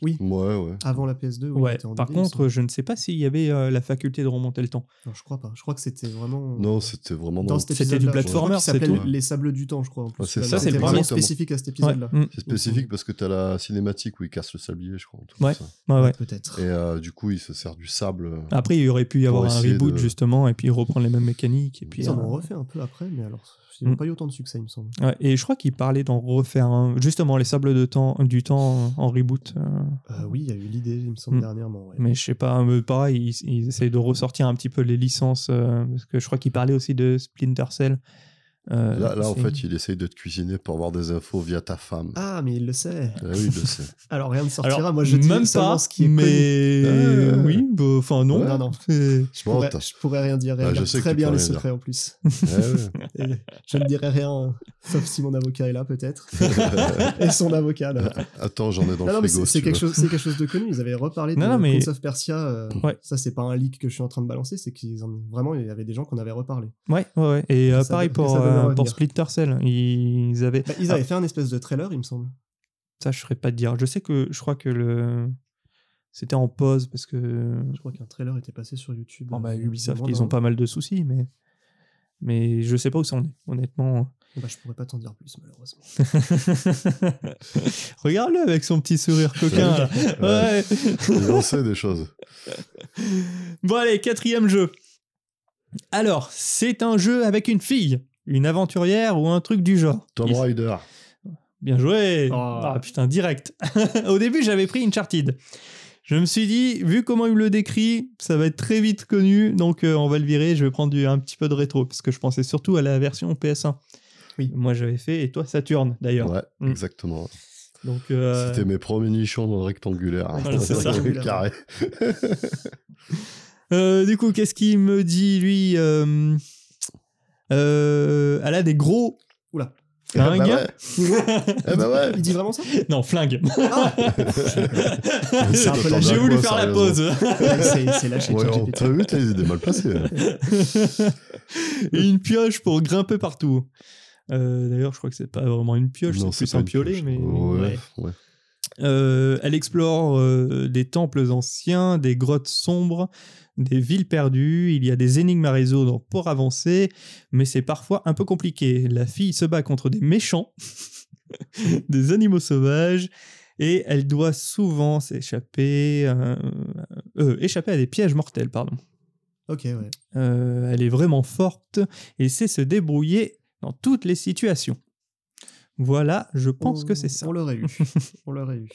B: Ouais, ouais.
C: Avant la PS2, oui, il
A: ouais,
C: était en
A: par
C: 2D, il me semble.
A: contre, je ne sais pas s'il y avait euh, la faculté de remonter le temps.
C: Non, je crois pas. Je crois que c'était vraiment.
B: Non, c'était vraiment dans,
C: dans cet
A: c'était
C: épisode
A: du platformer,
C: ça
A: c'est
C: s'appelait
B: tout.
C: Les Sables du Temps, je crois. en plus.
B: Ah, c'est
C: Là,
B: ça,
A: c'est
C: c'était
A: le
C: vraiment
B: premier.
C: spécifique à cet
A: Ouais,
C: épisode-là.
A: mm,
B: C'est spécifique parce que t'as la cinématique où il casse le sablier, je crois. un truc
A: Ouais.
B: comme ça.
A: Mm. Ah ouais, ouais.
C: Peut-être.
B: Et euh, du coup, il se sert du sable. euh,
A: Après, il aurait pu y avoir
B: Pour
A: un
B: essayer
A: reboot,
B: de-
A: justement, et puis reprendre les mêmes mécaniques. Et, puis,
C: Ils en
A: euh,
C: ont refait un peu après, mais alors, ils n'ont
A: Mm.
C: pas eu autant de succès, il me semble.
A: ouais, et je crois qu'il parlait d'en refaire un. Justement, les sables de temps, du temps euh, en reboot. euh,
C: Euh, oui, il y a eu l'idée, il me semble,
A: Mm.
C: dernièrement. ouais.
A: mais je sais pas, euh, pareil, ils, ils essayent de ressortir un petit peu les licences. euh, parce que je crois qu'il parlait aussi de Splinter Cell. Euh,
B: Là, là, en
A: c'est-
B: fait, il essaye de te cuisiner pour avoir des infos via ta femme. Ah,
C: Ah, mais il le sait.
B: oui, il le sait.
C: Alors rien ne sortira.
A: Alors,
C: Moi, je dis
A: même
C: seulement
A: pas,
C: ce qui est connu.
A: mais
B: Euh,
A: oui, bah, enfin non.
B: Ouais.
C: Non, non.
A: C'est-
C: Je pourrais,
B: t'as-
C: je pourrais rien dire.
B: Bah,
C: Elle
B: je
C: garde
B: sais que
C: très
B: tu
C: bien
B: peux
C: les
B: rien dire.
C: secrets en plus.
B: Ouais, ouais.
C: Et je ne dirai rien, euh, sauf si mon avocat est là, peut-être. Et son avocat. là.
B: Attends, j'en ai dans
C: Non, non,
B: le
C: mais
B: frigo.
C: c'est
B: si
C: c'est
B: tu
C: quelque
B: veux.
C: chose, c'est quelque chose de connu. Ils avaient reparlé de
A: Non, non, mais-
C: Prince of Persia. euh,
A: Ouais.
C: Ça, c'est pas un leak que je suis en train de balancer. C'est qu'ils en... vraiment, il y avait des gens qu'on avait reparlé.
A: Ouais, ouais, ouais. Et euh,
C: Ça
A: pareil
C: donne-
A: pour,
C: ça donne à
A: euh,
C: revenir.
A: pour Splinter Cell. Ils avaient.
C: Bah, ils avaient fait un espèce de trailer, il me semble.
A: Ça, je saurais pas te dire. Je sais que je crois que le. C'était en pause parce que.
C: Je crois qu'un trailer était passé sur YouTube.
A: Bon, bah,
C: euh,
A: Ubisoft,
C: vraiment,
A: ils ont
C: non.
A: pas mal de soucis, mais. Mais je sais pas où ça en est, honnêtement.
C: Bah, je pourrais pas t'en dire plus, malheureusement.
A: Regarde-le avec son petit sourire coquin. là. Ouais.
B: Il en sait des choses.
A: Bon allez, quatrième jeu. Alors, c'est un jeu avec une fille, une aventurière ou un truc du genre.
B: Tom
A: Il-
B: Rider.
A: Bien joué.
C: Oh.
A: Ah putain, direct. Au début, j'avais pris Uncharted. Je me suis dit, vu comment il le décrit, ça va être très vite connu, donc euh, on va le virer. Je vais prendre du- un petit peu de rétro parce que je pensais surtout à la version PS1.
C: Oui.
A: Moi, j'avais fait et toi Saturne d'ailleurs.
B: Ouais,
A: Mm.
B: exactement.
A: Donc euh,
B: C'était mes premiers nichons dans le rectangulaire. hein.
A: Voilà, c'est ça.
B: Carré.
A: Euh, du coup, qu'est-ce qu'il me dit, lui euh, euh, Elle a des gros.
C: Oula.
B: Eh ben
A: Flingues.
B: ouais. Eh ben ouais.
C: Il dit vraiment ça
A: non, flingue.
C: Ah C'est un peu lâché.
A: J'ai voulu
B: Quoi,
A: faire la
B: sérieusement
A: pause.
C: Ouais, C'est c'est lâché.
B: Ouais, on-
C: ChatGPT.
B: T'as vu, t'as les idées mal placées. hein.
A: Et une pioche pour grimper partout. Euh, D'ailleurs, je crois que c'est pas vraiment une pioche, c'est plus
B: pas
A: un
B: une
A: piolet,
B: pioche.
A: mais.
B: Ouais, ouais.
A: Euh, elle explore euh, des temples anciens, des grottes sombres, des villes perdues, il y a des énigmes à résoudre pour avancer, mais c'est parfois un peu compliqué. La fille se bat contre des méchants, des animaux sauvages, et elle doit souvent s'échapper, euh, euh, échapper à des pièges mortels, pardon.
C: Ok, ouais.
A: Euh, elle est vraiment forte et sait se débrouiller dans toutes les situations. Voilà, je pense
C: On-
A: que c'est ça.
C: On l'aurait eu. on l'aurait eu.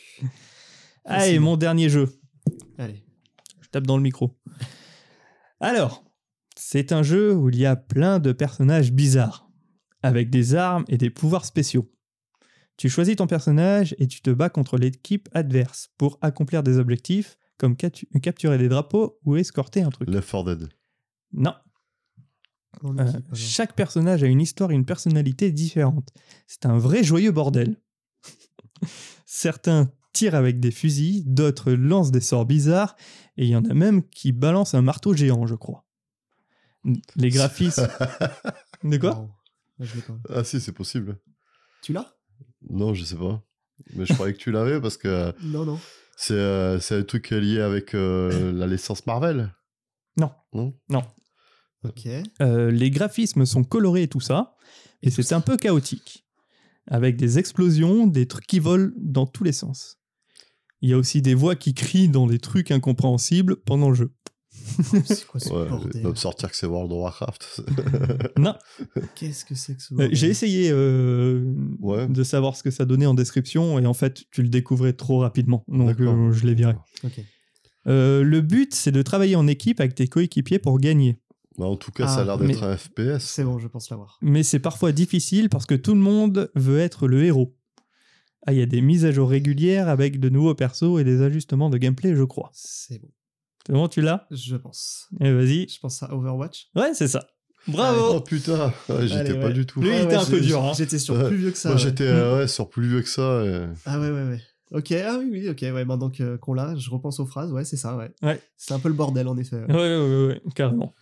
A: Ah, et mon dernier jeu.
C: Allez.
A: Je tape dans le micro. Alors, c'est un jeu où il y a plein de personnages bizarres, avec des armes et des pouvoirs spéciaux. Tu choisis ton personnage et tu te bats contre l'équipe adverse pour accomplir des objectifs comme catu- capturer des drapeaux ou escorter un truc.
B: Left 4 Dead.
A: Non,
C: Dans
A: euh,
C: l'équipe, alors.
A: chaque personnage a une histoire et une personnalité différente. C'est un vrai joyeux bordel. Certains tirent avec des fusils, d'autres lancent des sorts bizarres, et il y en a même qui balancent un marteau géant, je crois. Les graphismes. De quoi
C: Non. Ouais, je l'ai pas.
B: Ah si, c'est possible.
C: Tu l'as
B: Non, je sais pas. Mais je croyais que tu l'avais parce que
C: Non, non.
B: c'est euh, c'est un truc lié avec euh, la licence Marvel.
C: Ok.
A: Euh, les graphismes sont colorés et tout ça, et c'est un peu chaotique, avec des explosions, des trucs qui volent dans tous les sens. Il y a aussi des voix qui crient dans des trucs incompréhensibles pendant le jeu.
C: C'est quoi ce
B: Ouais,
C: bordel
B: même sortir que c'est World of Warcraft.
C: Qu'est-ce que c'est que ce
A: Euh,
C: bordel
A: J'ai essayé euh,
B: Ouais.
A: de savoir ce que ça donnait en description et en fait tu le découvrais trop rapidement donc
B: D'accord.
A: euh, je l'ai viré.
C: Ok.
A: Euh, le but c'est de travailler en équipe avec tes coéquipiers pour gagner
B: Bah, en tout cas, ça a
C: Ah,
B: l'air
A: mais-
B: d'être un FPS.
C: C'est bon, je pense l'avoir.
A: mais c'est parfois difficile parce que tout le monde veut être le héros. Ah il y a des mises à jour régulières avec de nouveaux persos et des ajustements de gameplay je crois.
C: C'est bon.
A: C'est bon tu l'as
C: Je pense.
A: Eh, Vas-y.
C: Je pense à Overwatch.
A: Ouais c'est ça.
B: Oh
A: Bravo.
B: putain, ouais, j'étais
C: Allez,
B: pas
C: ouais.
B: du tout. Ah
A: Lui, il était un
C: j'ai-
A: peu dur, hein.
C: J'étais sur
B: Ouais.
C: plus vieux que ça.
B: Moi,
C: ouais.
B: j'étais euh, ouais, sur plus vieux que ça. et-
C: Ah ouais, ouais, ouais. Ok, ah oui, oui, ok, ouais, maintenant que- qu'on l'a, je repense aux phrases, ouais, c'est ça, ouais.
A: Ouais.
C: C'est un peu le bordel, en effet. ouais.
A: Ouais, ouais, ouais, ouais, carrément.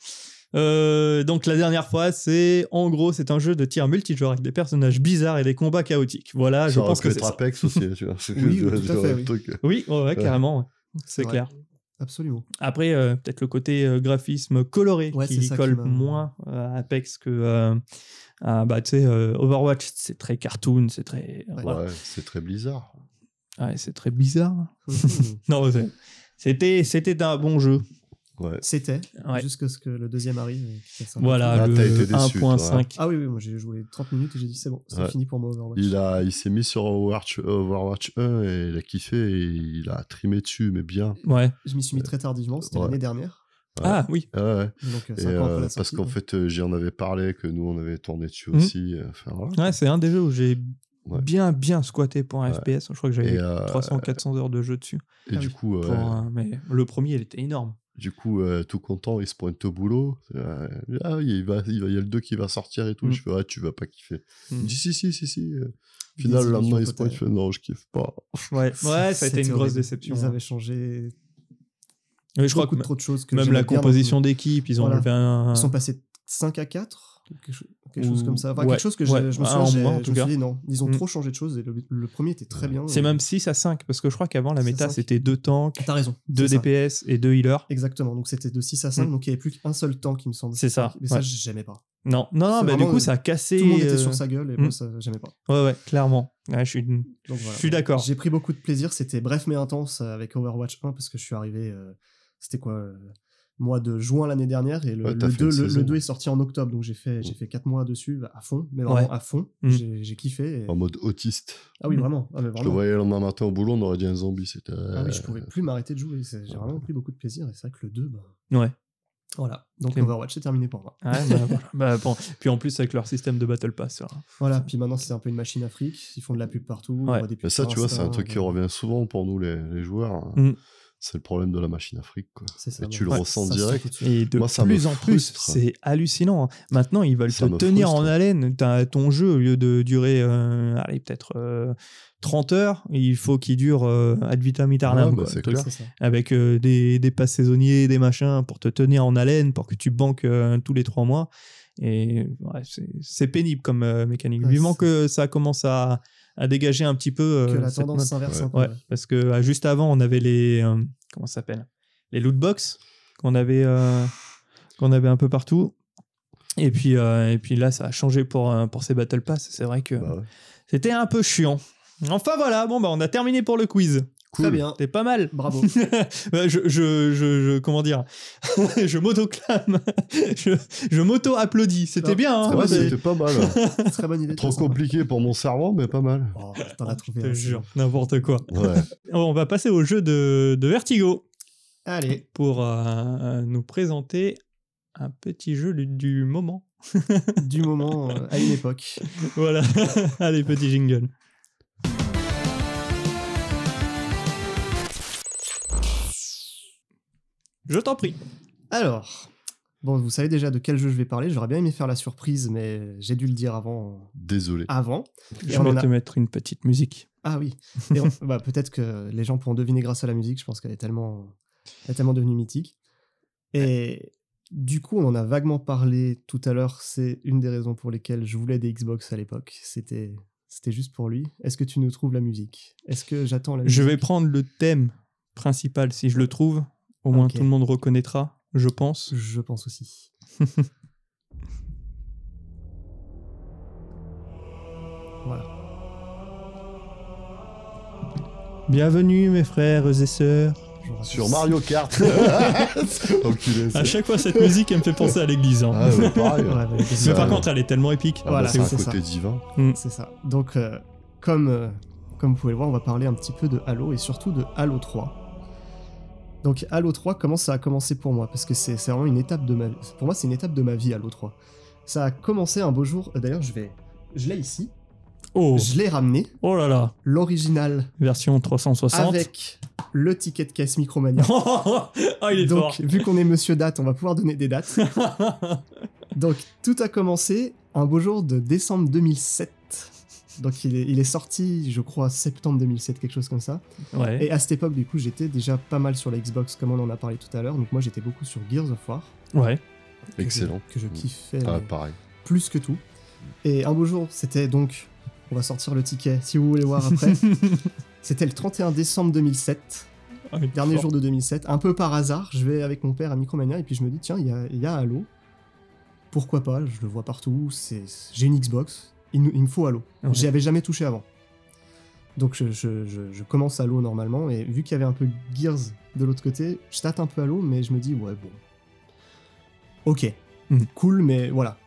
A: Euh, donc la dernière fois, c'est en gros, c'est un jeu de tir multijoueur avec des personnages bizarres et des combats chaotiques.
C: Ah,
A: Voilà, je
B: ça aurait
A: pense
B: pu
A: que
B: être
A: c'est ça.
B: Apex aussi, tu vois. C'est
C: Oui,
B: le-
C: oui, tout à
B: le
C: fait, oui.
B: truc.
A: Oui, ouais, ouais, carrément, ouais. c'est
C: Ouais,
A: clair.
C: Absolument.
A: Après, euh, peut-être le côté euh, graphisme coloré
C: Ouais, c'est
A: qui
C: ça qui
A: colle
C: m'a-
A: moins à Apex que euh, à, bah, tu sais, euh, Overwatch, c'est très cartoon, c'est très, voilà.
B: Ouais, c'est très bizarre.
A: Ouais, c'est très bizarre.
C: Mhm.
A: Non, c'est- c'était, c'était un bon jeu.
B: Ouais.
C: C'était,
A: Ouais.
C: jusqu'à ce que le deuxième arrive. et que ça-
A: Voilà,
B: Ah,
A: le
B: t'as été déçu,
A: 1.5.
C: Ah oui, oui, moi j'ai joué 30 minutes et j'ai dit c'est bon, c'est
B: Ouais.
C: fini pour moi Overwatch.
B: Il, a, il s'est mis sur Overwatch, euh, Overwatch 1 et il a kiffé et il a trimé dessus, mais bien.
A: Ouais.
C: Je m'y suis mis très tardivement, c'était
B: Ouais.
C: l'année dernière.
A: Ah oui.
B: Ah ouais.
C: Donc, euh,
B: Et,
C: cinq ans après
B: euh,
C: la
B: parce
C: sortie,
B: qu'en
C: ouais. Mmh.
B: fait, euh, j'en avais parlé, que nous on avait tourné dessus
A: Mhm.
B: aussi. euh, Enfin, voilà.
A: Ouais, c'est un des jeux où j'ai
B: Ouais.
A: bien, bien squatté pour un
B: Ouais.
A: FPS. Je crois que j'avais
B: Et, euh,
A: 300-400 heures de jeu dessus.
B: Et
C: Ah
B: du
C: oui.
B: coup, euh,
A: pour un- mais le premier, il était énorme.
B: du coup euh, tout content, il se pointe au boulot. Euh, ah, il, va, il, va- il y a le 2 qui va sortir et tout.
C: Mmh.
A: Mhm.
B: Je fais, ah, tu vas pas kiffer. Il
A: Mm.
B: me dit, si, si, si, si. euh. Au final, le
C: Désillusion
B: lendemain, il se pointe.
C: totale.
B: Je fais, non, je kiffe pas.
A: Ouais, ouais ça a été
C: C'était
A: une grosse
C: horrible.
A: déception.
C: Ils
A: hein.
C: avaient changé
A: Mais je crois que
C: beaucoup trop de choses. Que
A: même
C: j'aimais
A: la
C: bien dans
A: composition
C: le-
A: d'équipe, ils ont
C: Voilà.
A: enlevé un.
C: Ils sont passés de 5 à 4 ou quelque, cho- quelque chose
A: Ou-
C: comme ça. Enfin,
A: ouais,
C: quelque chose que je-
A: ouais.
C: je,
A: Ah,
C: me souviens,
A: en
C: j'ai-
A: moi, en
C: je
A: tout
C: me suis
A: cas.
C: dit non, ils ont
A: Mm.
C: trop changé de choses et le, le premier était très bien.
A: C'est même 6 à 5, parce que je crois qu'avant, la
C: C'est
A: méta,
C: cinq.
A: c'était 2 tanks,
C: T'as raison.
A: 2
C: c'est ça.
A: DPS et 2 healers.
C: Exactement, donc c'était de 6 à 5, donc il n'y avait plus qu'un seul temps qui me semble.
A: Mm. C'est ça,
C: Mais ça,
A: ouais.
C: j'aimais pas.
A: Non, non, non
C: C'est
A: bah, du
C: vraiment-
A: coup, ça a cassé.
C: Tout le monde était
A: euh,
C: sur sa gueule et
A: mm.
C: moi, ça, j'aimais pas.
A: Ouais, ouais, clairement. Ouais, je suis,
C: Donc,
A: je
C: voilà.
A: suis d'accord.
C: J'ai pris beaucoup de plaisir, c'était bref mais intense euh, avec Overwatch 1 parce que je suis arrivé, euh, c'était quoi, euh, mois de juin l'année dernière et le,
B: Ouais,
C: le
B: t'as fait
C: 2,
B: une
C: le- le
B: saison.
C: 2 est sorti en octobre donc j'ai fait, j'ai fait 4 mois dessus bah, à fond, mais vraiment
A: Mm. Ouais.
C: à fond,
A: Mm. Oh.
C: j'ai j'ai kiffé. et-
B: En mode autiste.
C: Ah oui,
A: Mm.
C: vraiment, ah, mais
B: Je le
C: vraiment.
B: voyais le lendemain matin au boulot, on aurait dit un zombie. C'était.
C: Ah oui, je pouvais plus m'arrêter de jouer, c'est- j'ai
B: ouais.
C: vraiment pris beaucoup de plaisir et c'est vrai que le 2, bah,
A: Ouais.
C: voilà. Donc
A: Ok.
C: Overwatch c'est terminé pour moi.
A: Ouais, bah, voilà. Bah, bon. Puis en plus, avec leur système de Battle Pass. hein. alors.
C: Voilà, puis maintenant c'est un peu une machine afrique, ils font de la pub partout. on
A: Ouais.
C: voit des pubs
B: Mais ça,
C: sur
B: tu vois, c'est un
C: Insta, euh,
B: truc qui
C: Ah, ouais.
B: revient souvent pour nous, les, les joueurs. hein.
A: Mm.
B: C'est le problème de la machine Afrique. Quoi.
C: C'est ça,
B: Et tu le
C: ouais. Ça
B: ressens
C: se sent
B: direct.
C: tout de suite.
A: Et de
B: Moi, ça me
A: plus en plus,
B: frustre.
A: c'est hallucinant. hein. Maintenant, ils veulent
B: Ça
A: te
B: me
A: tenir en
B: frustre.
A: haleine. T'as ton jeu, au lieu de durer, euh, allez, peut-être euh, 30 heures, il faut qu'il dure euh, ad vitam aeternam.
B: Ouais, bah,
A: quoi,
B: c'est
A: le truc.
B: clair.
C: C'est ça.
A: Avec euh, des, des passes saisonniers, des machins, pour te tenir en haleine, pour que tu banques euh, tous les trois mois. Et ouais, c'est- c'est pénible comme euh, mécanique.
C: Ouais,
A: Vivement
C: c'est-
A: que ça commence à, à dégager un petit peu. euh,
C: que la
A: cette
C: tendance
A: mode.
C: s'inverse
B: Ouais.
C: un peu.
A: Ouais, parce que ah, juste avant, on avait les. euh, comment ça s'appelle Les loot box qu'on avait, euh, qu'on avait un peu partout. Et puis, euh, et puis là, ça a changé pour, euh, pour ces Battle Pass. C'est vrai que
B: Bah ouais.
A: c'était un peu chiant. Enfin voilà, bon bah on a terminé pour le quiz.
B: Cool.
C: Très bien.
A: T'es pas mal.
C: Bravo.
A: Bah, je, je, je, je- comment dire Je m'auto-clame. je je m'auto-applaudis. C'était
C: Ah,
A: bien. Hein
B: Ah ouais,
A: C'est-
B: c'était pas mal.
C: Très bonne idée.
B: Trop
C: très sympa.
B: compliqué pour mon cerveau, mais pas mal.
C: Oh, t'en as
A: je
C: trouvé.
A: te
C: un.
A: jure, n'importe quoi.
B: Ouais.
A: On va passer au jeu de, de Vertigo
C: Allez.
A: pour euh, euh, nous présenter un petit jeu du, du moment.
C: du moment euh, à une époque.
A: Voilà. Allez, petit jingle. Je t'en prie.
C: Alors, bon, vous savez déjà de quel jeu je vais parler. J'aurais bien aimé faire la surprise, mais j'ai dû le dire avant.
B: Désolé.
C: Avant. Et
A: Je
C: on
A: vais
C: en a-
A: te mettre une petite musique.
C: Ah oui. Et on- bah, peut-être que les gens pourront deviner grâce à la musique. Je pense qu'elle est tellement, elle est tellement devenue mythique. Et du coup, on en a vaguement parlé tout à l'heure. C'est une des raisons pour lesquelles je voulais des Xbox à l'époque. C'était, c'était juste pour lui. Est-ce que tu nous trouves la musique Est-ce que j'attends la musique
A: Je vais prendre le thème principal si je le trouve. Au moins
C: Ok.
A: tout le monde reconnaîtra, je pense.
C: Je pense aussi. voilà.
A: Bienvenue mes frères et sœurs.
C: je rappelle
B: Sur
C: ça.
B: Mario Kart. Enculé.
A: À
B: c'est-
A: chaque fois cette musique elle me fait penser à l'église. hein.
B: Ah ouais, pareil.
C: Ouais, bah,
A: Mais
C: c'est
A: par
B: ouais.
A: contre elle est tellement épique.
B: Ah bah,
C: Voilà,
B: c'est un
C: c'est
B: côté divin.
C: c'est ça. Donc, euh, comme, euh, comme vous pouvez le voir, on va parler un petit peu de Halo et surtout de Halo 3. Donc, Halo 3, comment ça a commencé pour moi Parce que c'est c'est vraiment une étape de ma vie. Pour moi, c'est une étape de ma vie, Halo 3. Ça a commencé un beau jour. euh, D'ailleurs, je vais. Je l'ai ici.
A: Oh,
C: Je l'ai ramené.
A: oh là là,
C: L'original
A: version 360.
C: avec le ticket de caisse Micromania.
A: oh, il est
C: Donc, vu qu'on est monsieur date, on va pouvoir donner des dates.
A: fort.
C: Donc, tout a commencé un beau jour de décembre 2007. Donc, il est, il est sorti, je crois, septembre 2007, quelque chose comme ça.
A: ouais.
C: Et à cette époque, du coup, j'étais déjà pas mal sur la Xbox, comme on en a parlé tout à l'heure. Donc, moi, j'étais beaucoup sur Gears of War.
A: ouais.
C: que je-
B: Excellent.
C: Que je, kiffais
B: Ah,
C: mais
B: pareil.
C: plus que tout. Et un beau jour, c'était donc. On va sortir le ticket si vous voulez voir après. c'était le 31 décembre 2007.
A: Ah, il est
C: Dernier
A: fort.
C: jour de 2007, un peu par hasard, je vais avec mon père à Micromania et puis je me dis tiens, il y a, il y a Halo. Pourquoi pas Je le vois partout, c'est j'ai une Xbox, il, nous- il me faut Halo.
A: Ouais.
C: J'y avais jamais touché avant. Donc je, je- je- je commence Halo normalement et vu qu'il y avait un peu Gears de l'autre côté, je tâte un peu Halo mais je me dis ouais bon. Ok,
A: Mhm.
C: cool mais voilà.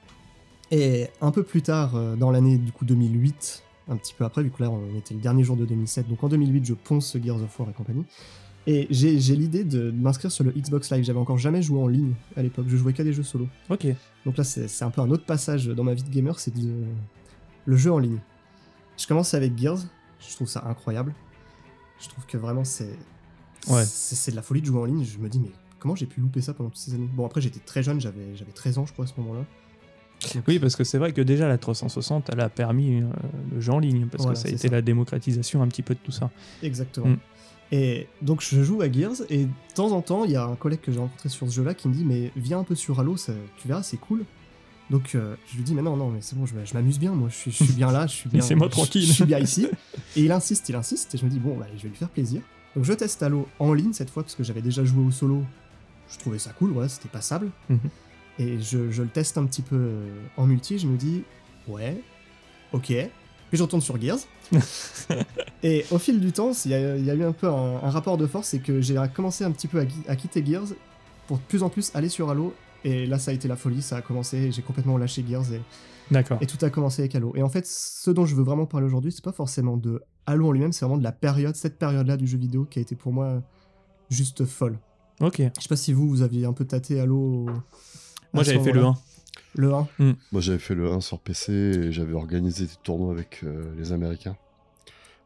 C: Et un peu plus tard euh, dans l'année du coup 2008, un petit peu après vu que là on était le dernier jour de 2007, donc en 2008 je ponce Gears of War et compagnie. Et j'ai j'ai l'idée de m'inscrire sur le Xbox Live. J'avais encore jamais joué en ligne à l'époque. Je jouais qu'à des jeux solo.
A: Ok.
C: Donc là, c'est c'est un peu un autre passage dans ma vie de gamer, c'est de- le jeu en ligne. Je commence avec Gears. Je trouve ça incroyable. Je trouve que vraiment, c'est
A: Ouais.
C: c'est c'est de la folie de jouer en ligne. Je me dis, mais comment j'ai pu louper ça pendant toutes ces années Bon, après, j'étais très jeune. J'avais j'avais 13 ans, je crois, à ce moment-là.
A: Oui, parce que c'est vrai que déjà la 360, elle a permis euh, le jeu en ligne, parce
C: Voilà,
A: que ça a
C: c'est
A: été
C: ça.
A: la démocratisation un petit peu de tout ça.
C: Exactement.
A: Mm.
C: Et donc je joue à Gears et de temps en temps, il y a un collègue que j'ai rencontré sur ce jeu-là qui me dit mais viens un peu sur Halo, ça- tu verras, c'est cool. Donc euh, je lui dis mais non non mais c'est bon, je, je m'amuse bien, moi je suis, je suis bien là, je suis bien,
A: Laissez-moi
C: je-
A: tranquille.
C: je, suis bien ici. Et il insiste, il insiste et je me dis bon bah, je vais lui faire plaisir. Donc je teste Halo en ligne cette fois parce que j'avais déjà joué au solo, je trouvais ça cool, ouais, c'était passable.
A: Mhm.
C: Et je, je le teste un petit peu euh, en multi, je me dis ouais, ok. Puis je retourne sur Gears. Et au fil du temps, il y, a- il y a eu un peu un, un rapport de force, c'est que j'ai commencé un petit peu à, gui- à quitter Gears pour de plus en plus aller sur Halo. Et là, ça a été la folie, ça a commencé, j'ai complètement lâché Gears et,
A: D'accord.
C: et tout a commencé avec Halo. Et en fait, ce dont je veux vraiment parler aujourd'hui, c'est pas forcément de Halo en lui-même, c'est vraiment de la période, cette période-là du jeu vidéo qui a été pour moi juste folle.
A: Ok.
C: Je sais pas si vous, vous aviez un peu tâté Halo.
A: Moi j'avais fait le 1.
C: Le 1
B: Moi, j'avais fait le 1 sur PC et j'avais organisé des tournois avec euh, les Américains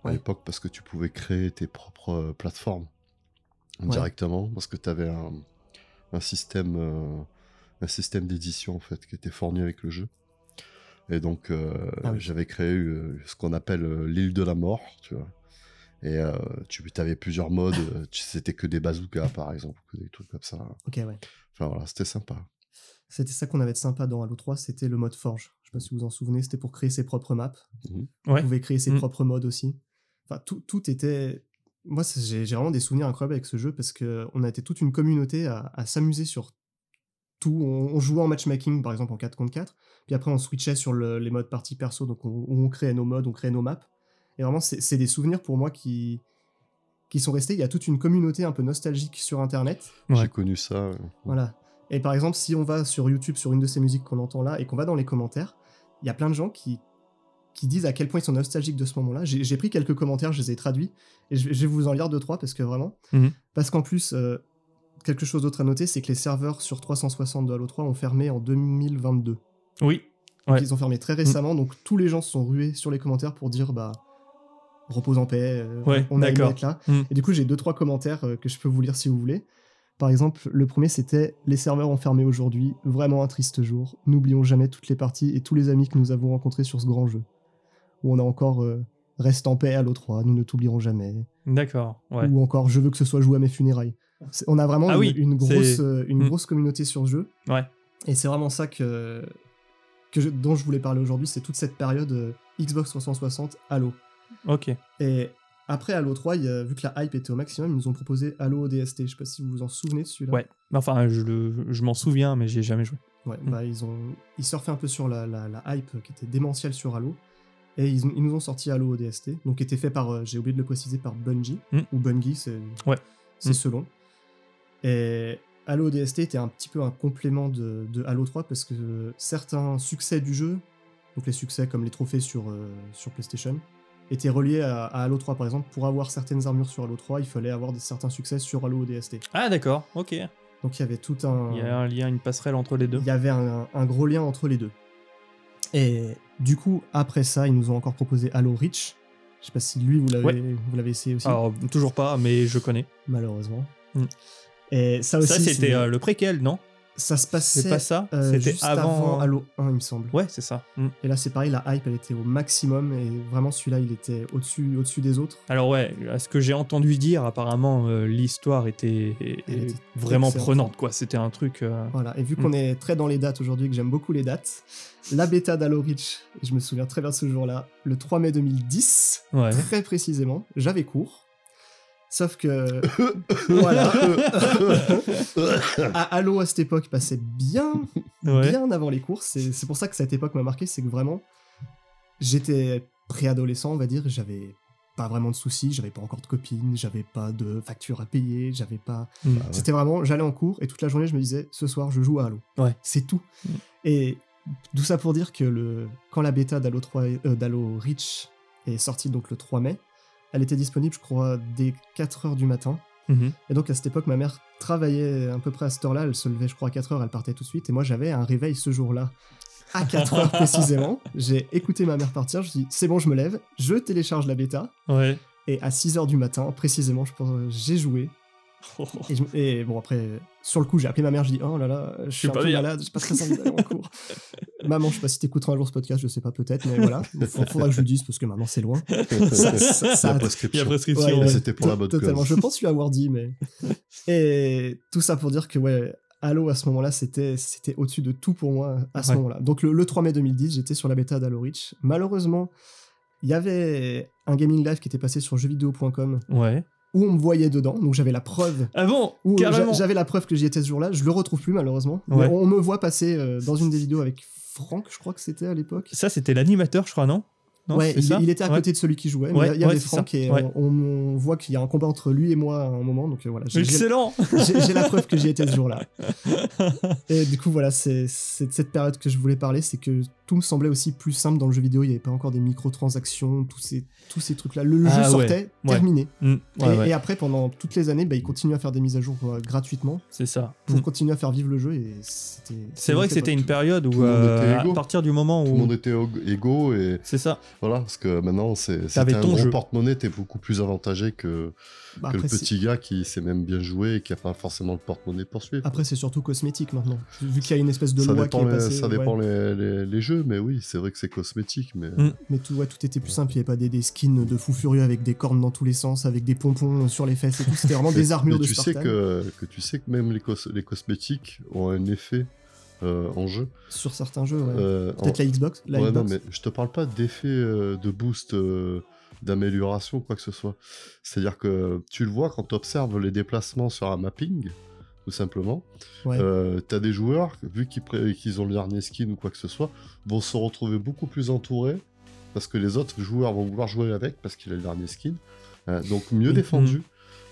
B: à
C: Ouais.
B: l'époque parce que tu pouvais créer tes propres euh, plateformes
C: Ouais.
B: directement parce que tu avais un, un système, euh, un système d'édition en fait qui était fourni avec le jeu. Et donc, euh,
C: Ah oui.
B: j'avais créé euh, ce qu'on appelle euh, l'île de la mort, tu vois. Et euh, tu avais plusieurs modes, euh, tu- c'était que des bazookas par exemple, que des trucs comme ça.
C: Ok, ouais.
B: Enfin voilà, c'était sympa.
C: C'était ça qu'on avait de sympa dans Halo 3, c'était le mode Forge. Je sais pas si vous vous en souvenez, c'était pour créer ses propres maps.
B: Mhm.
A: Ouais.
C: On pouvait créer ses
A: Mm.
C: propres modes aussi. Enfin, tout, tout était moi, c'est- j'ai j'ai vraiment des souvenirs incroyables avec ce jeu parce qu'on a été toute une communauté à, à s'amuser sur tout. On, on jouait en matchmaking, par exemple, en 4 contre 4. Puis après, on switchait sur le- les modes partie perso, donc on, on créait nos modes, on créait nos maps. Et vraiment, c'est c'est des souvenirs pour moi qui, qui sont restés. Il y a toute une communauté un peu nostalgique sur Internet.
A: Ouais.
B: J'ai connu ça. euh, ouais.
C: Voilà. Et par exemple, si on va sur YouTube, sur une de ces musiques qu'on entend là, et qu'on va dans les commentaires, il y a plein de gens qui, qui disent à quel point ils sont nostalgiques de ce moment-là. J'ai j'ai pris quelques commentaires, je les ai traduits, et je, vais- je vais vous en lire deux, trois, parce que vraiment...
A: Mhm.
C: Parce qu'en plus, euh, quelque chose d'autre à noter, c'est que les serveurs sur 360 de Halo 3 ont fermé en 2022.
A: Oui,
C: Donc
A: Ouais. Mm.
C: Ils ont fermé très récemment, donc tous les gens se sont rués sur les commentaires pour dire, bah... Repose en paix, euh,
A: Ouais,
C: on a aimé
A: d'accord.
C: être là.
A: Mhm.
C: Et du coup, j'ai deux, trois commentaires euh, que je peux vous lire si vous voulez. Par exemple, le premier c'était Les serveurs ont fermé aujourd'hui, vraiment un triste jour. N'oublions jamais toutes les parties et tous les amis que nous avons rencontrés sur ce grand jeu. Ou on a encore euh, Reste en paix à l'O3, nous ne t'oublierons jamais.
A: d'accord. Ouais.
C: Ou encore Je veux que ce soit joué à mes funérailles. C'est- On a vraiment
A: Ah
C: une,
A: oui,
C: une
A: c'est-
C: grosse, euh, une
A: Mm.
C: grosse communauté sur ce jeu.
A: Ouais.
C: Et c'est vraiment ça que, que je- dont je voulais parler aujourd'hui c'est toute cette période euh, Xbox 360 Halo.
A: Ok.
C: Et après Halo 3, il y a- vu que la hype était au maximum, ils nous ont proposé Halo ODST. Je sais pas si vous vous en souvenez de celui-là.
A: Ouais. Enfin, je, le- je m'en souviens, mais j'ai jamais joué.
C: Ouais,
A: Mm.
C: bah, ils, ont, ils surfaient un peu sur la, la- la hype qui était démentielle sur Halo. Et ils, ont- ils nous ont sorti Halo ODST, donc qui était fait par, euh, j'ai oublié de le préciser, par Bungie,
A: Mm.
C: ou Bungie, c'est
A: Ouais.
C: c'est
A: Mm.
C: selon. Et Halo ODST était un petit peu un complément de, de Halo 3, parce que euh, certains succès du jeu, donc les succès comme les trophées sur, euh, sur PlayStation, étaient reliés à, à Halo 3, par exemple. Pour avoir certaines armures sur Halo 3, il fallait avoir des, certains succès sur Halo ODST.
A: Ah, d'accord. Ok. Il
C: Donc il y avait tout un...
A: y a un lien, une passerelle entre les deux.
C: Il y avait un, un gros lien entre les deux. Et du coup, après ça, ils nous ont encore proposé Halo Reach. Je sais pas si lui, vous l'avez vous l'avez essayé aussi,
A: Alors, toujours pas, mais je connais.
C: malheureusement.
A: Hmm.
C: Et ça Ah, aussi,
A: Ça, c'était
C: c'est-
A: euh, le préquel, non
C: ça se
A: C'est
C: passait
A: pas ça
C: euh,
A: C'était
C: juste avant...
A: avant. hein.
C: Halo 1, il me semble.
A: Ouais, c'est ça. Mm.
C: Et là, c'est pareil, la hype, elle était au maximum. Et vraiment, celui-là, il était au-dessus au -dessus des autres.
A: Alors ouais, à ce que j'ai entendu dire, apparemment euh, l'histoire était, est-
C: Elle
A: est
C: était
A: vraiment
C: excellente.
A: prenante quoi. C'était un truc. euh,
C: Voilà, et vu qu'on est très dans les dates aujourd'hui, que j'aime beaucoup les dates, la bêta d'Halo Reach, et je me souviens très bien de ce jour-là, le 3 mai 2010,
A: Ouais.
C: très précisément, j'avais cours. Sauf que. voilà. à Halo à cette époque passait bien,
A: Ouais.
C: bien avant les cours. C'est c'est pour ça que cette époque m'a marqué, c'est que vraiment, j'étais préadolescent, on va dire, j'avais pas vraiment de soucis, j'avais pas encore de copine, j'avais pas de facture à payer, j'avais pas.
A: Mm.
B: Ah ouais.
C: C'était vraiment, j'allais en cours et toute la journée, je me disais, ce soir, je joue à Halo.
A: Ouais.
C: C'est tout.
A: Mm.
C: Et tout ça pour dire que le, quand la bêta d'Halo 3 est- euh, d'Halo Reach est sortie donc le 3 mai, elle était disponible, je crois, dès 4h du matin.
A: Mhm.
C: Et donc à cette époque, ma mère travaillait à peu près à cette heure-là. Elle se levait, je crois, à 4 heures, elle partait tout de suite. Et moi, j'avais un réveil ce jour-là. À 4 heures précisément, j'ai écouté ma mère partir. Je me suis dit, c'est bon, je me lève, je télécharge la bêta.
A: Ouais.
C: Et à 6 heures du matin, précisément, je pense, euh, j'ai joué. Et, je- et bon, après, euh, sur le coup, j'ai appelé ma mère, je dis, oh là là, je suis un
A: pas
C: peu
A: bien.
C: malade, j'ai pas très envie d'aller en cours. Maman, je sais pas si t'écouteras un jour ce podcast, je sais pas, peut-être, mais voilà. Faudra que je lui dise parce que maintenant c'est loin. Ça- ça- ça
B: La
C: a
A: Il y a
B: prescription.
C: Ouais,
A: prescription.
C: ouais.
A: ouais.
B: C'était pour la
C: To-
B: bonne cause.
C: Totalement, je pense lui avoir dit, mais. Et tout ça pour dire que, ouais, Halo à ce moment-là, c'était c'était au-dessus de tout pour moi à ce
A: Ouais.
C: moment-là. Donc le, le 3 mai 2010, j'étais sur la bêta d'Halo Reach. Malheureusement, il y avait un gaming live qui était passé sur jeuxvideo.com
A: Ouais.
C: où on me voyait dedans, donc j'avais la preuve.
A: Ah bon
C: où euh, j'a-
A: Carrément.
C: J'avais la preuve que j'y étais ce jour-là, je le retrouve plus malheureusement. Mais
A: Ouais.
C: on me voit passer euh, dans une des vidéos avec Franck, je crois que c'était à l'époque.
A: Ça c'était l'animateur, je crois, non Non,
C: ouais,
A: c'est
C: il,
A: ça
C: il était à
A: Ouais.
C: côté de celui qui jouait, mais
A: Ouais,
C: il y a- il y avait
A: ouais, c'est
C: Franck
A: ça.
C: et
A: Ouais.
C: on, on voit qu'il y a un combat entre lui et moi à un moment, donc euh, voilà. j'ai- j'ai-
A: Excellent.
C: j'ai j'ai la preuve que j'y étais ce jour-là. Et du coup, voilà, c'est c'est de cette période que je voulais parler, c'est que tout me semblait aussi plus simple dans le jeu vidéo. Il n'y avait pas encore des microtransactions, tous ces, tous ces trucs-là. Le, le
A: Ah
C: jeu
A: ouais,
C: sortait,
A: ouais.
C: terminé.
A: Mm. Ouais,
C: et,
A: ouais,
C: et après, pendant toutes les années, bah, ils continuent à faire des mises à jour euh, gratuitement
A: C'est ça.
C: pour
A: Mm.
C: continuer à faire vivre le jeu. Et c'était.
A: C'est vrai que c'était une période
B: tout
A: où
B: le monde
A: euh,
B: était
A: à
B: égaux.
A: partir du moment
B: Tout le monde
A: où
B: était og- égaux et
A: c'est ça.
B: voilà parce que maintenant c'est
A: T'avais
B: c'était un
A: ton
B: gros
A: jeu.
B: porte-monnaie t'es beaucoup plus avantagé que,
C: Bah,
B: que le
C: après, c'est-
B: petit gars qui sait même bien jouer et qui a pas forcément le porte-monnaie pour suivre.
C: Après, c'est surtout cosmétique maintenant. Vu qu'il y a une espèce Ah, de
B: ça
C: loi
B: dépend,
C: qui est
B: les,
C: passée.
B: ça
C: ouais.
B: dépend les, les- les jeux, mais oui, c'est vrai que c'est cosmétique, mais
C: Mais tout, ouais, tout était plus simple. Il n'y avait pas des, des skins de fous furieux avec des cornes dans tous les sens, avec des pompons sur les fesses et tout. C'était vraiment
B: Mais-
C: des armures
B: mais
C: de
B: tu sais
C: Spartan.
B: que, que tu sais que même les, cos- les cosmétiques ont un effet euh, en jeu.
C: Sur certains jeux, ouais.
B: Euh, en-
C: Peut-être la Xbox, la
B: Ouais, non,
C: Xbox.
B: mais je te parle pas d'effet euh, de boost euh, d'amélioration ou quoi que ce soit. C'est-à-dire que tu le vois quand tu observes les déplacements sur un mapping, tout simplement.
C: Ouais.
B: Euh, T'as des joueurs, vu qu'ils pré- qu'ils ont le dernier skin ou quoi que ce soit, vont se retrouver beaucoup plus entourés parce que les autres joueurs vont vouloir jouer avec parce qu'il a le dernier skin. Euh, donc mieux
A: Mhm.
B: défendu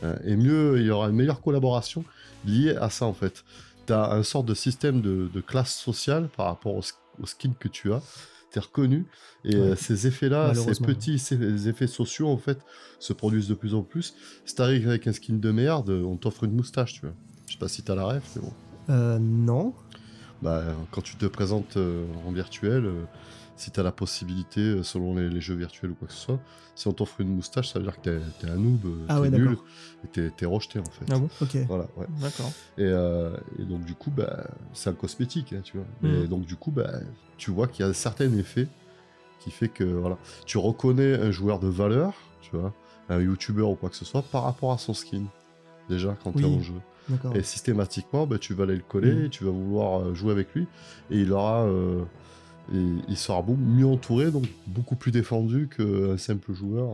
B: euh, et mieux, il y aura une meilleure collaboration liée à ça en fait. T'as un sort de système de, de classe sociale par rapport au, sk- au skin que tu as. T'es reconnu et
C: Ouais.
B: euh, ces effets-là, ces
C: Malheureusement.
B: petits ces effets sociaux en fait, se produisent de plus en plus. Si t'arrives avec un skin de merde, euh, on t'offre une moustache, tu vois. Je sais pas si t'as la ref, mais bon.
C: Euh, non.
B: Bah, euh, quand tu te présentes euh, en virtuel, euh, si t'as la possibilité, euh, selon les, les jeux virtuels ou quoi que ce soit, si on t'offre une moustache, ça veut dire que t'es- t'es un noob, euh,
C: Ah
B: t'es
C: ouais,
B: nul,
C: d'accord.
B: et t'es- t'es rejeté en fait.
A: Ah bon
C: Ok.
B: Voilà, ouais.
A: D'accord.
B: Et, euh, et donc du coup, bah, c'est un cosmétique, hein, tu vois.
A: Mhm.
B: Et donc du coup, bah, tu vois qu'il y a un certain effet qui fait que voilà, tu reconnais un joueur de valeur, tu vois, un youtubeur ou quoi que ce soit, par rapport à son skin. Déjà, quand tu t'es
C: Oui.
B: en jeu.
C: D'accord.
B: Et systématiquement, bah, tu vas aller le coller,
A: Mhm.
B: tu vas vouloir euh, jouer avec lui, et il aura, euh, et- il sera beaucoup mieux entouré, donc beaucoup plus défendu qu'un simple joueur.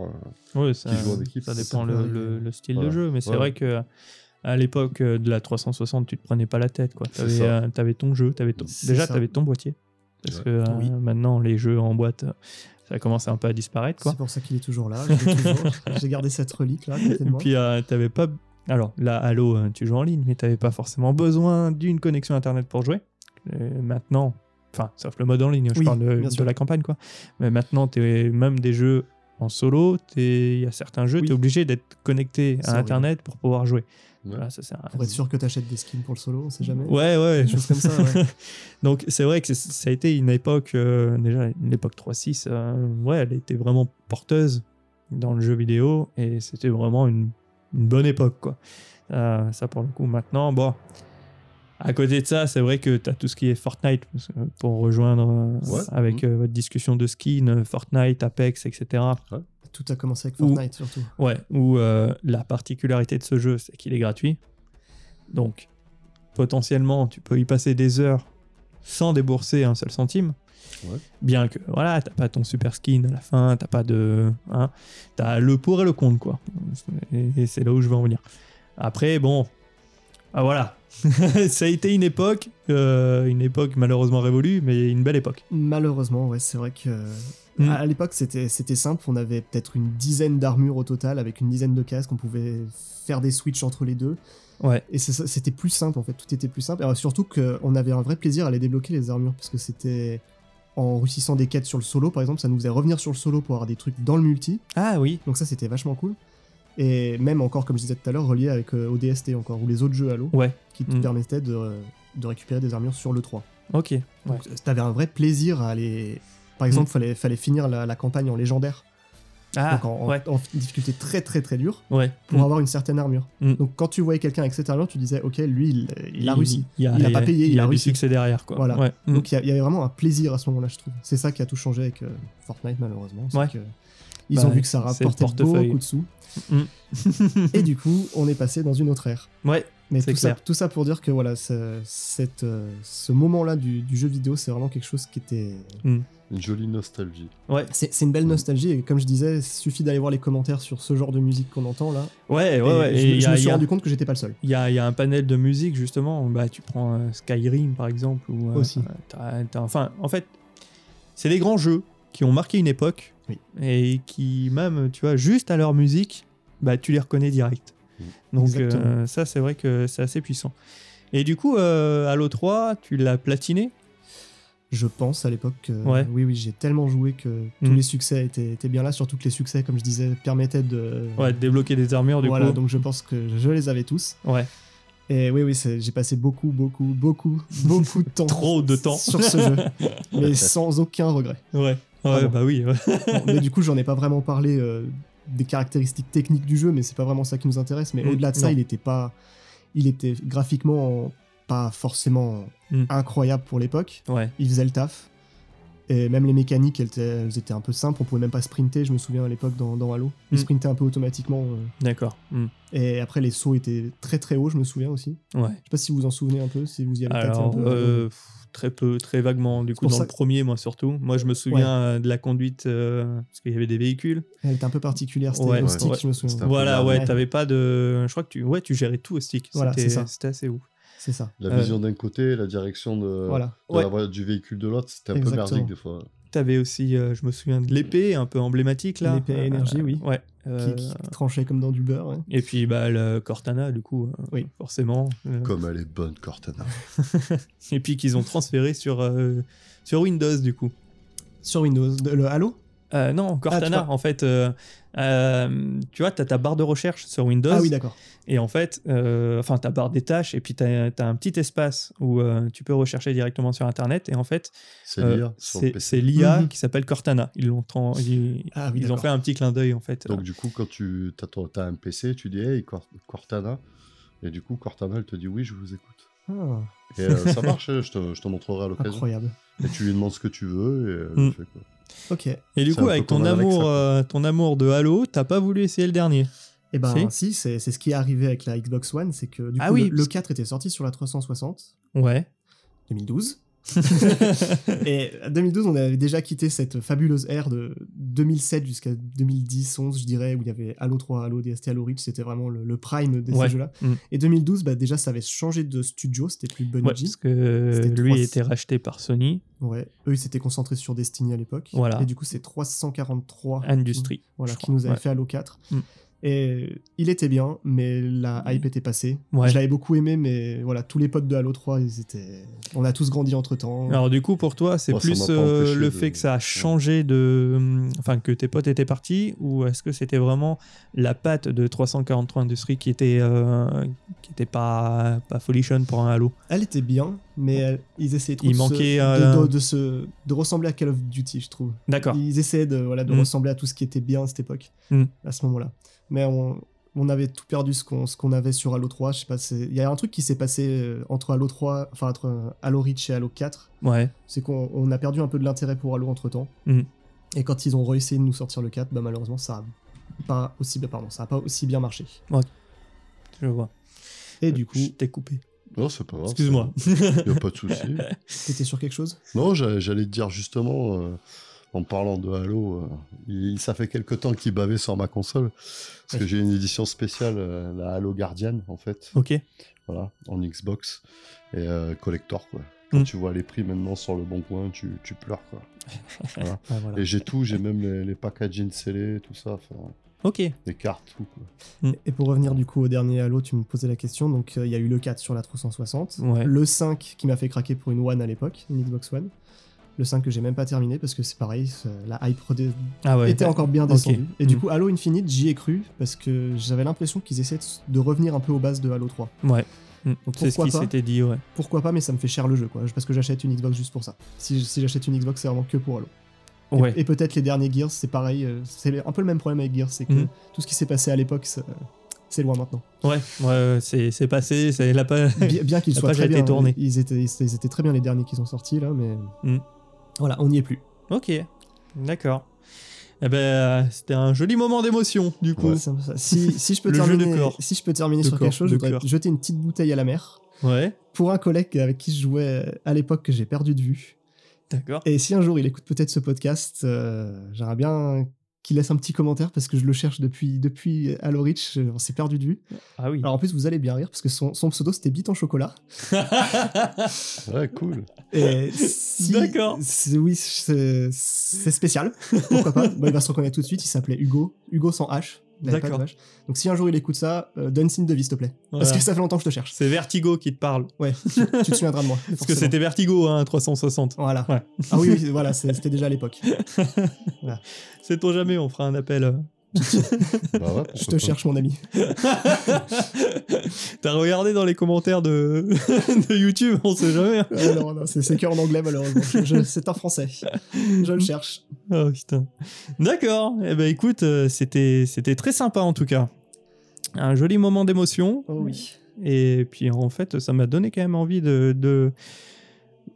B: euh.
A: Ouais, ça,
B: Qui joue en équipe,
A: ça
B: c'est
A: dépend
C: ça.
A: le,
C: Ouais.
A: le- le style
B: Voilà.
A: de jeu, mais c'est
B: Ouais.
A: vrai que à l'époque euh, de la 360, tu te prenais pas la tête. quoi.
B: C'est
A: T'avais,
B: ça.
A: euh, t'avais ton jeu, avais ton...
C: C'est
A: déjà
C: ça.
A: t'avais ton boîtier. Parce
B: Ouais.
A: que euh,
C: Oui.
A: maintenant, les jeux en boîte, euh, ça commence un peu à disparaître. Quoi.
C: C'est pour ça qu'il est toujours là. je l'ai toujours. J'ai gardé cette relique là à côté de
A: Et
C: moi.
A: puis, euh, t'avais pas. Alors, là, Halo, euh, tu joues en ligne, mais t'avais pas forcément besoin d'une connexion internet pour jouer. Euh, maintenant, enfin, sauf le mode en ligne, je
C: Oui,
A: parle de,
C: bien
A: de
C: sûr.
A: la campagne, quoi. Mais maintenant, t'es même des jeux en solo, t'es- il y a certains jeux,
C: Oui.
A: t'es obligé d'être connecté
C: C'est
A: à
C: horrible.
A: internet pour pouvoir jouer.
B: Ouais.
A: Voilà, ça, c'est un-
C: Pour être sûr que t'achètes des skins pour le solo, on sait jamais.
A: Ouais, ouais.
C: Des choses comme ça, ouais.
A: Donc, c'est vrai que c'est- ça a été une époque, euh, déjà, l'époque 3.6, euh, ouais, elle était vraiment porteuse dans le jeu vidéo et c'était vraiment une, une bonne époque, quoi. Euh, ça, pour le coup, maintenant, bon. À côté de ça, c'est vrai que tu as tout ce qui est Fortnite, parce que pour rejoindre euh,
B: Ouais.
A: avec euh, votre discussion de skin, euh, Fortnite, Apex, etc.
C: Tout a commencé avec
A: Ou-
C: Fortnite surtout.
A: Ouais, où euh, la particularité de ce jeu, c'est qu'il est gratuit. Donc, potentiellement, tu peux y passer des heures sans débourser un seul centime.
B: Ouais.
A: Bien que, voilà, t'as pas ton super skin à la fin, t'as pas de. Hein, t'as le pour et le contre, quoi. Et, et c'est là où je veux en venir. Après, bon. Ah, voilà. Ça a été une époque, euh, une époque malheureusement révolue, mais une belle époque.
C: Malheureusement, ouais, c'est vrai que
A: Mm.
C: à à l'époque c'était c'était simple. On avait peut-être une dizaine d'armures au total avec une dizaine de casques. On pouvait faire des switches entre les deux.
A: Ouais.
C: Et c'est ça- c'était plus simple en fait, tout était plus simple. Et alors, surtout qu'on avait un vrai plaisir à les débloquer les armures, parce que c'était en réussissant des quêtes sur le solo par exemple, ça nous faisait revenir sur le solo pour avoir des trucs dans le multi,
A: Ah oui.
C: donc ça c'était vachement cool. Et même encore, comme je disais tout à l'heure, relié avec euh, ODST encore, ou les autres jeux Halo,
A: Ouais.
C: qui te
A: Mm.
C: permettaient de, euh, de récupérer des armures sur le 3.
A: Ok. Ouais. Mm.
C: Donc t'avais un vrai plaisir à aller... Par exemple, fallait, fallait finir la, la campagne en légendaire,
A: Ah,
C: donc en, en-
A: ouais.
C: en difficulté très très très dure,
A: Ouais.
C: pour
A: Mm.
C: avoir une certaine armure.
A: Mm.
C: Donc quand tu voyais quelqu'un avec cette armure, tu disais, ok, lui, il, il a réussi.
A: il
C: a pas payé, il a
A: du
C: réussi.
A: succès derrière, quoi.
C: Voilà.
A: Ouais. Mm.
C: Donc il y, a- il y avait vraiment un plaisir à ce moment-là, je trouve. C'est ça qui a tout changé avec euh, Fortnite, malheureusement. c'est
A: Ouais.
C: que ils
A: Bah,
C: ont vu que ça
A: c'est le
C: rapportait
A: portefeuille.
C: beaucoup de sous.
A: Mm.
C: et du coup, on est passé dans une autre ère.
A: ouais.
C: Mais
A: C'est
C: tout ça,
A: clair.
C: tout ça pour dire que voilà, ce, cette, euh, ce moment-là du, du jeu vidéo, c'est vraiment quelque chose qui était.
B: Une jolie nostalgie.
A: Ouais.
C: C'est c'est une belle nostalgie. Et comme je disais, il suffit d'aller voir les commentaires sur ce genre de musique qu'on entend là.
A: Ouais, ouais,
C: et
A: ouais.
C: je,
A: Et
C: me-
A: il y
C: je
A: a-
C: me
A: il y
C: suis
A: a-
C: rendu compte que j'étais pas le seul.
A: il y, a, il y a un panel de musique, justement. Bah, tu prends euh, Skyrim, par exemple. Ou, euh,
C: Aussi.
A: t'as- t'as- enfin, en fait, c'est des grands jeux qui ont marqué une époque.
C: Oui.
A: Et qui, même, tu vois, juste à leur musique, bah, tu les reconnais direct.
B: Mm.
A: Donc,
C: Exactement.
A: euh, ça, c'est vrai que c'est assez puissant. Et du coup, euh, Halo 3, tu l'as platiné
C: Je pense à l'époque que
A: Ouais.
C: oui, oui, j'ai tellement joué que
A: Mm.
C: tous les succès étaient, étaient bien là, surtout que les succès, comme je disais, permettaient de.
A: Ouais, de débloquer des armures, du
C: voilà,
A: coup.
C: donc je pense que je les avais tous.
A: Ouais.
C: Et oui, oui, c'est- j'ai passé beaucoup, beaucoup, beaucoup, beaucoup de temps.
A: Trop de temps.
C: Sur Ah ce jeu. mais sans aucun regret.
A: Ouais. Ouais,
C: Vraiment.
A: bah oui. ouais.
C: Bon, mais du coup, j'en ai pas vraiment parlé euh, des caractéristiques techniques du jeu, mais c'est pas vraiment ça qui nous intéresse. Mais
A: Mm,
C: au-delà de ça,
A: non.
C: il était pas. Il était graphiquement pas forcément
A: Mm.
C: incroyable pour l'époque.
A: Ouais.
C: Il faisait le taf. Et même les mécaniques, elles, étaient- elles étaient un peu simples. On pouvait même pas sprinter, je me souviens à l'époque dans, dans Halo.
A: Mm.
C: Il sprintait un peu automatiquement. euh,
A: D'accord. Mm.
C: Et après, les sauts étaient très très hauts, je me souviens aussi.
A: Ouais.
C: Je sais pas si vous vous en souvenez un peu, si vous y avez tâté un
A: Alors,
C: peu.
A: euh, pff, Très peu, très vaguement. Du coup,
C: pour
A: dans
C: ça
A: le premier, moi surtout. Moi, je me souviens euh, de la conduite euh, parce qu'il y avait des véhicules.
C: Elle était un peu particulière, c'était
A: Ouais,
C: au stick,
A: ouais.
C: je me souviens.
B: C'était un peu
A: Voilà,
B: bizarre,
A: ouais,
C: ouais.
A: t'avais pas de. Je crois que tu, ouais, tu gérais tout au stick.
C: Voilà,
A: C'était-
C: c'est ça.
A: C'était assez ouf.
C: C'est ça.
B: La
A: Euh,
B: vision d'un côté, la direction de,
C: Voilà.
B: de la voie- du véhicule de l'autre, c'était un
C: Exactement.
B: peu merdique des fois.
A: T'avais aussi, euh, je me souviens de l'épée, un peu emblématique là.
C: L'épée à énergie, oui.
A: Ouais.
C: Qui,
A: euh,
C: qui tranchait comme dans du beurre. ouais.
A: Et puis bah, le Cortana, du coup, euh,
C: Oui.
A: forcément. euh,
B: Comme elle est bonne, Cortana.
A: et puis qu'ils ont transféré sur, euh, sur Windows, du coup.
C: Sur Windows. de- le Halo
A: Euh, non, Cortana,
C: Ah, tu
A: en fait, euh, euh, tu vois, t'as ta barre de recherche sur Windows.
C: Ah oui, d'accord.
A: Et en fait, euh, enfin, ta barre des tâches, et puis t'as as un petit espace où euh, tu peux rechercher directement sur Internet. Et en fait,
B: C'est
A: euh,
B: lire sur le
A: c'est
B: PC.
A: c'est l'IA
C: Mhm.
A: qui s'appelle Cortana. Ils l'ont tran- ils,
C: Ah oui,
A: ils ont
C: d'accord.
A: fait un petit clin d'œil, en fait.
B: Donc du coup, quand tu as, un PC, tu dis Hey Cor- Cortana, et du coup Cortana, elle te dit oui, je vous écoute.
C: Ah,
B: Et euh, ça marche, je te, je te montrerai à l'occasion.
C: incroyable.
B: Et tu lui demandes ce que tu veux, et elle
A: Mm.
B: le fait, quoi.
C: Ok.
A: et du
B: c'est
A: coup,
B: un peu
A: avec
B: comme
A: ton
B: un Alexa,
A: amour,
B: quoi.
A: euh, ton amour de Halo, t'as pas voulu essayer le dernier.
C: Et ben
A: Si.
C: si, c'est c'est ce qui est arrivé avec la Xbox One, c'est que du
A: Ah
C: coup,
A: oui,
C: le, le
A: parce
C: 4 était sorti sur la 360,
A: Ouais.
C: 2012. Et euh, en 2012, on avait déjà quitté cette fabuleuse ère de 2007 jusqu'à 2010, 11, je dirais, où il y avait Halo 3, Halo DST, Halo Reach, c'était vraiment le, le prime de
A: Ouais.
C: ces jeux-là.
A: Mm.
C: Et 2012, bah, déjà, ça avait changé de studio, c'était plus
A: Ouais,
C: Bungie.
A: parce que euh,
C: C'était
A: lui
C: 300.
A: était racheté par Sony
C: Ouais, Eux, ils s'étaient concentrés sur Destiny à l'époque.
A: Voilà.
C: Et du coup, c'est 343
A: Industrie.
C: voilà,
A: je
C: qui
A: crois.
C: nous avait
A: Ouais.
C: fait Halo 4.
A: Mm.
C: Et il était bien, mais la hype était passée.
A: Ouais.
C: Je l'avais beaucoup aimé, mais voilà, tous les potes de Halo 3, ils étaient... on a tous grandi entre-temps.
A: Alors du coup pour toi c'est
B: Moi, ça m'a
A: plus
B: pas
A: euh,
B: empêché
A: le
B: de-
A: fait que ça a changé de hum, enfin que tes potes étaient partis ou est-ce que c'était vraiment la patte de 343 Industries qui était euh, qui était pas pas folichonne pour un Halo
C: Elle était bien, mais elle- ils essayaient trop
A: Il
C: de, se-
A: manquait,
C: de-
A: euh,
C: de, de se- de ressembler à Call of Duty, je trouve.
A: D'accord
C: Ils essayaient de, voilà, de
A: Mm.
C: ressembler à tout ce qui était bien à cette époque,
A: Mm.
C: à ce moment-là. Mais on, on avait tout perdu ce qu'on ce qu'on avait sur Halo 3. Je sais pas, c'est- il y a un truc qui s'est passé euh, entre Halo 3, enfin entre euh, Halo Reach et Halo 4.
A: ouais
C: c'est qu'on on a perdu un peu de l'intérêt pour Halo entre temps.
A: Mhm.
C: Et quand ils ont réussi de nous sortir le 4, bah malheureusement ça a pas aussi bien, pardon, ça a pas aussi bien marché.
A: je vois
C: Et du coup,
A: je t'ai coupé
B: Non, c'est pas grave.
A: excuse-moi
B: Il n'y a pas de souci.
C: t'étais sur quelque chose
B: non, j'a- j'allais te dire justement, euh, en parlant de Halo, euh, il- ça fait quelque temps qu'il bavait sur ma console, parce que j'ai une édition spéciale, euh, la Halo Guardian, en fait,
A: ok
B: voilà, en Xbox, et euh, collector, quoi. Quand
A: Mm.
B: tu vois les prix maintenant sur le bon coin, tu, tu pleures, quoi.
A: Ah, voilà.
B: Et j'ai tout, j'ai même les, les packaging scellés, tout ça, enfin,
A: ok
B: les cartes, tout, quoi.
C: Et pour revenir du coup au dernier Halo, tu me posais la question, donc euh, il y a eu le 4 sur la 360,
A: Ouais.
C: le 5 qui m'a fait craquer pour une One à l'époque, une Xbox One, le 5 que j'ai même pas terminé parce que c'est pareil, ça- la hype redé-
A: ah ouais
C: était encore bien
A: Ok.
C: descendu. Et du
A: Mhm.
C: coup, Halo Infinite, j'y ai cru parce que j'avais l'impression qu'ils essaient de- de revenir un peu aux bases de Halo 3.
A: ouais Mm.
C: Donc
A: c'est ce
C: pourquoi
A: qui
C: pas
A: s'était dit ouais
C: pourquoi pas, mais ça me fait cher le jeu, quoi. Parce que j'achète une Xbox juste pour ça. Si, si j'achète une Xbox, c'est vraiment que pour Halo. Et-
A: ouais
C: Et, peut-être les derniers Gears, c'est pareil. euh, C'est un peu le même problème avec Gears, c'est que
A: Mhm.
C: tout ce qui s'est passé à l'époque, ça- c'est loin maintenant.
A: ouais ouais, ouais, c'est c'est passé c'est la pa-
C: Bien, bien qu'ils
A: La
C: soient
A: page
C: très
A: a été
C: bien.
A: tournée.
C: Ils étaient, ils étaient- ils étaient très bien les derniers qu'ils ont sortis, là, mais.
A: Mhm.
C: Voilà, on n'y est plus.
A: ok d'accord eh ben, euh, c'était un joli moment d'émotion, du coup.
B: Ouais.
C: Ça- ça- Si, si je peux
A: Le jeu de
C: terminer,
A: corps.
C: si je peux terminer
A: De
C: sur
A: corps,
C: quelque chose, je
A: de
C: voudrais
A: corps.
C: jeter une petite bouteille à la mer
A: ouais.
C: pour un collègue avec qui je jouais à l'époque que j'ai perdu de vue.
A: D'accord.
C: Et si un jour il écoute peut-être ce podcast, euh, j'aimerais bien qu'il laisse un petit commentaire parce que je le cherche depuis, depuis Halo Reach, euh, on s'est perdu de vue.
A: Ah oui.
C: Alors en plus, vous allez bien rire parce que son, son pseudo c'était Bite en chocolat.
B: Ah Ouais, cool.
C: Et si-
A: D'accord.
C: c'est- Oui, c'est c'est spécial. Pourquoi pas Bon, Il va se reconnaître tout de suite, il s'appelait Hugo. Hugo sans H. il n'avait pas de
A: D'accord.
C: H. Donc si un jour il écoute ça, euh, donne signe de vie s'il te plaît. Parce
A: Voilà.
C: que ça fait longtemps que je te cherche.
A: C'est Vertigo qui te parle.
C: Ouais, tu, tu te souviendras de moi.
A: Parce que
C: forcément.
A: c'était Vertigo, hein, 360.
C: Voilà.
A: Ouais.
C: Ah oui, oui voilà, c'est- c'était déjà à l'époque.
A: Sait-on jamais, on fera un appel. euh.
B: Bah ouais,
C: Je
B: pourquoi
C: te
B: pas.
C: cherche, mon ami.
A: T'as regardé dans les commentaires de, de YouTube, on sait jamais. hein.
C: Euh, non, non, c'est c'est que en anglais malheureusement. Je- je- c'est en français. Je le cherche.
A: Oh putain. D'accord. Eh ben écoute, euh, c'était c'était très sympa en tout cas. Un joli moment d'émotion.
C: Oh oui.
A: Et puis en fait, ça m'a donné quand même envie de, de-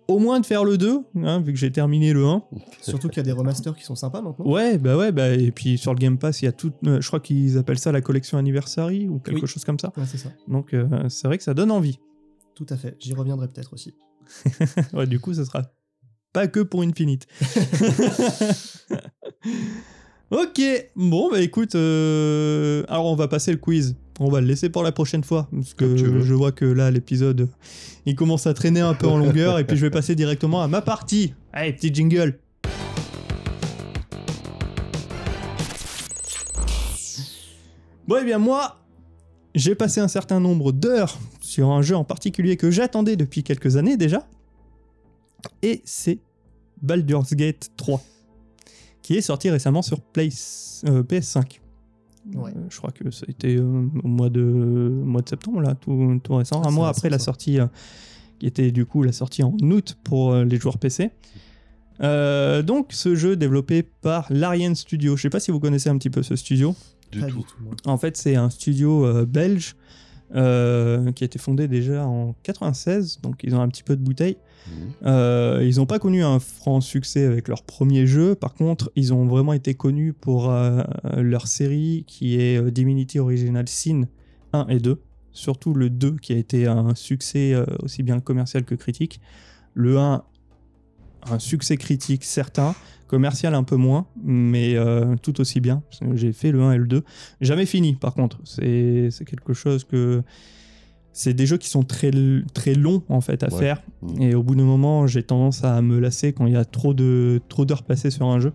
A: au moins de faire le 2, hein, vu que j'ai terminé le 1.
C: Surtout qu'il y a des remasters qui sont sympas maintenant.
A: Ouais, bah ouais, bah, et puis sur le Game Pass, il y a tout. euh, je crois qu'ils appellent ça la collection anniversary ou quelque
C: Oui.
A: chose comme ça.
C: Ouais, c'est ça.
A: Donc euh, c'est vrai que ça donne envie.
C: Tout à fait. J'y reviendrai peut-être aussi.
A: ouais, du coup, ça sera pas que pour Infinite. ok, bon, bah écoute, euh, alors on va passer le quiz. On va le laisser pour la prochaine fois, parce que
B: Comme tu veux.
A: je vois que là, l'épisode, il commence à traîner un peu en longueur, et puis je vais passer directement à ma partie. Allez, petit jingle. Bon, et bien moi, j'ai passé un certain nombre d'heures sur un jeu en particulier que j'attendais depuis quelques années déjà, et c'est Baldur's Gate 3, qui est sorti récemment sur Play- euh, PS5.
C: Ouais.
A: Euh, je crois que ça a été euh, au mois de, au mois de septembre, là, tout, tout récent,
C: Ah,
A: un
C: c'est
A: mois
C: récent,
A: après la
C: ça.
A: sortie, euh, qui était du coup la sortie en août pour euh, les joueurs PC. Euh, donc ce jeu développé par Larian Studio, je sais pas si vous connaissez un petit peu ce studio.
B: Du
C: Pas
B: tout.
C: moi.
A: En fait, c'est un studio euh, belge euh, qui a été fondé déjà en 96, donc ils ont un petit peu de bouteille.
B: Mhm.
A: Euh, ils n'ont pas connu un franc succès avec leur premier jeu, par contre, ils ont vraiment été connus pour euh, leur série qui est euh, Divinity Original Sin 1 et 2, surtout le 2 qui a été un succès euh, aussi bien commercial que critique. Le 1, un succès critique certain, commercial un peu moins, mais euh, tout aussi bien. parce que J'ai fait le 1 et le 2. Jamais fini, par contre. C'est c'est quelque chose que. C'est des jeux qui sont très, très longs, en fait, à
B: Ouais.
A: faire.
B: Mmh.
A: Et au bout d'un moment, j'ai tendance à me lasser quand il y a trop de trop d'heures passées sur un jeu.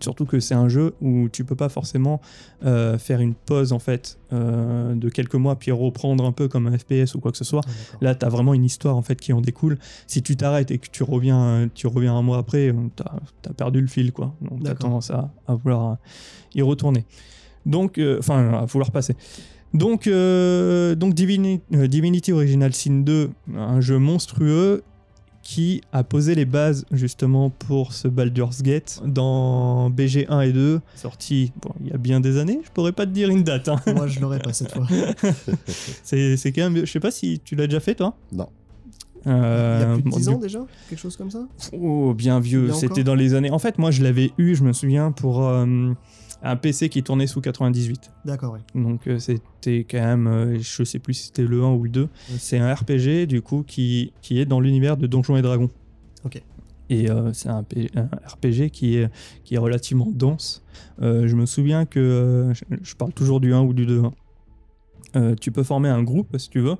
A: Surtout que c'est un jeu où tu peux pas forcément euh, faire une pause en fait euh, de quelques mois puis reprendre un peu comme un FPS ou quoi que ce soit.
C: Ah, d'accord.
A: Là, t'as vraiment une histoire en fait qui en découle. Si tu t'arrêtes et que tu reviens, euh, tu reviens un mois après, euh, t'as as perdu le fil quoi. Donc t'as
C: D'accord.
A: tendance à, à vouloir euh, y retourner. Donc, euh, enfin, à vouloir passer. Donc, euh, donc Divini- euh, Divinity Original Sin 2, un jeu monstrueux qui a posé les bases justement pour ce Baldur's Gate dans BG1 et 2, sorti bon, il y a bien des années, je pourrais pas te dire une date. hein.
C: Moi, je l'aurais pas cette fois.
A: C'est c'est quand même, je sais pas si tu l'as déjà fait toi
B: Non.
A: Euh,
C: Il y a plus de
A: bon,
C: 10
A: du
C: ans déjà Quelque chose comme ça
A: Oh, bien vieux.
C: Bien
A: C'était
C: encore
A: dans les années. En fait, moi, je l'avais eu, je me souviens, pour euh, un PC qui tournait sous 98.
C: D'accord, ouais.
A: Donc, euh, c'était quand même. euh, je sais plus si c'était le 1 ou le 2. C'est un RPG, du coup, qui, qui est dans l'univers de Donjons et Dragons.
C: Ok.
A: Et euh, c'est un, P- un RPG qui est, qui est relativement dense. Euh, je me souviens que. euh, je, je parle toujours du 1 ou du 2. hein. Euh, tu peux former un groupe si tu veux,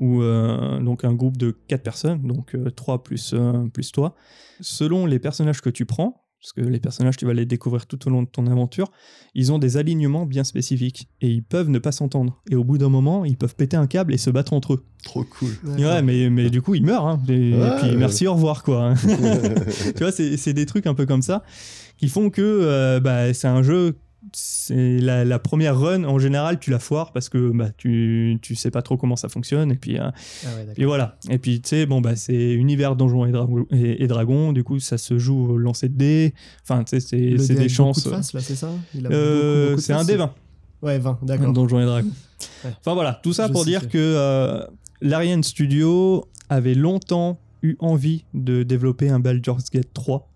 A: ou euh, donc un groupe de 4 personnes, donc 3 plus, euh, plus toi. Selon les personnages que tu prends, parce que les personnages tu vas les découvrir tout au long de ton aventure, ils ont des alignements bien spécifiques et ils peuvent ne pas s'entendre. Et au bout d'un moment, ils peuvent péter un câble et se battre entre eux.
B: Trop cool.
A: Ouais, mais, mais du coup, ils meurent. hein. Et, et
B: Ouais,
A: puis
B: ouais.
A: merci, au revoir quoi.
B: ouais,
A: tu vois, c'est c'est des trucs un peu comme ça qui font que euh, bah, c'est un jeu. C'est la, la première run en général, tu la foires parce que bah, tu, tu sais pas trop comment ça fonctionne et puis euh,
C: Ah ouais,
A: et
C: d'accord.
A: voilà. Et puis, tu sais, bon, bah, c'est univers donjons et, dragon et, et dragons. Du coup, ça se joue au lancer de dés. Enfin, tu sais, c'est
C: Le
A: c'est
C: dé a
A: des
C: beaucoup
A: chances.
C: de faces, là, c'est ça Il a
A: Euh,
C: beaucoup, beaucoup de
A: c'est un
C: faces.
A: dé 20,
C: Ouais, 20, d'accord.
A: donjons et dragons.
C: Ouais.
A: Enfin, voilà. Tout ça
C: Je
A: pour
C: sais
A: dire
C: que-
A: que euh, l'Ariane Studio avait longtemps eu envie de développer un Baldur's Gate 3.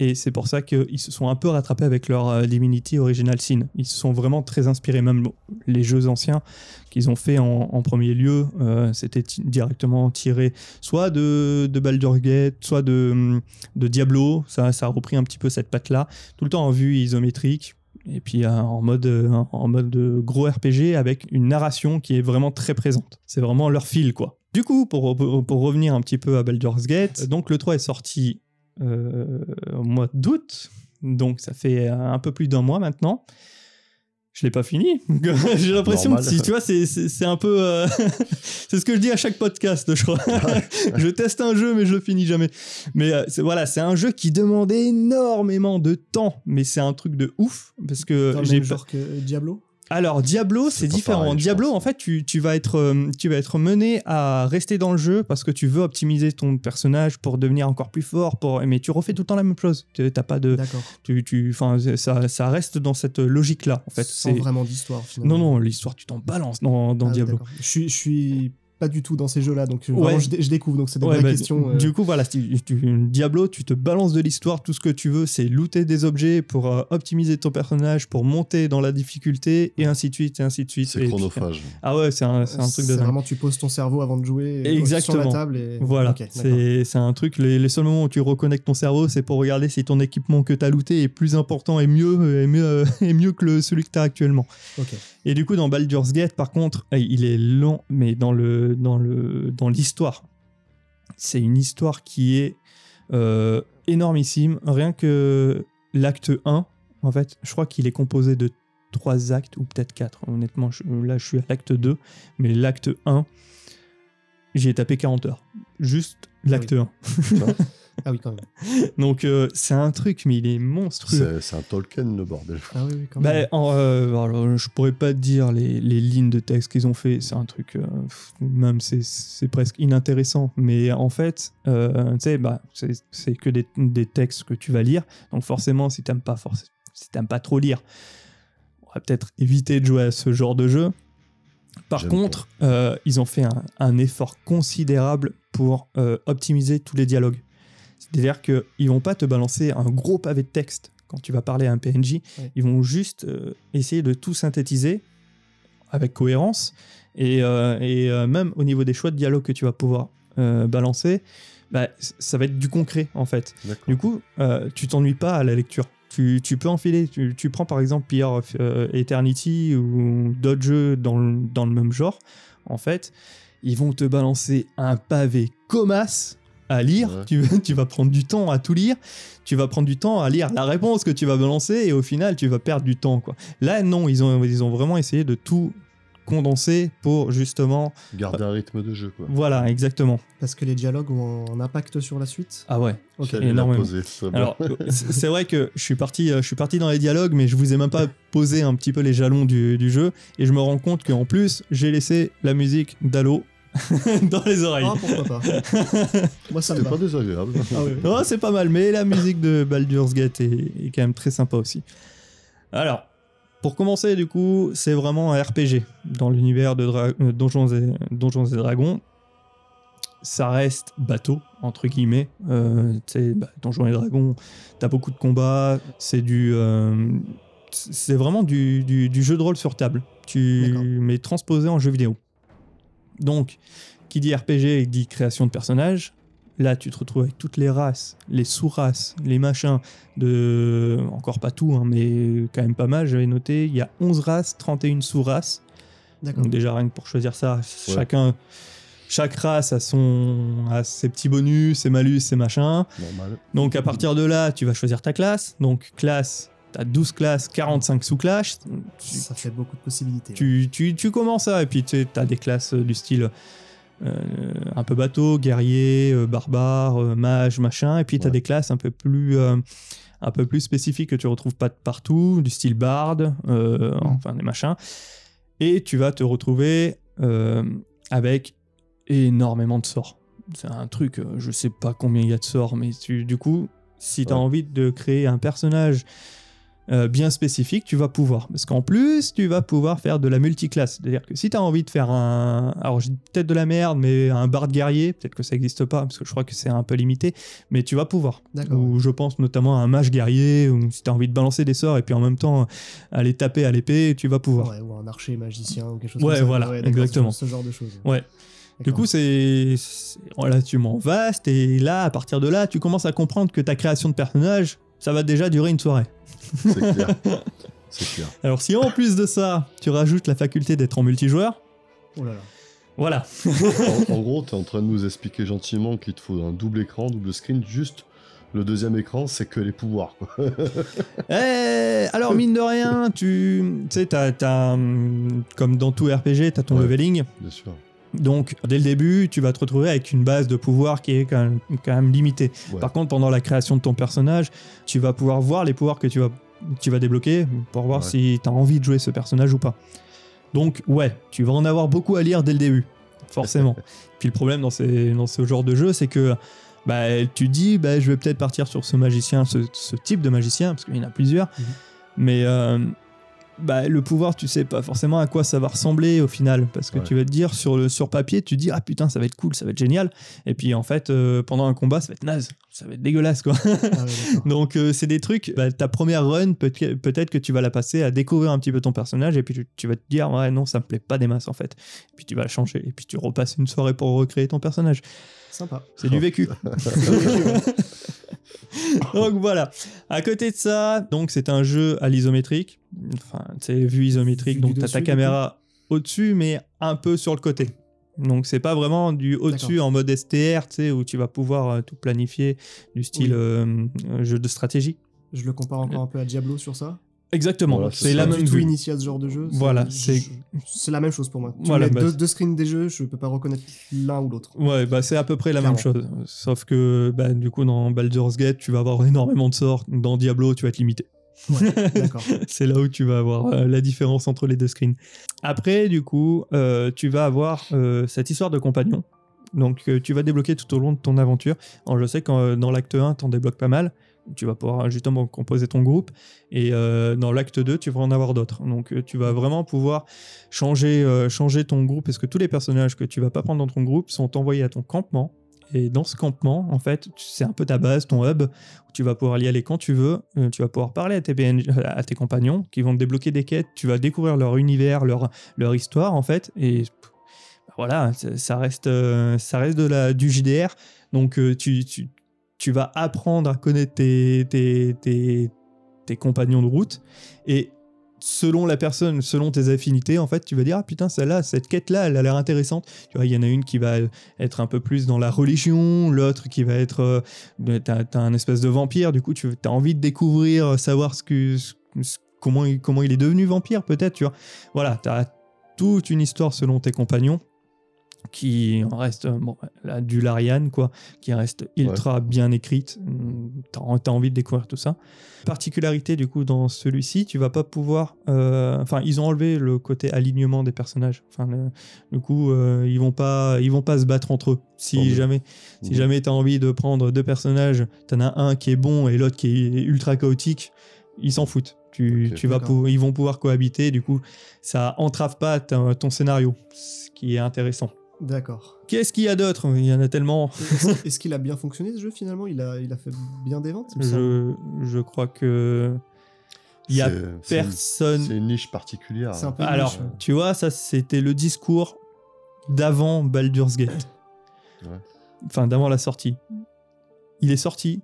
A: Et c'est pour ça qu'ils se sont un peu rattrapés avec leur euh, Divinity Original Sin. Ils se sont vraiment très inspirés, même les jeux anciens qu'ils ont fait en, en premier lieu, euh, c'était ti- directement tiré soit de, de Baldur's Gate, soit de, hum, de Diablo. Ça, ça a repris un petit peu cette patte-là, tout le temps en vue isométrique. Et puis euh, en mode, euh, en mode euh, gros RPG avec une narration qui est vraiment très présente. C'est vraiment leur fil, quoi. Du coup, pour, pour- pour revenir un petit peu à Baldur's Gate, euh, donc le 3 est sorti euh, au mois d'août. Donc ça fait euh, un peu plus d'un mois maintenant. Je l'ai pas fini. J'ai l'impression que
B: Normal.
A: si tu vois, c'est- c'est c'est un peu. euh, c'est ce que je dis à chaque podcast, je crois. je teste un jeu, mais je le finis jamais. Mais euh, c'est- voilà, c'est un jeu qui demande énormément de temps, mais c'est un truc de ouf parce que
C: Dans le
A: j'ai
C: même
A: pas-
C: genre que euh, Diablo
A: alors Diablo,
B: C'est
A: c'est
B: pas
A: différent.
B: pareil, je
A: Diablo,
B: pense.
A: en fait, tu, tu vas être, euh, tu vas être mené à rester dans le jeu parce que tu veux optimiser ton personnage pour devenir encore plus fort. Pour... Mais tu refais tout le temps la même chose. Tu- T'as pas de,
C: D'accord.
A: tu, tu, enfin, ça, ça reste dans cette logique là. En fait,
C: Sans
A: c'est
C: vraiment d'histoire, finalement.
A: non non l'histoire, tu t'en balances dans, dans
C: Ah,
A: Diablo.
C: d'accord. Je suis, je suis pas du tout dans ces jeux-là, donc euh,
A: Ouais.
C: vraiment, je, dé- je découvre, donc c'est des
A: Ouais,
C: vraies
A: bah,
C: questions. euh,
A: Du coup, voilà, tu- tu- Diablo, tu te balances de l'histoire, tout ce que tu veux, c'est looter des objets pour euh, optimiser ton personnage, pour monter dans la difficulté, et ainsi de suite, et ainsi de suite. Et
B: C'est
A: puis-
B: chronophage.
A: ah ouais, c'est un, c'est un truc de dingue.
C: Euh, vraiment, tu poses ton cerveau avant de jouer euh,
A: Exactement.
C: sur la table. Et...
A: Voilà,
C: Ok, d'accord.
A: c'est c'est un truc, les, les seuls moments où tu reconnectes ton cerveau, c'est pour regarder si ton équipement que tu as looté est plus important et mieux, et mieux, euh, et mieux que le, celui que tu as actuellement.
C: Ok.
A: Et du coup, dans Baldur's Gate, par contre, eh, il est lent, mais dans le dans le dans l'histoire, c'est une histoire qui est euh, énormissime. Rien que l'acte 1, en fait, je crois qu'il est composé de trois actes ou peut-être quatre. Honnêtement, je- là, je suis à l'acte 2, mais l'acte 1, j'y ai tapé 40 heures. Juste l'acte
C: Ah oui, quand même.
A: 1. Donc, euh, c'est un truc, mais il est monstrueux.
B: C'est c'est un Tolkien, le bordel.
C: Ah oui, oui, quand
A: Bah,
C: même.
A: en, euh, alors, je pourrais pas te dire les, les lignes de texte qu'ils ont fait, c'est un truc, euh, pff, même c'est- c'est presque inintéressant. Mais en fait, euh, tu sais, bah, c'est- c'est que des, des textes que tu vas lire, donc forcément, si t'aimes pas, forc- si t'aimes pas trop lire, on va peut-être éviter de jouer à ce genre de jeu. Par
B: J'aime
A: contre, euh, ils ont fait un, un effort considérable pour euh, optimiser tous les dialogues. C'est-à-dire qu'ils vont pas te balancer un gros pavé de texte quand tu vas parler à un PNJ.
C: Ouais.
A: Ils vont juste euh, essayer de tout synthétiser avec cohérence. Et, euh, et, euh, même au niveau des choix de dialogue que tu vas pouvoir euh, balancer, bah, c- ça va être du concret en fait.
B: D'accord.
A: Du coup, euh, tu t'ennuies pas à la lecture. Tu, tu peux enfiler. Tu, tu prends par exemple Pierre of euh, Eternity ou d'autres jeux dans le, dans le même genre. En fait, ils vont te balancer un pavé comme as à lire.
B: Ouais.
A: Tu, vas- tu vas prendre du temps à tout lire. Tu vas prendre du temps à lire la réponse que tu vas balancer et au final, tu vas perdre du temps. Quoi. Là, non, ils ont, ils ont vraiment essayé de tout condenser pour justement.
B: Garde un rythme de jeu,
C: Mm.
B: quoi.
A: Voilà, exactement.
C: Parce que les dialogues ont un impact sur la suite.
A: Ah ouais.
C: Ok.
B: J'allais la
A: énormément.
B: poser, c'est bon.
A: Alors, c'est c'est vrai que je suis, parti, euh, je suis parti dans les dialogues, mais je vous ai même pas posé un petit peu les jalons du, du jeu. Et je me rends compte qu'en plus, j'ai laissé la musique d'Halo dans les oreilles.
C: Ah, pourquoi pas Moi, ça me
B: C'était
C: va.
B: pas désagréable.
C: Ah oui, oui.
A: Oh, c'est pas mal, mais la musique de Baldur's Gate est, est quand même très sympa aussi. Alors, pour commencer, du coup, c'est vraiment un RPG dans l'univers de Dra- euh, Donjons, et, Donjons et Dragons. Ça reste bateau, entre guillemets. Euh, tu sais, bah, Donjons et Dragons, t'as beaucoup de combats, c'est du. euh, c'est vraiment du, du- du jeu de rôle sur table, tu,
C: D'accord.
A: mais transposé en jeu vidéo. Donc, qui dit RPG dit création de personnages, Là, tu te retrouves avec toutes les races, les sous-races, les machins, de... encore pas tout, hein, mais quand même pas mal, j'avais noté, il y a 11 races, 31 sous-races.
C: D'accord.
A: Donc déjà, rien que pour choisir ça, chacun, chaque race a, son, a ses petits bonus, ses malus, ses machins.
B: Normal.
A: Donc à partir de là, tu vas choisir ta classe. Donc classe, t'as 12 classes, 45 sous-classes. Tu-
C: Ça fait beaucoup de possibilités.
A: tu, tu, tu commences ça, et puis tu as des classes euh, du style euh, un peu bateau, guerrier, euh, barbare, euh, mage, machin, et puis tu as
B: Ouais.
A: des classes un peu plus... euh, un peu plus spécifiques que tu retrouves pas de partout, du style barde, euh, enfin des machins. Et tu vas te retrouver euh, avec énormément de sorts. C'est un truc, euh, je sais pas combien il y a de sorts, mais tu- du coup, si tu as
B: Ouais.
A: envie de créer un personnage euh, bien spécifique, tu vas pouvoir. Parce qu'en plus, tu vas pouvoir faire de la multiclasse. C'est-à-dire que si tu as envie de faire un. Alors, je dis peut-être de la merde, mais un barde guerrier, peut-être que ça n'existe pas, parce que je crois que c'est un peu limité, mais tu vas pouvoir.
C: D'accord.
A: Ou je pense notamment à un mage guerrier, ou si tu as envie de balancer des sorts et puis en même temps aller taper à l'épée, tu vas pouvoir.
C: Ouais, ou un archer magicien ou quelque chose
A: Ouais,
C: comme ça.
A: voilà,
C: d'accord,
A: exactement.
C: Ce, ce genre de choses.
A: Ouais. Du
C: D'accord.
A: coup, c'est c'est oh relativement vaste, et là, à partir de là, tu commences à comprendre que ta création de personnage, ça va déjà durer une soirée.
B: C'est clair. C'est clair.
A: Alors, si en plus de ça, tu rajoutes la faculté d'être en multijoueur,
C: Oh là là.
A: voilà.
B: En, en gros, t'es en train de nous expliquer gentiment qu'il te faut un double écran, double screen. Juste le deuxième écran, c'est que les pouvoirs, quoi.
A: Eh, alors mine de rien, tu tu sais, t'as, t'as, hum, comme dans tout RPG, t'as ton
B: Ouais.
A: leveling.
B: Bien sûr.
A: Donc dès le début, tu vas te retrouver avec une base de pouvoir qui est quand même, quand même limitée.
B: Ouais.
A: Par contre, pendant la création de ton personnage, tu vas pouvoir voir les pouvoirs que tu vas, tu vas débloquer pour voir
B: Ouais.
A: si t'as envie de jouer ce personnage ou pas. Donc ouais, tu vas en avoir beaucoup à lire dès le début, forcément. Puis le problème dans, ces, dans ce genre de jeu, c'est que bah, tu dis, bah, je vais peut-être
B: Mhm.
A: partir sur ce magicien, ce, ce type de magicien, parce qu'il y en a plusieurs.
C: Mhm.
A: Mais euh, bah, le pouvoir, tu sais pas forcément à quoi ça va ressembler au final, parce que
B: Ouais.
A: tu vas te dire sur le sur papier, tu dis ah putain ça va être cool, ça va être génial, et puis en fait euh, pendant un combat ça va être naze, ça va être dégueulasse quoi.
C: Ah ouais, d'accord.
A: Donc euh, c'est des trucs, bah, ta première run peut- peut-être que tu vas la passer à découvrir un petit peu ton personnage et puis tu, tu vas te dire ouais non ça me plaît pas des masses en fait, et puis tu vas changer et puis tu repasses une soirée pour recréer ton personnage.
C: Sympa.
A: C'est du vécu. donc voilà. À côté de ça, donc c'est un jeu à l'isométrique. Enfin, c'est vue isométrique,
C: Vue
A: donc
C: du
A: t'as ta
C: dessus, du
A: caméra au-dessus, mais un peu sur le côté. Donc c'est pas vraiment du au-dessus en mode STR, tu sais, où tu vas pouvoir euh, tout planifier du style
C: Oui.
A: euh, euh, jeu de stratégie.
C: Je le compare encore un peu à Diablo sur ça.
A: Exactement.
B: Voilà,
A: c'est
B: c'est
A: la
B: ça.
C: Pas
A: même
C: du tout
A: vue.
C: initié à ce genre de jeu.
A: Voilà,
C: je-
A: c'est-
C: c'est la même chose pour moi. Tu
A: Voilà,
C: mets
A: bah,
C: deux,
A: c'est-
C: deux screens des jeux, je peux pas reconnaître l'un ou l'autre.
A: Ouais, bah c'est à peu près la même chose. Sauf que bah, du coup, dans Baldur's Gate, tu vas avoir énormément de sorts. Dans Diablo, tu vas être limité.
C: D'accord.
A: c'est là où tu vas avoir euh, la différence entre les deux screens. Après, du coup, euh, tu vas avoir euh, cette histoire de compagnon. Donc, euh, tu vas débloquer tout au long de ton aventure. Alors, je sais que euh, dans l'acte 1, tu en débloques pas mal. Tu vas pouvoir euh, justement composer ton groupe. Et euh, dans l'acte 2, tu vas en avoir d'autres. Donc, euh, tu vas vraiment pouvoir changer, euh, changer ton groupe. Parce que tous les personnages que tu vas pas prendre dans ton groupe sont envoyés à ton campement. Et dans ce campement, en fait, c'est un peu ta base, ton hub tu vas pouvoir y aller quand tu veux, euh, tu vas pouvoir parler à tes, PNJ euh, à tes compagnons qui vont te débloquer des quêtes, tu vas découvrir leur univers, leur, leur histoire en fait, et pff, bah voilà, ça ça reste, euh, ça reste de la, du JDR, donc euh, tu, tu, tu vas apprendre à connaître tes, tes, tes, tes compagnons de route, et selon la personne, selon tes affinités, en fait, tu vas dire, ah putain, celle-là, cette quête-là, elle a l'air intéressante, tu vois, il y en a une qui va être un peu plus dans la religion, l'autre qui va être... euh, de- T'as t'as un espèce de vampire, du coup, tu as envie de découvrir, euh, savoir ce que, ce- ce- comment, il, comment il est devenu vampire, peut-être, tu vois. Voilà, t'as toute une histoire selon tes compagnons qui en reste, euh, bon, la du Larian, quoi, qui reste ultra bien écrite. Mm, T'as as envie de découvrir tout ça. Particularité, du coup, dans celui-ci, tu vas pas pouvoir. euh, Enfin, ils ont enlevé le côté alignement des personnages. Enfin, le- du coup, euh, ils vont pas, ils vont pas se battre entre eux. Si
B: Tant mieux.
A: jamais. Si jamais tu as envie de prendre deux personnages, t'en as un qui est bon et l'autre qui est ultra chaotique, ils s'en foutent. Tu,
B: Ok.
A: tu vas
C: D'accord.
A: pou- ils vont pouvoir cohabiter, du coup, ça entrave pas ta- ton scénario, ce qui est intéressant.
C: D'accord.
A: Qu'est-ce qu'il y a d'autre Il y en a tellement.
C: Et Est-ce est-ce qu'il a bien fonctionné ce jeu finalement il a, il a fait bien des ventes il me semble.
A: Je, je crois que. Il y a
B: C'est- c'est une-
A: personne.
B: C'est une niche particulière.
C: C'est un peu une
A: Alors,
C: niche, ouais.
A: tu vois, ça, c'était le discours d'avant Baldur's Gate.
B: Ouais.
A: Enfin, d'avant la sortie. Il est sorti.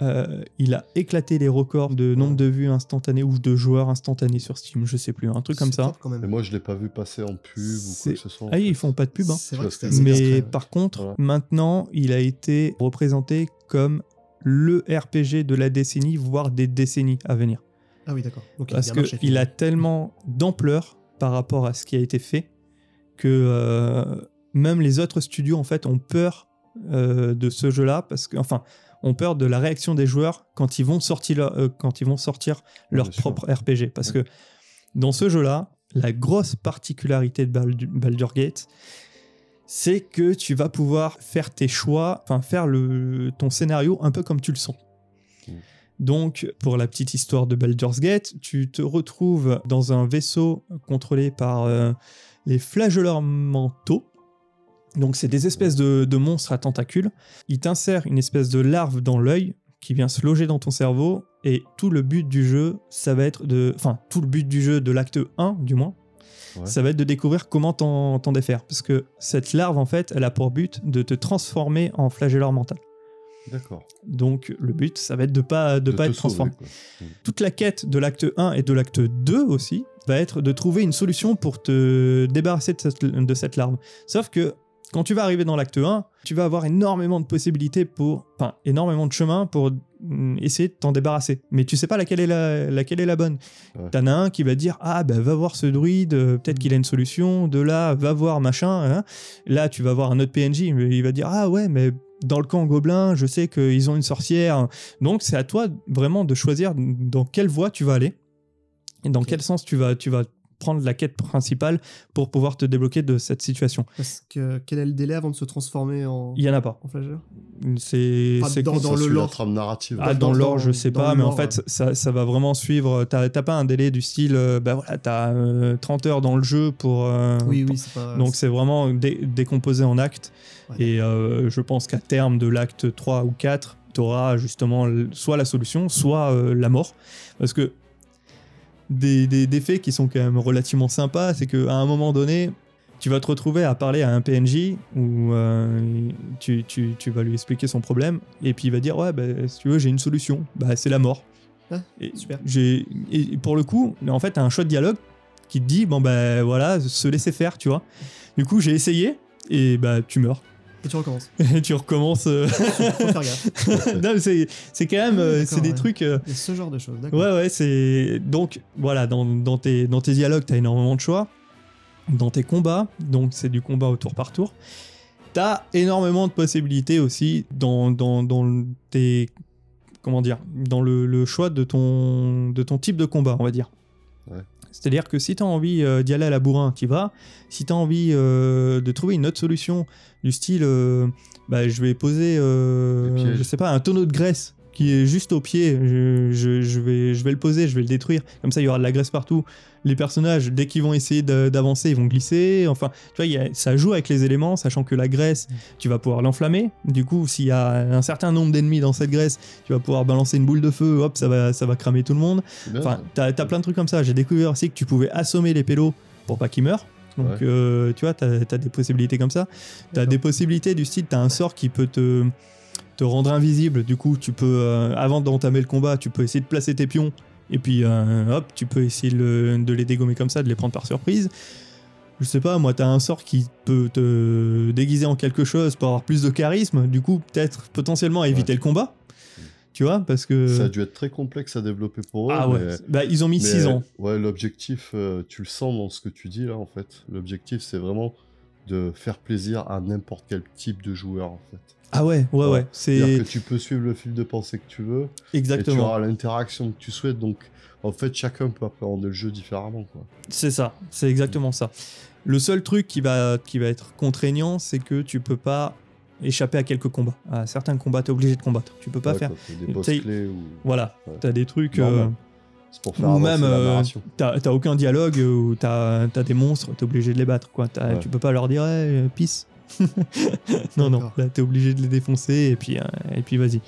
A: euh, il a éclaté les records de nombre de vues instantanées ou de joueurs instantanés sur Steam, je sais plus, un truc comme
C: C'est
A: ça.
C: propre, quand même.
B: Mais moi, je l'ai pas vu passer en pub ou quoi
A: C'est-
B: que ce soit. en
A: Ah oui,
B: fait.
A: ils font pas de pub. hein.
C: C'est vrai que c'était
B: Je pense
C: assez
A: Mais
C: discret, ouais.
A: par contre,
B: Voilà.
A: maintenant, il a été représenté comme le RPG de la décennie, voire des décennies à venir.
C: Ah oui, d'accord. Donc, il a
A: parce
C: bien
A: que
C: marché,
A: il
C: finalement.
A: a tellement d'ampleur par rapport à ce qui a été fait que euh, même les autres studios en fait ont peur euh, de ce jeu-là parce que enfin ont peur de la réaction des joueurs quand ils vont sortir leur, euh, quand ils vont sortir leur
B: Bien sûr.
A: propre RPG parce que dans ce jeu-là la grosse particularité de Baldu- Baldur's Gate c'est que tu vas pouvoir faire tes choix, enfin faire le, ton scénario un peu comme tu le sens.
B: Mm.
A: Donc, pour la petite histoire de Baldur's Gate, tu te retrouves dans un vaisseau contrôlé par euh, les flageoleurs mentaux. Donc, c'est des espèces de, de monstres à tentacules. Ils t'insèrent une espèce de larve dans l'œil qui vient se loger dans ton cerveau. Et tout le but du jeu, ça va être de. Enfin, tout le but du jeu de l'acte 1, du moins,
B: Ouais.
A: ça va être de découvrir comment t'en t'en défaire. Parce que cette larve, en fait, elle a pour but de te transformer en flagelleur mental.
B: D'accord.
A: Donc, le but, ça va être de pas, de pas être
B: te sauver,
A: transformé.
B: quoi.
A: Toute la quête de l'acte 1 et de l'acte 2 aussi va être de trouver une solution pour te débarrasser de cette, de cette larve. Sauf que quand tu vas arriver dans l'acte 1, tu vas avoir énormément de possibilités pour, enfin, énormément de chemins pour mm, essayer de t'en débarrasser. Mais tu sais pas laquelle est la, laquelle est la bonne.
B: Ouais.
A: T'en as un qui va dire Ah, bah, va voir ce druide, euh, peut-être qu'il a une solution. De là, va voir machin. hein. Là, tu vas voir un autre PNJ, mais il va dire Ah, ouais, mais dans le camp gobelin, je sais qu'ils ont une sorcière. Donc, c'est à toi vraiment de choisir dans quelle voie tu vas aller et dans
C: Ok.
A: quel sens tu vas, tu vas prendre la quête principale pour pouvoir te débloquer de cette situation.
C: Parce que quel est le délai avant de se transformer en,
A: Il y en a pas.
C: en flageur
A: C'est
C: Pas
A: c'est
C: dans-
A: con-
C: dans
B: Ça
C: le
B: suit la
C: lore.
B: trame narrative.
A: Ah,
C: dans-
A: dans l'or,
C: dans-
A: je sais
C: dans euh.
A: pas,
C: le
A: mais en
C: lore,
A: fait, ça, ça va vraiment suivre. euh, T'as t'as pas un délai du style, euh, bah voilà, t'as euh, 30 heures dans le jeu pour. euh,
C: Oui,
A: pour-
C: oui, c'est pas.
A: Donc c'est vraiment dé- décomposé en actes.
C: Ouais.
A: Et euh, je pense qu'à terme de l'acte 3 ou 4, tu auras justement l- soit la solution, soit euh, la mort. Parce que des, des, des faits qui sont quand même relativement sympas, c'est qu'à un moment donné, tu vas te retrouver à parler à un PNJ où euh, tu, tu- tu vas lui expliquer son problème et puis il va dire ouais bah, si tu veux j'ai une solution bah c'est la mort
C: Ah,
A: et,
C: super.
A: j'ai- et pour le coup en fait t'as un choix de dialogue qui te dit bon bah voilà se laisser faire tu vois du coup j'ai essayé et bah tu meurs
C: Et tu recommences.
A: et tu recommences euh,
C: Faut faire gaffe.
A: non, mais c'est c'est quand même euh,
C: Ah D'accord,
A: c'est des
C: ouais.
A: trucs euh,
C: Et ce genre de choses, d'accord.
A: Ouais, ouais, c'est. Donc, voilà, dans, dans tes, dans tes dialogues, t'as énormément de choix. Dans tes combats, donc c'est du combat au tour par tour. T'as énormément de possibilités aussi dans, dans, dans tes. Comment dire Dans le, le choix de ton, de ton type de combat, on va dire.
B: Ouais.
A: C'est-à-dire que si t'as envie euh, d'y aller à la bourrin, tu y vas. Si t'as envie euh, de trouver une autre solution, du style, euh, bah, je vais poser, euh,
B: Des pièges.
A: je sais pas, un tonneau de graisse qui est juste au pied. Je, je- je vais, je vais le poser, je vais le détruire. Comme ça, il y aura de la graisse partout. Les personnages, dès qu'ils vont essayer de- d'avancer, ils vont glisser. Enfin, tu vois, il y a- ça joue avec les éléments, sachant que la graisse, tu vas pouvoir l'enflammer. Du coup, s'il y a un certain nombre d'ennemis dans cette graisse, tu vas pouvoir balancer une boule de feu. Hop, ça va, ça va cramer tout le monde.
B: C'est bien,
A: Enfin, t'as t'as plein de trucs comme ça. J'ai découvert aussi que tu pouvais assommer les pélos pour pas qu'ils meurent. Donc,
B: Ouais.
A: euh, tu vois, t'as as des possibilités comme ça. T'as
C: D'accord.
A: des possibilités du style, t'as un sort qui peut te, te rendre invisible. Du coup, tu peux, euh, avant d'entamer le combat, tu peux essayer de placer tes pions. Et puis, euh, hop, tu peux essayer le- de les dégommer comme ça, de les prendre par surprise. Je sais pas, moi, t'as un sort qui peut te déguiser en quelque chose pour avoir plus de charisme. Du coup, peut-être potentiellement éviter le combat. Tu vois, parce que.
B: Ça a dû être très complexe à développer pour eux.
A: euh, ah ouais,
B: mais-
A: bah, ils ont mis
B: mais,
A: 6 ans.
B: Ouais, l'objectif, euh, tu le sens dans ce que tu dis là en fait. L'objectif, c'est vraiment de faire plaisir à n'importe quel type de joueur en fait.
A: Ah ouais, ouais, ouais.
B: Ouais.
A: C'est
B: C'est-à-dire que tu peux suivre le fil de pensée que tu veux et tu
A: exactement.
B: auras l'interaction que tu souhaites. Donc, en fait, chacun peut appréhender le jeu différemment. Quoi.
A: C'est ça. C'est exactement ça. Le seul truc qui va, qui va être contraignant, c'est que tu peux pas échapper à quelques combats. À certains combats, t'es obligé de combattre. Tu peux pas
B: Ouais,
A: faire.
B: quand t'as
A: Tu
B: des boss
A: sais-
B: clés ou.
A: Voilà.
B: Ouais.
A: T'as des trucs.
B: Normal.
A: euh,
B: C'est pour faire
A: ou
B: avancer
A: même,
B: la
A: euh,
B: narration.
A: t'as t'as aucun dialogue ou t'as t'as des monstres, t'es obligé de les battre. Quoi. T'as-
B: Ouais.
A: Tu peux pas leur dire hey, euh, peace. non, non,
C: D'accord.
A: là t'es obligé de les défoncer et puis, euh, et puis vas-y.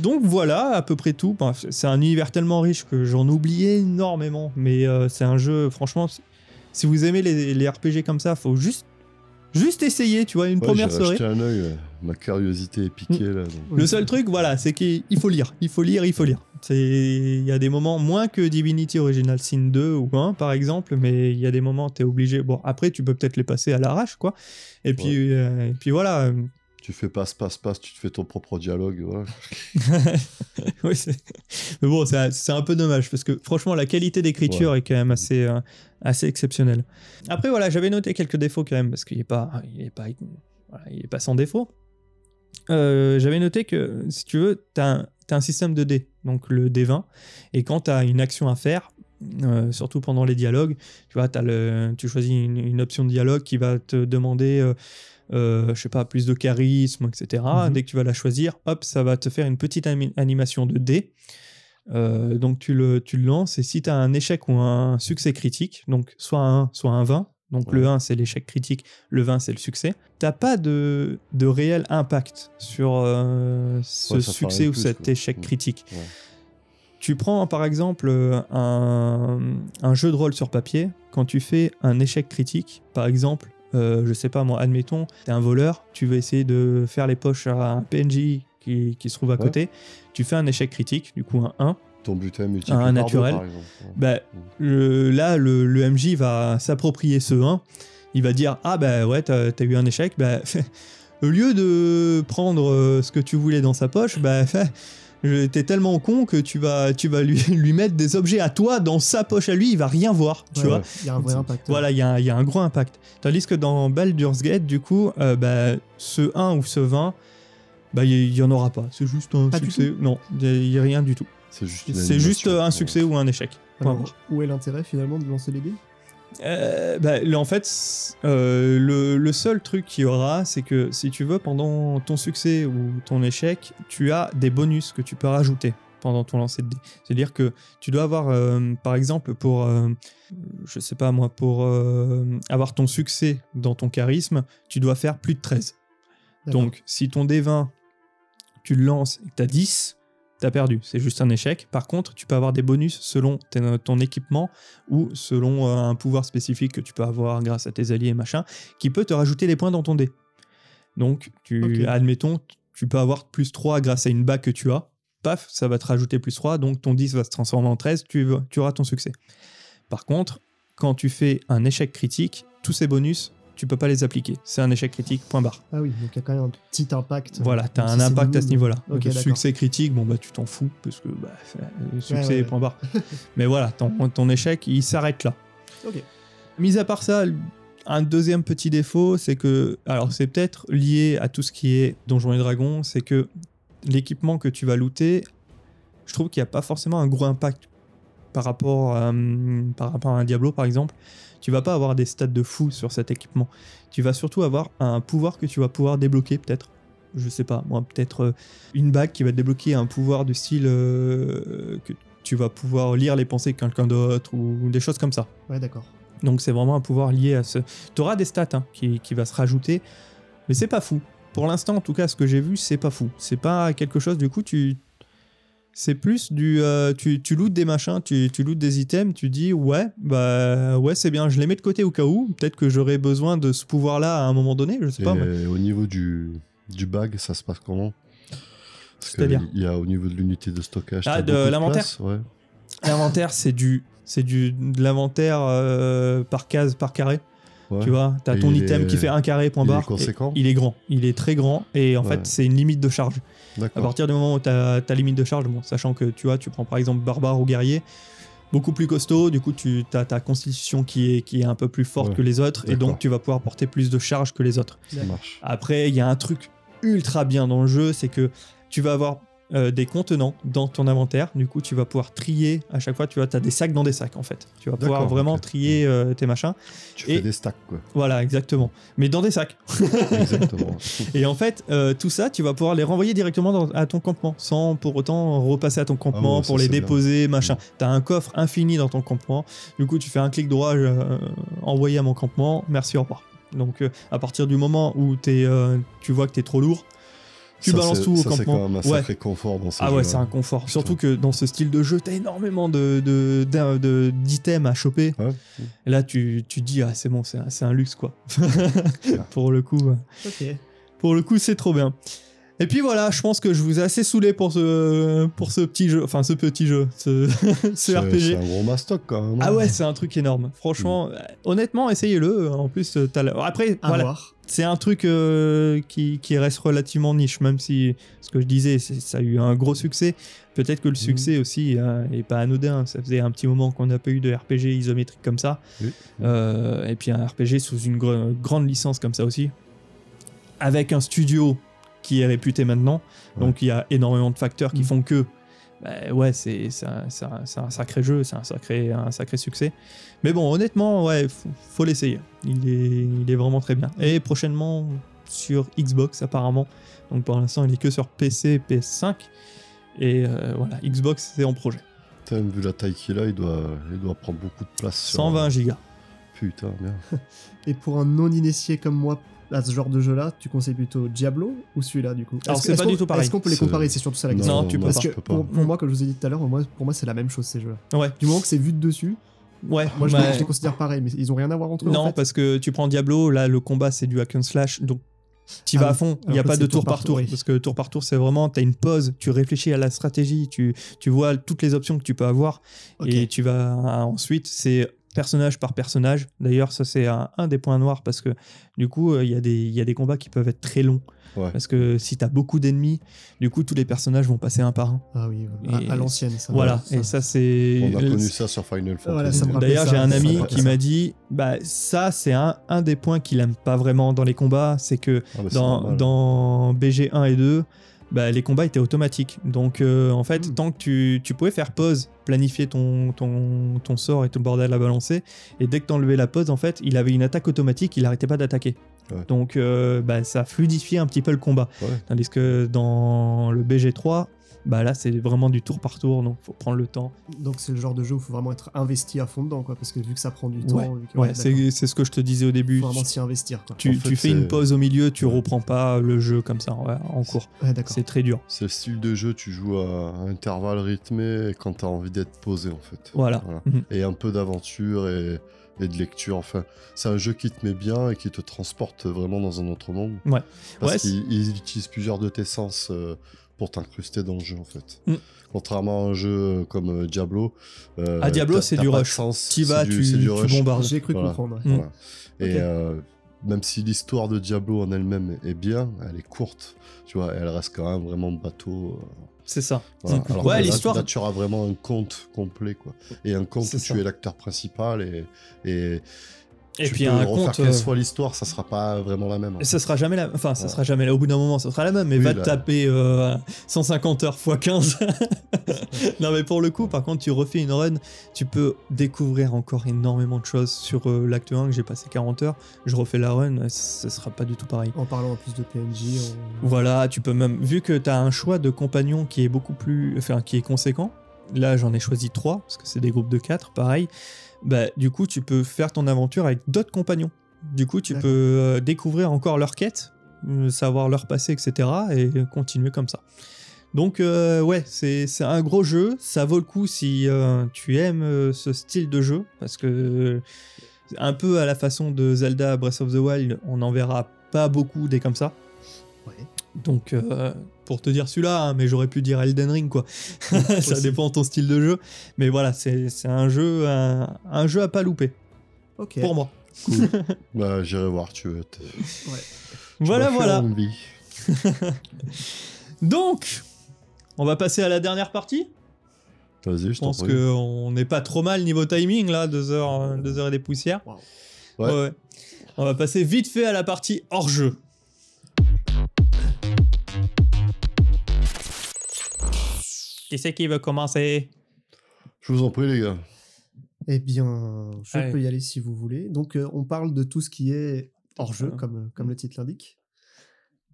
A: Donc voilà à peu près tout. Enfin, c'est- c'est un univers tellement riche que j'en oubliais énormément, mais euh, c'est un jeu, franchement, si- si vous aimez les, les RPG comme ça, faut juste, juste essayer, tu vois, une
B: Ouais,
A: première
B: j'ai
A: soirée. Mm.
B: jeté un œil, euh, ma curiosité est piquée là. donc.
A: Le seul truc, voilà, c'est qu'il il faut lire, il faut lire, il faut lire. C'est- Il y a des moments moins que Divinity Original Sin 2 ou 1 par exemple, mais il y a des moments t'es obligé. Bon, après tu peux peut-être les passer à l'arrache quoi. Et puis, euh, et puis voilà. euh,
B: Tu fais passe, passe, passe, tu te fais ton propre dialogue. Voilà.
A: oui, c'est- mais bon, c'est c'est un peu dommage parce que franchement la qualité d'écriture est quand même assez euh, assez exceptionnelle. Après voilà, j'avais noté quelques défauts quand même parce qu'il est pas il est pas voilà, il est pas sans défaut. Euh, j'avais noté que, si tu veux, tu as, un système de dés, donc le D20, et quand tu as une action à faire, euh, surtout pendant les dialogues, tu vois, t'as le, tu choisis une, une option de dialogue qui va te demander, euh, euh, je sais pas, plus de charisme, etc.
C: Mhm.
A: Dès que tu vas la choisir, hop, ça va te faire une petite ami- animation de dés. Euh, donc tu le, tu le lances, et si tu as un échec ou un succès critique, donc soit un 1, soit un 20, donc le
B: Ouais.
A: 1 c'est l'échec critique, le 20 c'est le succès, t'as pas de, de réel impact sur euh, ce
B: Ouais, ça fera
A: succès
B: rien
A: ou
B: de plus,
A: cet
B: quoi.
A: échec
B: Ouais.
A: critique.
B: Ouais.
A: Tu prends par exemple euh, un, un jeu de rôle sur papier, quand tu fais un échec critique, par exemple, euh, je sais pas moi, admettons, t'es un voleur, tu veux essayer de faire les poches à un PNJ qui, qui se trouve à
B: Ouais.
A: côté, tu fais un échec critique, du coup un 1,
B: Ton butin multiplié
A: Un
B: par deux,
A: naturel.
B: par exemple. Ouais.
A: bah, le- là, le, le MJ va s'approprier ce 1. Il va dire Ah, bah ouais, t'as t'as eu un échec. Bah, au lieu de prendre euh, ce que tu voulais dans sa poche, bah, je- t'es tellement con que tu vas, tu vas lui, lui mettre des objets à toi dans sa poche à lui, il va rien voir. Tu
C: Ouais,
A: vois
C: ouais, Il y a un vrai impact.
A: voilà, il y, a un- il y a un gros impact. Tandis que dans Baldur's Gate, du coup, euh, bah, ce 1 ou ce 20, bah, il n'y en aura pas. C'est juste un
C: Pas du
A: succès. Non, il n'y a, rien du tout.
B: C'est juste, une
A: C'est juste
B: animation.
A: euh, un
B: Ouais.
A: succès ou un échec. Point
C: Alors, où est l'intérêt finalement de lancer les dés
A: Euh, bah, là, en fait, c- euh, le, le seul truc qu'il y aura, c'est que si tu veux, pendant ton succès ou ton échec, tu as des bonus que tu peux rajouter pendant ton lancer de dés. C'est-à-dire que tu dois avoir, euh, par exemple, pour, euh, je sais pas moi, pour euh, avoir ton succès dans ton charisme, tu dois faire plus de 13.
C: D'accord.
A: Donc, si ton D20, tu le lances et que t'as 10, t'as perdu. C'est juste un échec. Par contre, tu peux avoir des bonus selon tes- euh, ton équipement ou selon euh, un pouvoir spécifique que tu peux avoir grâce à tes alliés et machin, qui peut te rajouter des points dans ton dé. Donc, tu,
C: Ok.
A: admettons, tu peux avoir plus 3 grâce à une bague que tu as. Paf, ça va te rajouter plus 3, donc ton 10 va se transformer en 13, tu, vas- tu auras ton succès. Par contre, quand tu fais un échec critique, tous ces bonus, tu peux pas les appliquer. C'est un échec critique, point barre.
C: Ah oui, donc il y a quand même un petit impact.
A: Voilà, t'as
C: Même
A: un
C: si c'est
A: impact à ce
C: minime.
A: niveau-là.
C: Ok,
A: Le
C: d'accord.
A: succès critique, bon bah tu t'en fous parce que bah, euh, succès
C: ouais, ouais.
A: point barre. Mais voilà, ton, ton échec, il s'arrête là.
C: Ok.
A: Mis à part ça, un deuxième petit défaut, c'est que, alors c'est peut-être lié à tout ce qui est Donjons et Dragons, c'est que l'équipement que tu vas looter, je trouve qu'il n'y a pas forcément un gros impact par rapport, à, hum, par rapport à un Diablo par exemple. Tu vas pas avoir des stats de fou sur cet équipement. Tu vas surtout avoir un pouvoir que tu vas pouvoir débloquer peut-être. Je sais pas, moi peut-être euh, une bague qui va te débloquer un pouvoir du style euh, que tu vas pouvoir lire les pensées de quelqu'un d'autre ou des choses comme ça.
C: Ouais, d'accord.
A: Donc c'est vraiment un pouvoir lié à ce. T'auras des stats hein, qui, qui va se rajouter, mais c'est pas fou. Pour l'instant, en tout cas, ce que j'ai vu, c'est pas fou. C'est pas quelque chose. Du coup, tu. C'est plus du. euh, tu, tu lootes des machins, tu, tu lootes des items, tu dis ouais, bah ouais, c'est bien, je les mets de côté au cas où. Peut-être que j'aurai besoin de ce pouvoir-là à un moment donné, je sais
B: Et
A: pas. moi.
B: au niveau du, du bag, ça se passe comment Parce que
A: C'est-à-dire
B: Il y a au niveau de l'unité de stockage.
A: Ah,
B: t'as
A: de
B: beaucoup
A: l'inventaire
B: place, Ouais.
A: L'inventaire, c'est du. C'est du, de l'inventaire euh, par case, par carré.
B: ouais.
A: Tu vois, t'as
B: Et
A: ton
B: il
A: item
B: est-
A: qui fait un carré, point
B: il est
A: barre. et
B: conséquent
A: Il est grand, il est très grand, et en
B: Ouais.
A: fait, c'est une limite de charge. À
B: D'accord.
A: partir du moment où t'as ta limite de charge, bon, sachant que tu vois, tu prends par exemple barbare ou guerrier, beaucoup plus costaud, du coup tu as ta constitution qui est, qui est un peu plus forte
B: Ouais,
A: que les autres, et
B: d'accord.
A: donc tu vas pouvoir porter plus de charge que les autres.
B: Ça marche.
A: Après, il y a un truc ultra bien dans le jeu, c'est que tu vas avoir euh, des contenants dans ton inventaire, du coup tu vas pouvoir trier à chaque fois, tu vois, tu as des sacs dans des sacs en fait. Tu vas pouvoir
B: D'accord,
A: vraiment
B: ok.
A: trier euh, tes machins.
B: Tu
A: Et-
B: fais des stacks, quoi.
A: Voilà, exactement. Mais dans des sacs.
B: Exactement.
A: Et en fait, euh, tout ça, tu vas pouvoir les renvoyer directement dans- à ton campement, sans pour autant repasser à ton campement
B: Ah ouais, ça,
A: pour les
B: c'est bien.
A: déposer, machin. T'as un coffre infini dans ton campement. Du coup, tu fais un clic droit, je- euh, envoyer à mon campement. Merci, au revoir. Donc, euh, à partir du moment où t'es, euh, tu vois que t'es trop lourd, tu
B: Ça,
A: balances
B: c'est-
A: tout au
B: ça, c'est
A: campement.
B: quand même un
A: Ouais.
B: sacré confort dans ces hein.
A: Ah ouais,
B: jeux-là.
A: c'est un confort. Surtout que dans ce style de jeu, t'as énormément de, de, d'un- de- d'items à choper.
B: Ouais.
A: Et là, tu, tu dis, ah, c'est bon, c'est un, c'est un luxe, quoi. Pour le coup. euh,
C: Ok.
A: pour le coup, c'est trop bien. Et puis voilà, je pense que je vous ai assez saoulé pour ce, pour ce petit jeu, enfin ce petit jeu, ce, ce
B: C'est- C'est
A: RPG.
B: un gros mastoc, quand même. hein.
A: Ah ouais, c'est un truc énorme. Franchement, euh, honnêtement, essayez-le. En plus, euh, t'as la- après,
C: À
A: voilà,
C: voir.
A: c'est un truc euh, qui, qui reste relativement niche, même si ce que je disais, c'est- ça a eu un gros succès. Peut-être que le
B: Mhm.
A: succès aussi euh, est pas anodin. Ça faisait un petit moment qu'on n'a pas eu de RPG isométrique comme ça.
B: Oui.
A: Euh, et puis un RPG sous une gr- grande licence comme ça aussi. Avec un studio qui est réputé maintenant.
B: Ouais.
A: Donc il y a énormément de facteurs qui
C: Mhm.
A: font que. bah, ouais, c'est c'est un, c'est un- c'est un sacré jeu, c'est un sacré, un sacré succès. Mais bon, honnêtement, ouais, faut, faut l'essayer. Il est, il est vraiment très bien. Et prochainement sur Xbox apparemment. Donc pour l'instant, il est que sur PC, PS5. Et euh, voilà, Xbox, c'est en projet.
B: Putain, vu la taille qu'il a, il doit, il doit prendre beaucoup de place. sur-
A: 120 gigas.
B: Putain, merde.
C: Et pour un non-initié comme moi à ce genre de jeu-là, tu conseilles plutôt Diablo ou celui-là du coup
A: Alors,
C: Est-ce que-
A: c'est
C: est-ce
A: pas du
C: qu'on-
A: tout pareil.
C: Est-ce qu'on peut les
B: C'est-
C: comparer C'est surtout ça la question.
A: Non, tu peux
C: Parce
A: pas,
C: que
B: je peux pas.
C: pour, pour moi, comme je vous ai dit tout à l'heure, moi- pour moi c'est la même chose ces jeux-là.
A: Ouais.
C: Du moment que c'est vu de dessus,
A: Ouais,
C: moi je,
A: bah,
C: les- je les considère pareil, mais ils ont rien à voir entre eux.
A: non,
C: en fait.
A: parce que tu prends Diablo, là le combat c'est du hack and slash, donc tu
C: Ah
A: vas
C: oui.
A: à fond, il
C: Alors
A: n'y a
C: que
A: pas
C: c'est
A: de tour par tour,
C: oui.
A: parce que tour par tour c'est vraiment, tu as une pause, tu réfléchis à la stratégie, tu, tu vois toutes les options que tu peux avoir,
C: Ok.
A: et tu vas ensuite, c'est personnage par personnage, d'ailleurs ça c'est un, un des points noirs, parce que du coup euh, il y, a des- il y a des combats qui peuvent être très longs,
B: Ouais.
A: parce que si tu as beaucoup d'ennemis, du coup tous les personnages vont passer un par un.
C: Ah oui, ouais.
A: Et-
C: à, à l'ancienne ça.
A: Voilà, et Ah, ça c'est...
B: On a connu
A: le-
B: ça sur Final Fantasy. Ah,
C: Voilà, ça me rappelle
A: D'ailleurs,
C: ça,
A: j'ai un
C: ça me
A: ami
C: rappelle
A: qui
C: ça.
A: m'a dit bah, ça, c'est un, un des points qu'il aime pas vraiment dans les combats, c'est que
B: Ah, mais c'est
A: dans,
B: normal.
A: dans BG1 et 2, bah, les combats étaient automatiques. Donc euh, en fait,
C: Mm.
A: tant que tu, tu pouvais faire pause, planifier ton, ton, ton sort et tout le bordel à balancer, et dès que t'enlevais la pause, en fait, il avait une attaque automatique, il arrêtait pas d'attaquer.
B: Ouais.
A: Donc euh, bah, ça fluidifiait un petit peu le combat.
B: Ouais.
A: Tandis que dans le BG3, bah là c'est vraiment du tour par tour, donc faut prendre le temps.
C: Donc c'est le genre de jeu où il faut vraiment être investi à fond dedans, quoi, parce que vu que ça prend du temps, vu que-
A: Ouais,
C: ouais, d'accord.
A: c'est c'est ce que je te disais au début.
C: faut vraiment s'y investir. Quoi.
A: Tu,
B: En fait,
A: tu fais une
B: c'est-
A: pause au milieu, tu
B: Ouais.
A: reprends pas le jeu comme ça ouais, en cours.
C: Ouais, d'accord.
A: C'est très dur.
B: Ce style de jeu, tu joues à intervalles rythmés et quand t'as envie d'être posé en fait.
A: Voilà.
B: Voilà.
A: Mhm.
B: Et un peu d'aventure et, et de lecture. Enfin, c'est un jeu qui te met bien et qui te transporte vraiment dans un autre monde.
A: Ouais.
B: Parce
A: Ouais,
B: qu'il il utilise plusieurs de tes sens euh, pour t'incruster dans le jeu en fait.
A: Mm.
B: Contrairement à un jeu comme euh, Diablo. euh,
A: Ah, Diablo,
B: t'as-
A: c'est
B: t'as
A: du
B: pas de
A: rush.
B: sens,
A: T'y
B: c'est
A: vas,
B: du-
A: tu,
B: c'est du
A: tu
B: rush.
A: bombardes.
C: J'ai cru
B: Voilà.
C: comprendre. ouais.
A: Mm.
B: Voilà. Et
C: Ok.
B: euh, même si l'histoire de Diablo en elle-même est bien, elle est courte, tu vois, elle reste quand même vraiment bateau. euh,
A: C'est ça.
B: voilà.
A: Mm.
B: Alors
A: Ouais,
B: que là,
A: l'histoire-
B: Là, tu auras vraiment un compte complet, quoi. Et un compte
A: C'est
B: où
A: ça.
B: tu es l'acteur principal et. et
A: Et
B: tu
A: puis
B: peux
A: un
B: refaire
A: compte.
B: quelle
A: euh,
B: soit l'histoire, ça sera pas vraiment la même. hein. en
A: Et
B: fait.
A: ça sera jamais la enfin ça
B: Ouais.
A: sera jamais là au bout d'un moment ça sera la même mais
B: Oui,
A: va
B: là.
A: te taper euh, 150 heures x 15 non mais pour le coup par contre tu refais une run tu peux découvrir encore énormément de choses sur euh, l'acte 1 que j'ai passé 40 heures je refais la run euh, ce sera pas du tout pareil
C: En parlant en plus de PNJ, on-
A: voilà tu peux même vu que tu as un choix de compagnon qui est beaucoup plus enfin qui est conséquent là j'en ai choisi 3 parce que c'est des groupes de 4 pareil bah du coup tu peux faire ton aventure avec d'autres compagnons. Du coup tu peux
C: D'accord.
A: euh, découvrir encore leur quête, euh, savoir leur passé, etc. et continuer comme ça. Donc euh, ouais, c'est c'est un gros jeu, ça vaut le coup si euh, tu aimes euh, ce style de jeu, parce que euh, un peu à la façon de Zelda Breath of the Wild, on n'en verra pas beaucoup des comme ça.
C: Ouais.
A: Donc euh, pour te dire celui-là, hein, mais j'aurais pu dire Elden Ring quoi. ça
C: Aussi.
A: dépend de ton style de jeu. Mais voilà, c'est c'est un jeu, un, un jeu à pas louper,
C: ok.
A: pour moi.
B: Bah, j'irai voir, tu veux. t- tu
A: Voilà,
B: m'as fait
A: voilà.
B: envie.
A: Donc, on va passer à la dernière partie.
B: Vas-y,
A: Je
B: je t'en
A: pense
B: prie.
A: qu'on n'est pas trop mal niveau timing, là, deux heures, euh, deux heures et des poussières.
C: Wow.
B: Ouais.
A: On va passer vite fait à la partie hors-jeu. Qui c'est qui veut commencer
B: Je vous en prie, les
A: Euh,
B: gars.
C: Eh bien, je
A: Allez.
C: peux y aller si vous voulez. Donc, euh, on parle de tout ce qui est hors jeu,
A: Euh,
C: comme, comme le titre l'indique.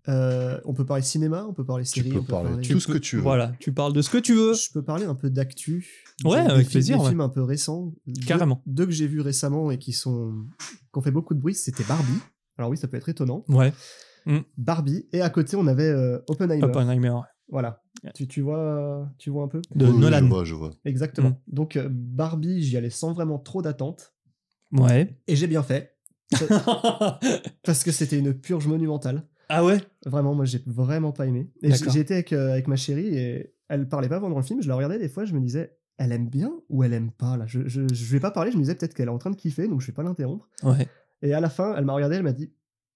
C: Euh, on peut parler cinéma, on peut parler
B: Tu
C: série,
B: peux
C: on peut
B: parler
C: parler.
B: de tout ce que tu veux.
A: Voilà, tu parles de ce que tu veux.
C: Je peux parler un peu d'actu.
A: Ouais,
C: des- des
A: avec
C: films-
A: plaisir,
C: Des
A: ouais.
C: films un peu récents. Deux-
A: Carrément.
C: Deux, que j'ai vus récemment et qui sont qui ont fait beaucoup de bruit, c'était Barbie. Alors oui, ça peut être étonnant.
A: Ouais,
C: Barbie. Et à côté, on avait euh, Oppenheimer.
A: Oppenheimer, ouais.
C: Voilà. Tu, tu vois, tu vois un peu
A: de
B: Oui, oui,
A: Nolan.
B: Je vois, je vois.
C: Exactement.
A: Mm.
C: Donc euh, Barbie, j'y allais sans vraiment trop d'attente.
A: Ouais.
C: Et j'ai bien fait, parce que c'était une purge monumentale.
A: ah ouais
C: Vraiment, moi, j'ai vraiment pas aimé. Et j-
A: D'accord.
C: j'étais avec, euh, avec ma chérie et elle parlait pas pendant le film. Je la regardais des fois, je me disais, elle aime bien ou elle aime pas là. Je, je, je vais pas parler, je me disais peut-être qu'elle est en train de kiffer, donc je vais pas l'interrompre.
A: Ouais.
C: Et à la fin, elle m'a regardé, elle m'a dit,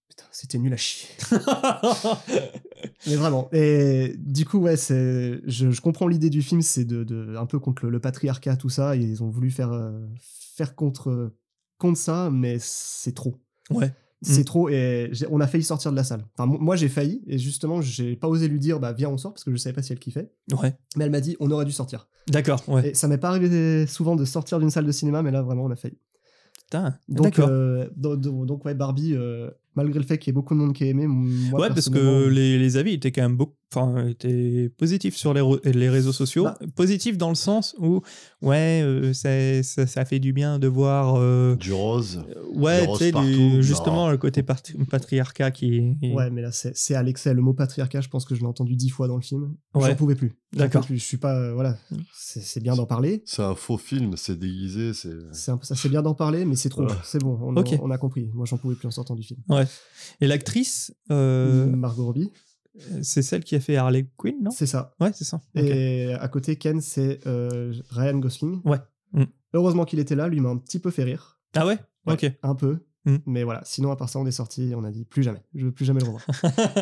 C: putain, c'était nul à chier. Mais vraiment. Et du coup, ouais, c'est, je, je comprends l'idée du film, c'est de, de- un peu contre le, le patriarcat, tout ça. et ils ont voulu faire, euh, faire contre, euh, contre ça, mais c'est trop.
A: Ouais.
C: C'est
A: Mm.
C: trop et j'ai- on a failli sortir de la salle. Enfin, mo- moi j'ai failli et justement j'ai pas osé lui dire bah viens on sort parce que je savais pas si elle kiffait.
A: ouais.
C: Mais elle m'a dit on aurait dû sortir.
A: D'accord, ouais.
C: Et ça m'est pas arrivé souvent de sortir d'une salle de cinéma mais là vraiment on a failli.
A: Putain,
C: Donc,
A: d'accord.
C: euh, do- do- donc ouais Barbie euh, malgré le fait qu'il y ait beaucoup de monde qui ait aimé. Moi,
A: ouais, parce
C: personnellement, euh,
A: que les, les avis étaient quand même beaucoup, enfin, étaient positifs sur les, re- les réseaux sociaux.
C: Bah.
A: Positifs dans le sens où, ouais, euh, ça, ça, ça fait du bien de voir, euh,
B: Du rose.
A: ouais,
B: rose
A: tu sais, du-
B: partout,
A: justement
B: non.
A: le côté patri- patriarcat qui. qui-
C: Ouais, mais là, c'est c'est à l'excès. Le mot patriarcat, je pense que je l'ai entendu dix fois dans le film.
A: Ouais.
C: J'en pouvais plus. J'en
A: D'accord. Mm.
C: pouvais plus. Je suis pas. euh, voilà. C'est c'est bien d'en parler.
B: C'est un faux film, c'est déguisé, c'est.
C: C'est un peu ça. C'est bien d'en parler, mais c'est trop.
B: Voilà.
C: C'est bon. On,
A: Ok.
C: on a compris. Moi, j'en pouvais plus en sortant du film.
A: Et l'actrice, euh,
C: Margot Robbie,
A: c'est celle qui a fait Harley Quinn, non
C: Mm. c'est ça.
A: Ouais, c'est ça. Ok.
C: Et à côté, Ken, c'est euh, Ryan Gosling.
A: Ouais. Mm.
C: Heureusement qu'il était là. Lui il m'a un petit peu fait rire.
A: Ah ouais,
C: Ouais,
A: Ok.
C: Un peu.
A: Mm.
C: Mais voilà, sinon à part ça on est sorti, on a dit plus jamais, je veux plus jamais le revoir.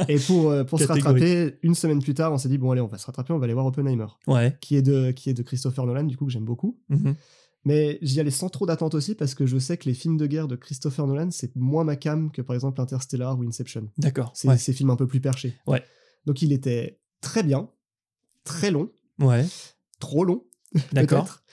C: Et pour, euh, pour se
A: Catégorique.
C: rattraper, une semaine plus tard on s'est dit bon allez on va se rattraper, on va aller voir Oppenheimer.
A: ouais.
C: qui est de, qui est de Christopher Nolan, du coup, que j'aime beaucoup.
A: Mhm.
C: Mais j'y allais sans trop d'attente aussi, parce que je sais que les films de guerre de Christopher Nolan, c'est moins ma cam que par exemple Interstellar ou Inception.
A: D'accord.
C: C'est
A: ouais.
C: ces films un peu plus perchés.
A: Ouais.
C: Donc il était très bien, très long,
A: Ouais,
C: trop long,
A: d'accord.
C: peut-être.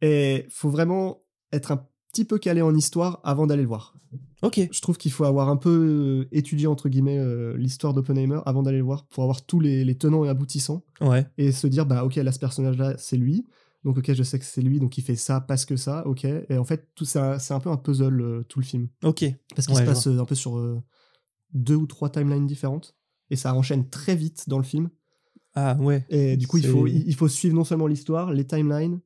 C: Et faut vraiment être un petit peu calé en histoire avant d'aller le voir.
A: Ok.
C: Je trouve qu'il faut avoir un peu euh, étudié, entre guillemets, euh, l'histoire d'Oppenheimer avant d'aller le voir, pour avoir tous les, les tenants et aboutissants,
A: Ouais,
C: et se dire, bah ok, là, ce personnage-là, c'est lui. Donc ok, je sais que c'est lui, donc il fait ça parce que ça, ok. Et en fait, tout ça, c'est un peu un puzzle, euh, tout le film.
A: ok.
C: Parce qu'il
A: Ouais,
C: se
A: je
C: passe euh, un peu sur euh, deux ou trois timelines différentes, et ça enchaîne très vite dans le film.
A: Ah ouais.
C: Et du coup, il
A: C'est-
C: faut, il il faut suivre non seulement l'histoire, les timelines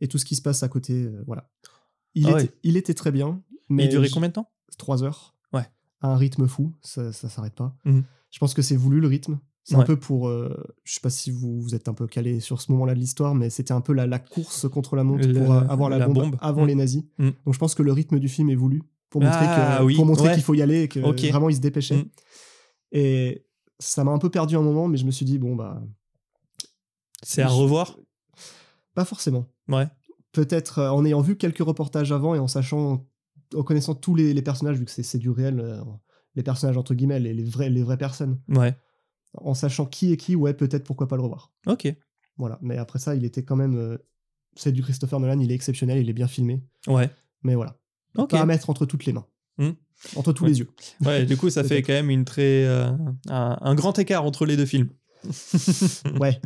C: et tout ce qui se passe à côté. euh, voilà. Il,
A: Ah
C: était,
A: ouais.
C: il était très bien. Mais
A: Mais il durait
C: je-
A: combien de temps
C: Trois heures.
A: Ouais.
C: À un rythme fou, ça, ça s'arrête pas.
A: Mhm.
C: Je pense que c'est voulu le rythme. C'est un
A: Ouais.
C: peu pour. euh, je sais pas si vous, vous êtes un peu calé sur ce moment-là de l'histoire, mais c'était un peu la, la course contre la montre
A: Le-
C: pour euh, avoir la,
A: la
C: bombe,
A: bombe.
C: avant
A: Mhm.
C: les nazis.
A: Mhm.
C: Donc je pense que le rythme du film est voulu pour montrer
A: Ah
C: que-
A: oui,
C: pour montrer
A: ouais.
C: qu'il faut y aller et que
A: Ok.
C: vraiment ils se dépêchaient.
A: Mhm.
C: Et ça m'a un peu perdu un moment, mais je me suis dit, bon, bah,
A: C'est à
C: je-
A: revoir
C: pas forcément.
A: Ouais.
C: Peut-être euh, en ayant vu quelques reportages avant et en sachant, en connaissant tous les, les personnages, vu que c'est- c'est du réel, euh, les personnages entre guillemets, les, les, vrais- les vraies personnes,
A: Ouais.
C: en sachant qui est qui, ouais, peut-être pourquoi pas le revoir.
A: Ok.
C: Voilà. Mais après ça, il était quand même. euh, c'est du Christopher Nolan, il est exceptionnel, il est bien filmé.
A: Ouais.
C: Mais voilà.
A: Ok.
C: Pas à mettre entre toutes les mains.
A: Hmm.
C: Entre tous
A: Ouais.
C: les yeux.
A: Ouais, du coup, ça fait
C: Peut-être.
A: quand même une très, euh, un, un grand écart entre les deux films.
C: Ouais.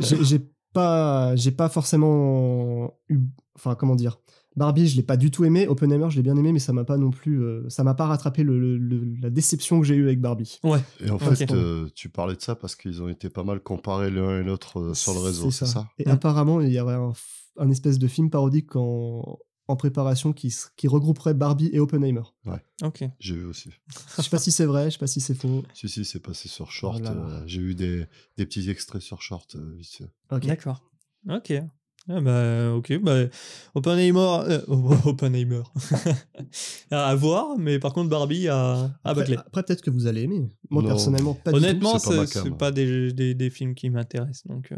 C: j'ai j'ai pas, j'ai pas forcément eu, enfin comment dire. Barbie, je l'ai pas du tout aimé. Oppenheimer, je l'ai bien aimé, mais ça m'a pas non plus, euh, ça m'a pas rattrapé le- le- le- la déception que j'ai eue avec Barbie.
A: Ouais.
B: Et en
A: Ok.
B: fait, euh, tu parlais de ça parce qu'ils ont été pas mal comparés l'un et l'autre euh, sur le réseau, c'est ça,
C: Et
A: Mm.
C: apparemment, il y aurait un, f- un espèce de film parodique en, en préparation qui, s- qui regrouperait Barbie et Oppenheimer.
A: Ok.
B: J'ai vu aussi.
C: Je sais pas si c'est vrai, je sais pas si c'est faux.
B: Si, si, c'est passé sur Short.
C: Oh là là.
B: euh, J'ai eu des, des petits extraits sur Short. euh, vite fait.
C: Ok.
A: D'accord. Ok. Ah bah, ok. Bah, Oppenheimer. euh, oh, Oppenheimer. à voir, mais par contre, Barbie à, à
C: Après,
A: bâcler.
C: après, peut-être que vous allez aimer. Moi,
B: Non.
C: personnellement, pas du
A: Honnêtement,
B: c'est pas ma
A: c'est
B: cam.
A: c'est pas, des, des, des films qui m'intéressent. Donc, euh,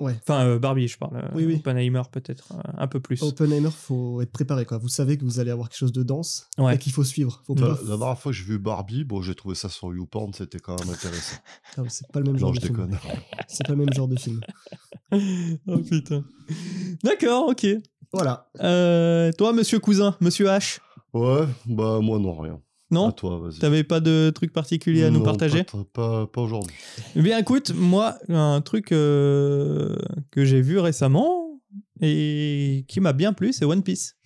C: Ouais.
A: Enfin, euh, Barbie, je parle. euh,
C: Oui, Oh. oui.
A: Oppenheimer, peut-être euh, un peu plus.
C: tout. Oppenheimer, faut être préparé. Quoi. Vous savez que vous allez avoir quelque chose de dense
A: Ouais. Bah,
C: et qu'il faut suivre. Faut
B: La,
C: pas...
B: la dernière fois que j'ai vu Barbie, bon, j'ai trouvé ça sur YouPorn, c'était quand même intéressant.
C: Ah, C'est pas le même genre
B: non, je
C: de film.
B: déconne.
C: C'est pas le même genre de film.
A: oh putain. D'accord, ok.
C: Voilà.
A: Euh, toi, monsieur cousin, monsieur H,
B: Ouais, bah moi non, rien. À
A: non
B: toi, vas-y.
A: T'avais pas de truc particulier à nous
B: Ah, Non,
A: partager
B: Pas, pas- pas aujourd'hui.
A: Eh bien, écoute, moi, un truc euh, que j'ai vu récemment et qui m'a bien plu, c'est One Piece.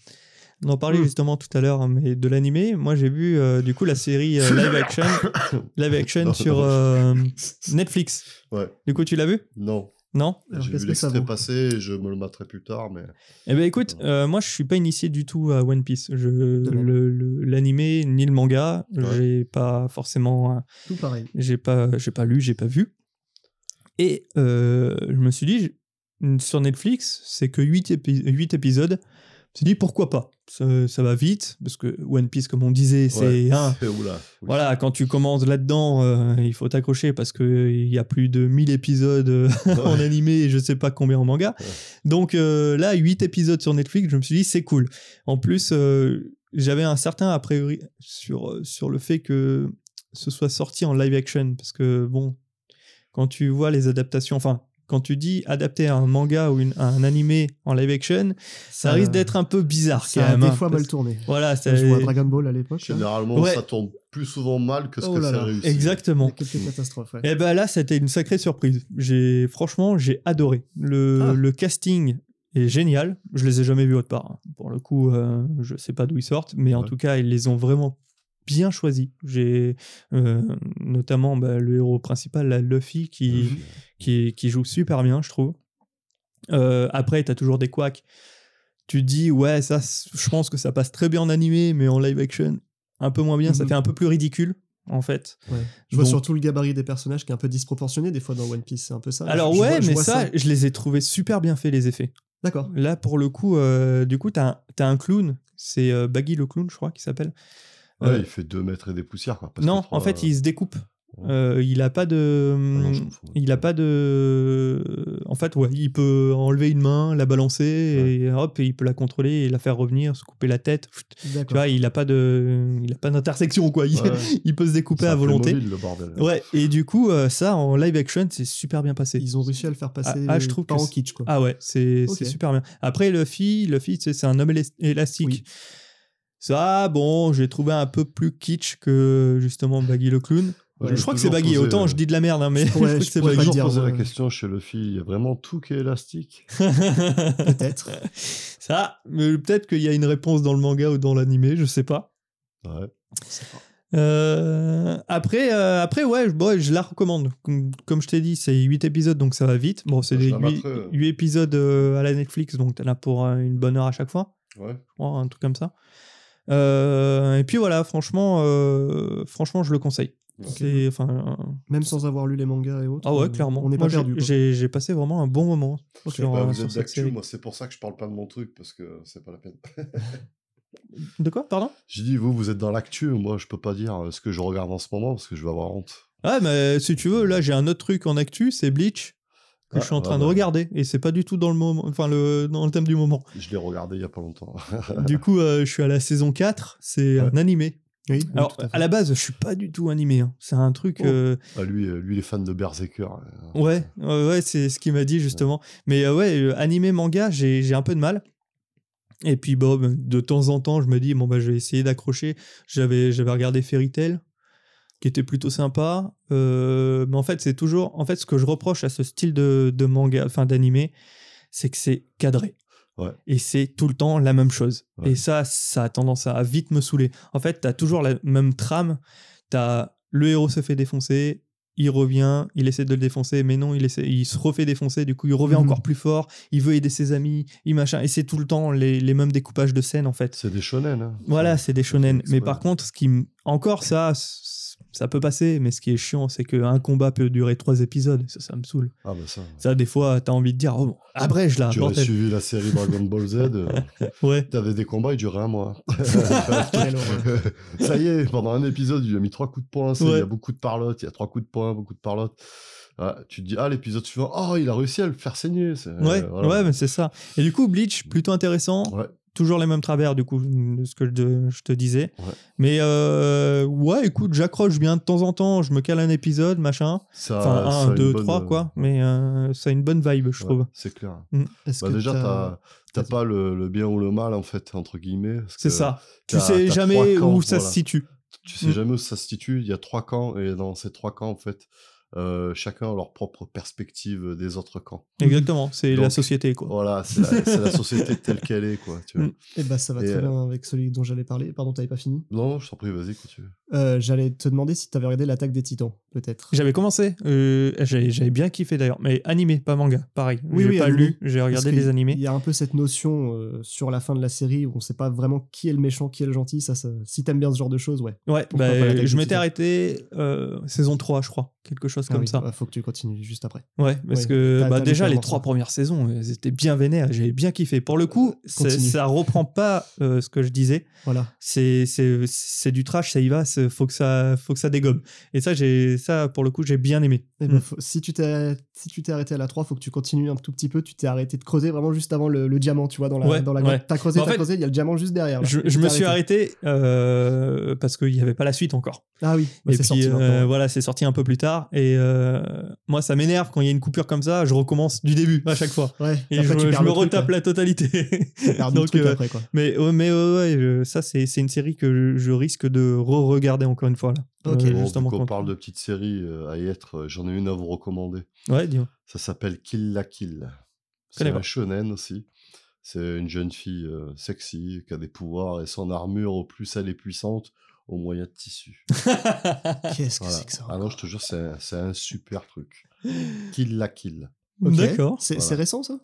A: On en parlait
C: Hmm.
A: justement tout à l'heure, hein, mais de l'animé. Moi, j'ai vu euh, du coup la série euh, live action, live action
B: Non,
A: sur
B: non.
A: euh, Netflix.
B: Ouais.
A: Du coup, tu l'as vu
B: Non,
A: Non
C: Alors,
B: j'ai
C: qu'est-ce
B: vu
C: que ça
B: l'extrait
C: vaut
B: passer, je me le mettrai plus tard, mais
A: Eh bien, écoute, euh, moi, je suis pas initié du tout à One Piece. Je
C: même.
A: le- le- l'animé ni le manga,
B: Ouais.
A: j'ai pas forcément. euh,
C: Tout pareil.
A: j'ai pas j'ai pas lu j'ai pas vu et euh, je me suis dit je- sur Netflix c'est que 8, épisodes je me suis dit pourquoi pas ça, ça va vite parce que One Piece comme on disait c'est
B: Ouais.
A: un
B: Oula, oui.
A: voilà quand tu commences là-dedans euh, il faut t'accrocher parce que euh, il y a plus de 1000 épisodes euh, en
B: Ouais.
A: animé et je sais pas combien en manga
B: Ouais.
A: donc euh, là 8 épisodes sur Netflix je me suis dit c'est cool en plus euh, j'avais un certain a priori sur, euh, sur le fait que ce soit sorti en live action parce que bon quand tu vois les adaptations enfin quand tu dis adapter un manga ou une- un animé en live action ça risque d'être un peu bizarre
C: Ça
A: quand
C: a
A: même
C: des
A: hein,
C: fois
A: parce-
C: mal tourné.
A: voilà ça-
C: Je vois Dragon Ball à l'époque. hein. là.
B: Généralement,
A: Ouais.
B: ça tourne plus souvent mal que ce
C: Oh
B: que
C: là
B: ça
C: là.
B: réussit.
C: Il y
A: exactement
C: a quelques catastrophes. ouais.
A: et ben là, c'était une sacrée surprise. J'ai franchement, j'ai adoré. Le,
C: Ah.
A: le casting est génial. Je les ai jamais vus autre part. hein. Pour le coup, euh, je sais pas d'où ils sortent, mais en
B: Ouais.
A: tout cas, ils les ont vraiment bien choisis. J'ai euh, notamment bah, le héros principal, la Luffy, qui
C: Mhm.
B: Luffy,
A: qui, qui joue super bien, je trouve. Euh, après, t'as toujours des couacs. Tu te dis, ouais, ça, c- je pense que ça passe très bien en animé, mais en live action, un peu moins bien. Ça
C: Mhm.
A: fait un peu plus ridicule, en fait.
C: Ouais. Je vois
A: Donc-
C: surtout le gabarit des personnages qui est un peu disproportionné des fois dans One Piece. C'est un peu ça.
A: Alors,
C: Ah, Je- je
A: ouais,
C: vois- je
A: mais
C: vois
A: ça, je les ai trouvés super bien faits, les effets.
C: D'accord.
A: Là, pour le coup, euh, du coup, t'as un, t'as un clown. C'est euh, Baggy le clown, je crois, qui s'appelle.
B: Ouais,
A: Euh,
B: il fait 2 mètres et des poussières. Quoi, parce
A: non,
B: que
A: en
B: trois,
A: fait, il se découpe. Euh, il a pas de. hum,
B: non, je confonds.
A: il a pas de. En fait, ouais, il peut enlever une main, la balancer, et hop, et il peut la contrôler et la faire revenir, se couper la tête. Chut. Tu
C: D'accord.
A: vois, il a pas de. Il a pas d'intersection, quoi. Il,
B: Ouais, ouais.
A: il peut se
B: C'est
A: découper
B: un
A: à
B: peu
A: volonté.
B: mobile, le bordel.
A: Ouais, et du coup, euh, ça, en live action, c'est super bien passé.
C: Ils ont réussi à le faire passer
A: Ah, ah, je trouve
C: pas
A: que
C: en
A: c'est-
C: kitsch, quoi.
A: Ah ouais, c'est
C: Ok.
A: c'est super bien. Après, Luffy, Luffy tu sais, c'est un homme élas- élastique.
C: Oui.
A: Ça, bon, j'ai trouvé un peu plus kitsch que justement Baggy le clown.
B: Ouais,
A: je
B: j'ai
A: crois que c'est
B: toujours
A: Baggy,
B: posé,
A: autant
B: euh,
A: je dis de la merde, hein, mais je
C: pourrais-
A: crois que
C: je
A: c'est
C: pourrais
B: J'ai
A: Baggy.
C: pas
B: toujours
C: dire,
B: posé
C: euh,
B: la question chez Luffy, il y a vraiment tout qui est élastique
C: Peut-être.
A: Ça, mais peut-être qu'il y a une réponse dans le manga ou dans l'animé, je sais pas.
B: Ouais.
A: Euh, après, euh, après, ouais, je, bon, je la recommande. Comme, comme je t'ai dit, c'est 8 épisodes, donc ça va vite. Bon, c'est
B: Je
A: des
B: la
A: 8,
B: mettrai, euh.
A: épisodes euh, à la Netflix, donc t'en as pour euh, une bonne heure à chaque fois.
B: Ouais. Bah,
A: crois, un truc comme ça. Euh, et puis voilà, franchement, euh, franchement, je le conseille.
B: Ok.
A: C'est, enfin, euh,
C: Même sans avoir lu les mangas et autres.
A: ah ouais,
C: on-
A: clairement.
C: On n'est
A: Moi,
C: pas
A: j'ai-
C: perdu. quoi.
A: J'ai j'ai passé vraiment un bon moment.
C: Ok.
A: sur,
B: Bah,
A: euh,
B: vous
A: sur
B: êtes
A: cette
B: d'actu,
A: série.
B: moi c'est pour ça que je parle pas de mon truc, parce que c'est pas la peine.
A: De quoi, pardon
B: J'ai dit, vous, vous êtes dans l'actu, moi je peux pas dire euh, ce que je regarde en ce moment, parce que je vais avoir honte.
A: Ah, mais si tu veux, là, j'ai un autre truc en actu, c'est Bleach que
B: Ah,
A: je suis en
B: ah
A: train de
B: bah.
A: regarder et c'est pas du tout dans le moment, enfin le dans le thème du moment.
B: Je l'ai regardé il y a pas longtemps.
A: du coup, euh, je suis à la saison 4, c'est un animé.
C: Oui, oui,
A: Alors
C: tout à fait.
A: à, la base, je suis pas du tout animé. hein. C'est un truc.
C: Oh.
A: euh,
B: Ah, lui, euh, lui, il est fan de Berserker. euh,
A: Ouais, ouais, ouais, c'est ce qu'il m'a dit justement. Mais euh, ouais, euh, animé, manga, j'ai j'ai un peu de mal. Et puis Bob, de temps en temps, je me dis, bon, bah, je vais essayer d'accrocher. J'avais j'avais regardé Fairy Tail, qui était plutôt sympa. Euh, mais en fait, c'est toujours. En fait, ce que je reproche à ce style de, de manga, enfin d'animé, c'est que c'est cadré.
B: Ouais.
A: Et c'est tout le temps la même chose.
B: Ouais.
A: Et ça, ça a tendance à vite me saouler. En fait, t'as toujours la même trame. T'as le héros se fait défoncer, il revient, il essaie de le défoncer, mais non, il, essaie, il se refait défoncer, du coup il revient
C: Mhm.
A: encore plus fort, il veut aider ses amis, il machin, et c'est tout le temps les, les mêmes découpages de scènes en fait.
B: C'est des shonen. hein.
A: Voilà, c'est des shonen.
B: c'est-
A: Mais par contre, ce qui m- encore ça, c- ça peut passer, mais ce qui est chiant, c'est qu'un combat peut durer trois épisodes, ça, ça me saoule.
B: Ah bah ça.
A: Ça, des fois, t'as envie de dire, oh, abrège là,
B: Tu aurais
A: bordel.
B: suivi la série Dragon Ball Z, euh,
A: Ouais.
B: t'avais des combats, ils duraient un mois.
C: Quelle horreur.
B: Bah, ça y est, pendant un épisode, il lui a mis trois coups de poing, c'est- il y
A: Ouais.
B: a beaucoup de parlotte, il y a trois coups de poing, beaucoup de parlotte. Ah, tu te dis, ah, l'épisode suivant, oh, il a réussi à le faire saigner. c'est-
A: Ouais,
B: euh, voilà. Mm.
A: ouais, mais c'est ça. Et du coup, Bleach, plutôt intéressant.
B: Ouais.
A: Toujours les mêmes travers, du coup, de ce que je, je te disais.
B: Ouais.
A: Mais euh, ouais, écoute, j'accroche bien de temps en temps. Je me cale un épisode, machin.
B: Ça-
A: Enfin,
B: ça a
A: un,
B: une
A: deux,
B: bonne,
A: trois,
B: euh,
A: quoi. Mais euh, ça a une bonne vibe, je
B: ouais,
A: trouve.
B: C'est clair.
C: Est-ce
B: Bah
C: que
B: déjà,
C: t'as-
B: t'as t'as
C: vas-y.
B: pas le, le bien ou le mal, en fait, entre guillemets. parce
A: C'est
B: que
A: ça. Tu
B: t'as-
A: sais
B: t'as
A: jamais
B: trois camps,
A: où ça
B: voilà.
A: se situe.
B: Tu sais
A: Mm.
B: jamais où ça se situe. Il y a trois camps, et dans ces trois camps, en fait, euh, chacun a leur propre perspective euh, des autres camps.
A: Exactement. C'est la
B: Donc,
A: société, quoi.
B: Voilà, c'est la, c'est la société telle qu'elle est, quoi. Tu vois.
A: Mm.
C: Eh bah, ça va
B: Et,
C: très
B: euh,
C: bien avec celui dont j'allais parler. Pardon, t'avais pas fini
B: Non, je t'en prie, vas-y, continue.
C: Euh, J'allais te demander si t'avais regardé l'attaque des titans, peut-être.
A: J'avais commencé. euh, j'avais j'avais bien kiffé d'ailleurs. Mais animé, pas manga. Pareil.
C: Oui,
A: j'ai
C: oui,
A: pas
C: animé.
A: lu. J'ai
C: Parce
A: regardé
C: qu'il-
A: des animés.
C: Il y a un peu cette notion euh, sur la fin de la série où on sait pas vraiment qui est le méchant, qui est le gentil. Ça, ça- Si t'aimes bien ce genre de choses, ouais.
A: Ouais, bah,
C: Pourquoi pas l'attaque des
A: je m'étais
C: titans
A: arrêté euh, saison 3, je crois. Quelque chose
C: Ah
A: comme
C: oui,
A: ça.
C: bah, faut que tu continues juste après.
A: Ouais, parce
C: Ouais,
A: que
C: t'as-
A: bah,
C: t'as
A: déjà,
C: loupé
A: les
C: un
A: trois
C: morceau.
A: premières saisons, elles étaient bien vénères, j'avais bien kiffé. Pour le coup, ça,
C: Euh, Continue.
A: ça reprend pas euh, ce que je disais.
C: Voilà.
A: C'est, c'est, c'est du trash, ça y va, c'est- faut que ça, faut que ça dégomme. Et ça, j'ai, ça, pour le coup, j'ai bien aimé.
C: Eh
A: Mm.
C: ben, faut- si tu t'es si tu t'es arrêté à la 3, faut que tu continues un tout petit peu. Tu t'es arrêté de creuser vraiment juste avant le, le diamant, tu vois, dans la,
A: Ouais,
C: dans la
A: ouais.
C: grotte. T'as creusé,
A: Bah, en
C: t'as
A: fait,
C: creusé, il y a le diamant juste derrière. là.
A: Je,
C: Et tu
A: je
C: t'es
A: me suis arrêté euh, parce qu'il n'y avait pas la suite encore.
C: Ah oui, bah,
A: et
C: c'est
A: puis
C: sorti.
A: euh,
C: maintenant.
A: voilà, c'est sorti un peu plus tard. Et euh, moi, ça m'énerve quand il y a une coupure comme ça. Je recommence du début à chaque fois.
C: Ouais,
A: Et
C: après,
A: je,
C: tu
A: je
C: perds
A: me
C: le truc,
A: retape
C: ouais.
A: la totalité.
C: Tu perds le
A: Donc,
C: truc
A: euh,
C: après, quoi.
A: Mais, ouais, mais ouais, ouais, je- ça, c'est c'est une série que je, je risque de re-regarder encore une fois. Là.
C: Ok.
A: Euh,
B: Bon,
A: justement,
B: vu qu'on
A: quand-
B: parle de petites séries euh, à y être, euh, j'en ai une à vous recommander.
A: Ouais, dis
B: Ça s'appelle Kill la Kill. C'est
A: connais pas.
B: un shonen aussi. C'est une jeune fille euh, sexy qui a des pouvoirs et son armure, au plus elle est puissante, au moins il y a de tissu.
C: Qu'est-ce que
B: Voilà.
C: c'est que ça
B: Ah non, je te jure, c'est un, c'est un super truc. Kill la Kill.
C: Ok.
A: D'accord.
C: C'est
B: Voilà.
C: c'est récent, ça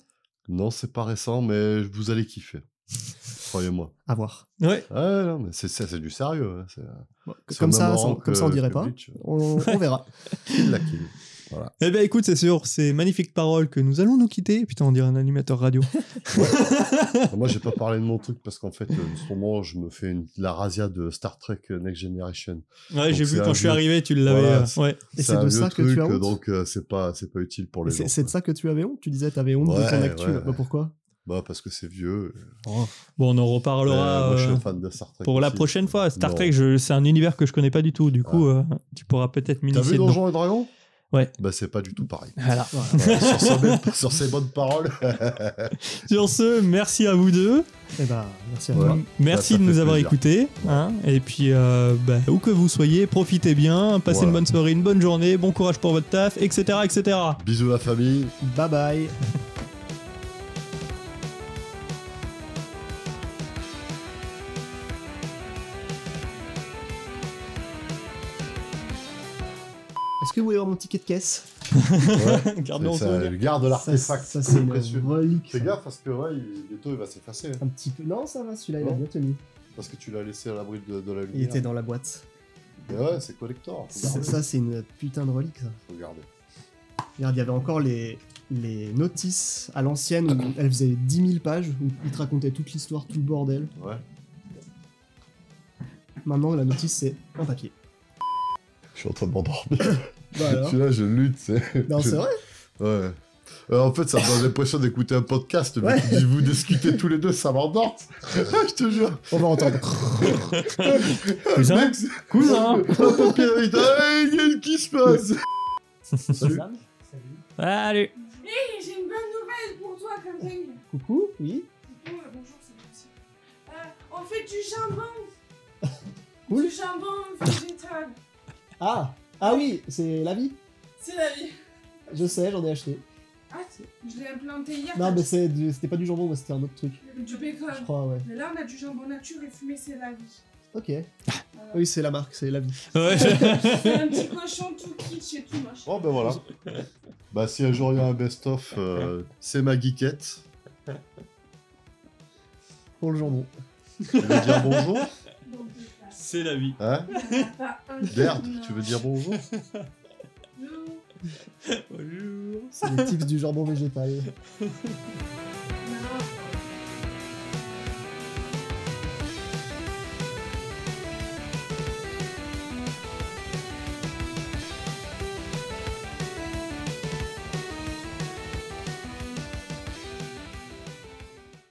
B: Non, c'est pas récent, mais vous allez kiffer. Croyez-moi.
C: À voir.
A: Ouais.
B: Ah, non, mais c'est- c'est c'est du sérieux. hein, c'est-
C: Bon,
B: c'est au
C: comme
B: même
C: ça,
B: rang
C: sans- comme
B: que-
C: ça, on dirait
B: que
C: pas.
B: Bleach.
C: On, on verra.
B: Kill la Kill. Voilà.
A: Eh bien, écoute, c'est sur ces magnifiques paroles que nous allons nous quitter. Putain, on dirait un animateur radio.
B: Moi, j'ai pas parlé de mon truc parce qu'en fait, euh, en ce moment, je me fais une, la razzia de Star Trek euh, Next Generation.
A: Ouais,
B: Donc,
A: j'ai
B: c'est
A: vu
B: un
A: quand je suis
B: vieux-
A: arrivé, tu l'avais.
B: Voilà,
A: euh,
B: c'est-
A: ouais.
C: Et c'est
B: un
C: de
B: vieux
C: ça que tu as honte
B: Donc, euh, c'est pas, c'est pas utile pour les gens.
C: C'est c'est de ça que tu avais honte Tu disais t'avais honte de
B: Ouais,
C: ton actu.
B: ouais,
C: Bah, pourquoi
B: Bah, parce que c'est vieux.
A: Bon, on en
B: Euh,
A: reparlera
B: moi, je
A: euh,
B: suis un fan de Star Trek.
A: pour la
B: aussi.
A: prochaine fois. Star
B: Non.
A: Trek, je- c'est un univers que je connais pas du tout. Du coup, euh, tu pourras peut-être
B: T'as vu
A: m'initier dedans.
B: Donjons et Dragons
A: Ouais.
B: Bah, c'est pas du tout pareil.
A: Voilà.
B: Voilà, sur, ces belles- sur ces bonnes paroles.
A: Sur ce, merci à vous deux.
C: Eh bah, merci à
B: Ouais.
C: toi.
A: Merci
B: ça
A: de
B: fait
A: nous avoir
B: plaisir.
A: écoutés. hein. et puis, euh, bah, où que vous soyez, profitez bien, passez
B: Voilà.
A: une bonne soirée, une bonne journée, bon courage pour votre taf, etc. etc.
B: Bisous la famille.
C: Bye bye. Est-ce que vous voulez voir mon ticket de caisse
B: Ouais.
A: Garde-le en
B: Ça-
A: souvenir.
B: garde l'artefact.
C: Ça, ça, c'est une
B: précieux.
C: relique.
B: Fais
C: ça.
B: gaffe parce que ouais, il- bientôt il va s'effacer. hein.
C: Un petit peu. Non, ça va, celui-là, il a
B: Non.
C: bien tenu.
B: Parce que tu l'as laissé à l'abri de, de la lumière.
C: Il était dans la boîte.
B: Mais ouais, c'est collector. Faut
C: Ça,
B: garder.
C: ça, c'est une putain de relique, ça.
B: Faut garder.
C: Regarde, il y avait encore les, les notices à l'ancienne où elles faisaient 10 000 pages, où ils te racontaient toute l'histoire, tout le bordel.
B: Ouais.
C: Maintenant, la notice, c'est un papier.
B: Je suis en train de m'endormir.
C: Bah alors
A: hein.
B: Celui-là, je lutte, c'est.
C: Non, c'est vrai
B: Ouais. Euh, en fait, ça me donne l'impression d'écouter un podcast, mais
C: Ouais.
B: qui dit vous discutez tous les deux, ça m'endort. je te jure.
C: On va entendre.
A: Cousin
B: Mec, c'est-
A: Cousin
B: un papier, il dit, Hey, qu'est-ce qui se passe Salut.
A: Allez
D: Et j'ai une bonne nouvelle pour toi, comme ça. il-
C: Coucou, oui
D: Oh, bonjour, c'est Lucie. Euh, on fait du jambon.
C: Cool.
D: Du jambon végétal.
C: Ah Ah oui, c'est la vie
D: C'est la vie.
C: Je sais, j'en ai acheté.
D: Ah, c'est- je l'ai implanté hier.
C: Non, mais c'est du- c'était pas du jambon, moi, c'était un autre truc.
D: Du
C: Je
D: bacon.
C: crois, ouais.
D: Mais là, on a du jambon nature et fumé, c'est la vie.
C: Ok. Oui, c'est la marque, c'est la vie.
A: Ouais.
D: C'est un petit cochon tout kitsch et tout moche.
C: Oh.
B: Bon, ben voilà. Bah, si un jour il y a un best-of, euh, c'est ma geekette.
C: Pour le jambon.
B: Tu veux dire bonjour
D: Donc, euh,
A: C'est la vie.
B: Hein
D: pas un
B: Merde,
D: non.
B: tu veux dire bonjour
D: Non.
A: Bonjour.
C: C'est les tips du jambon végétal.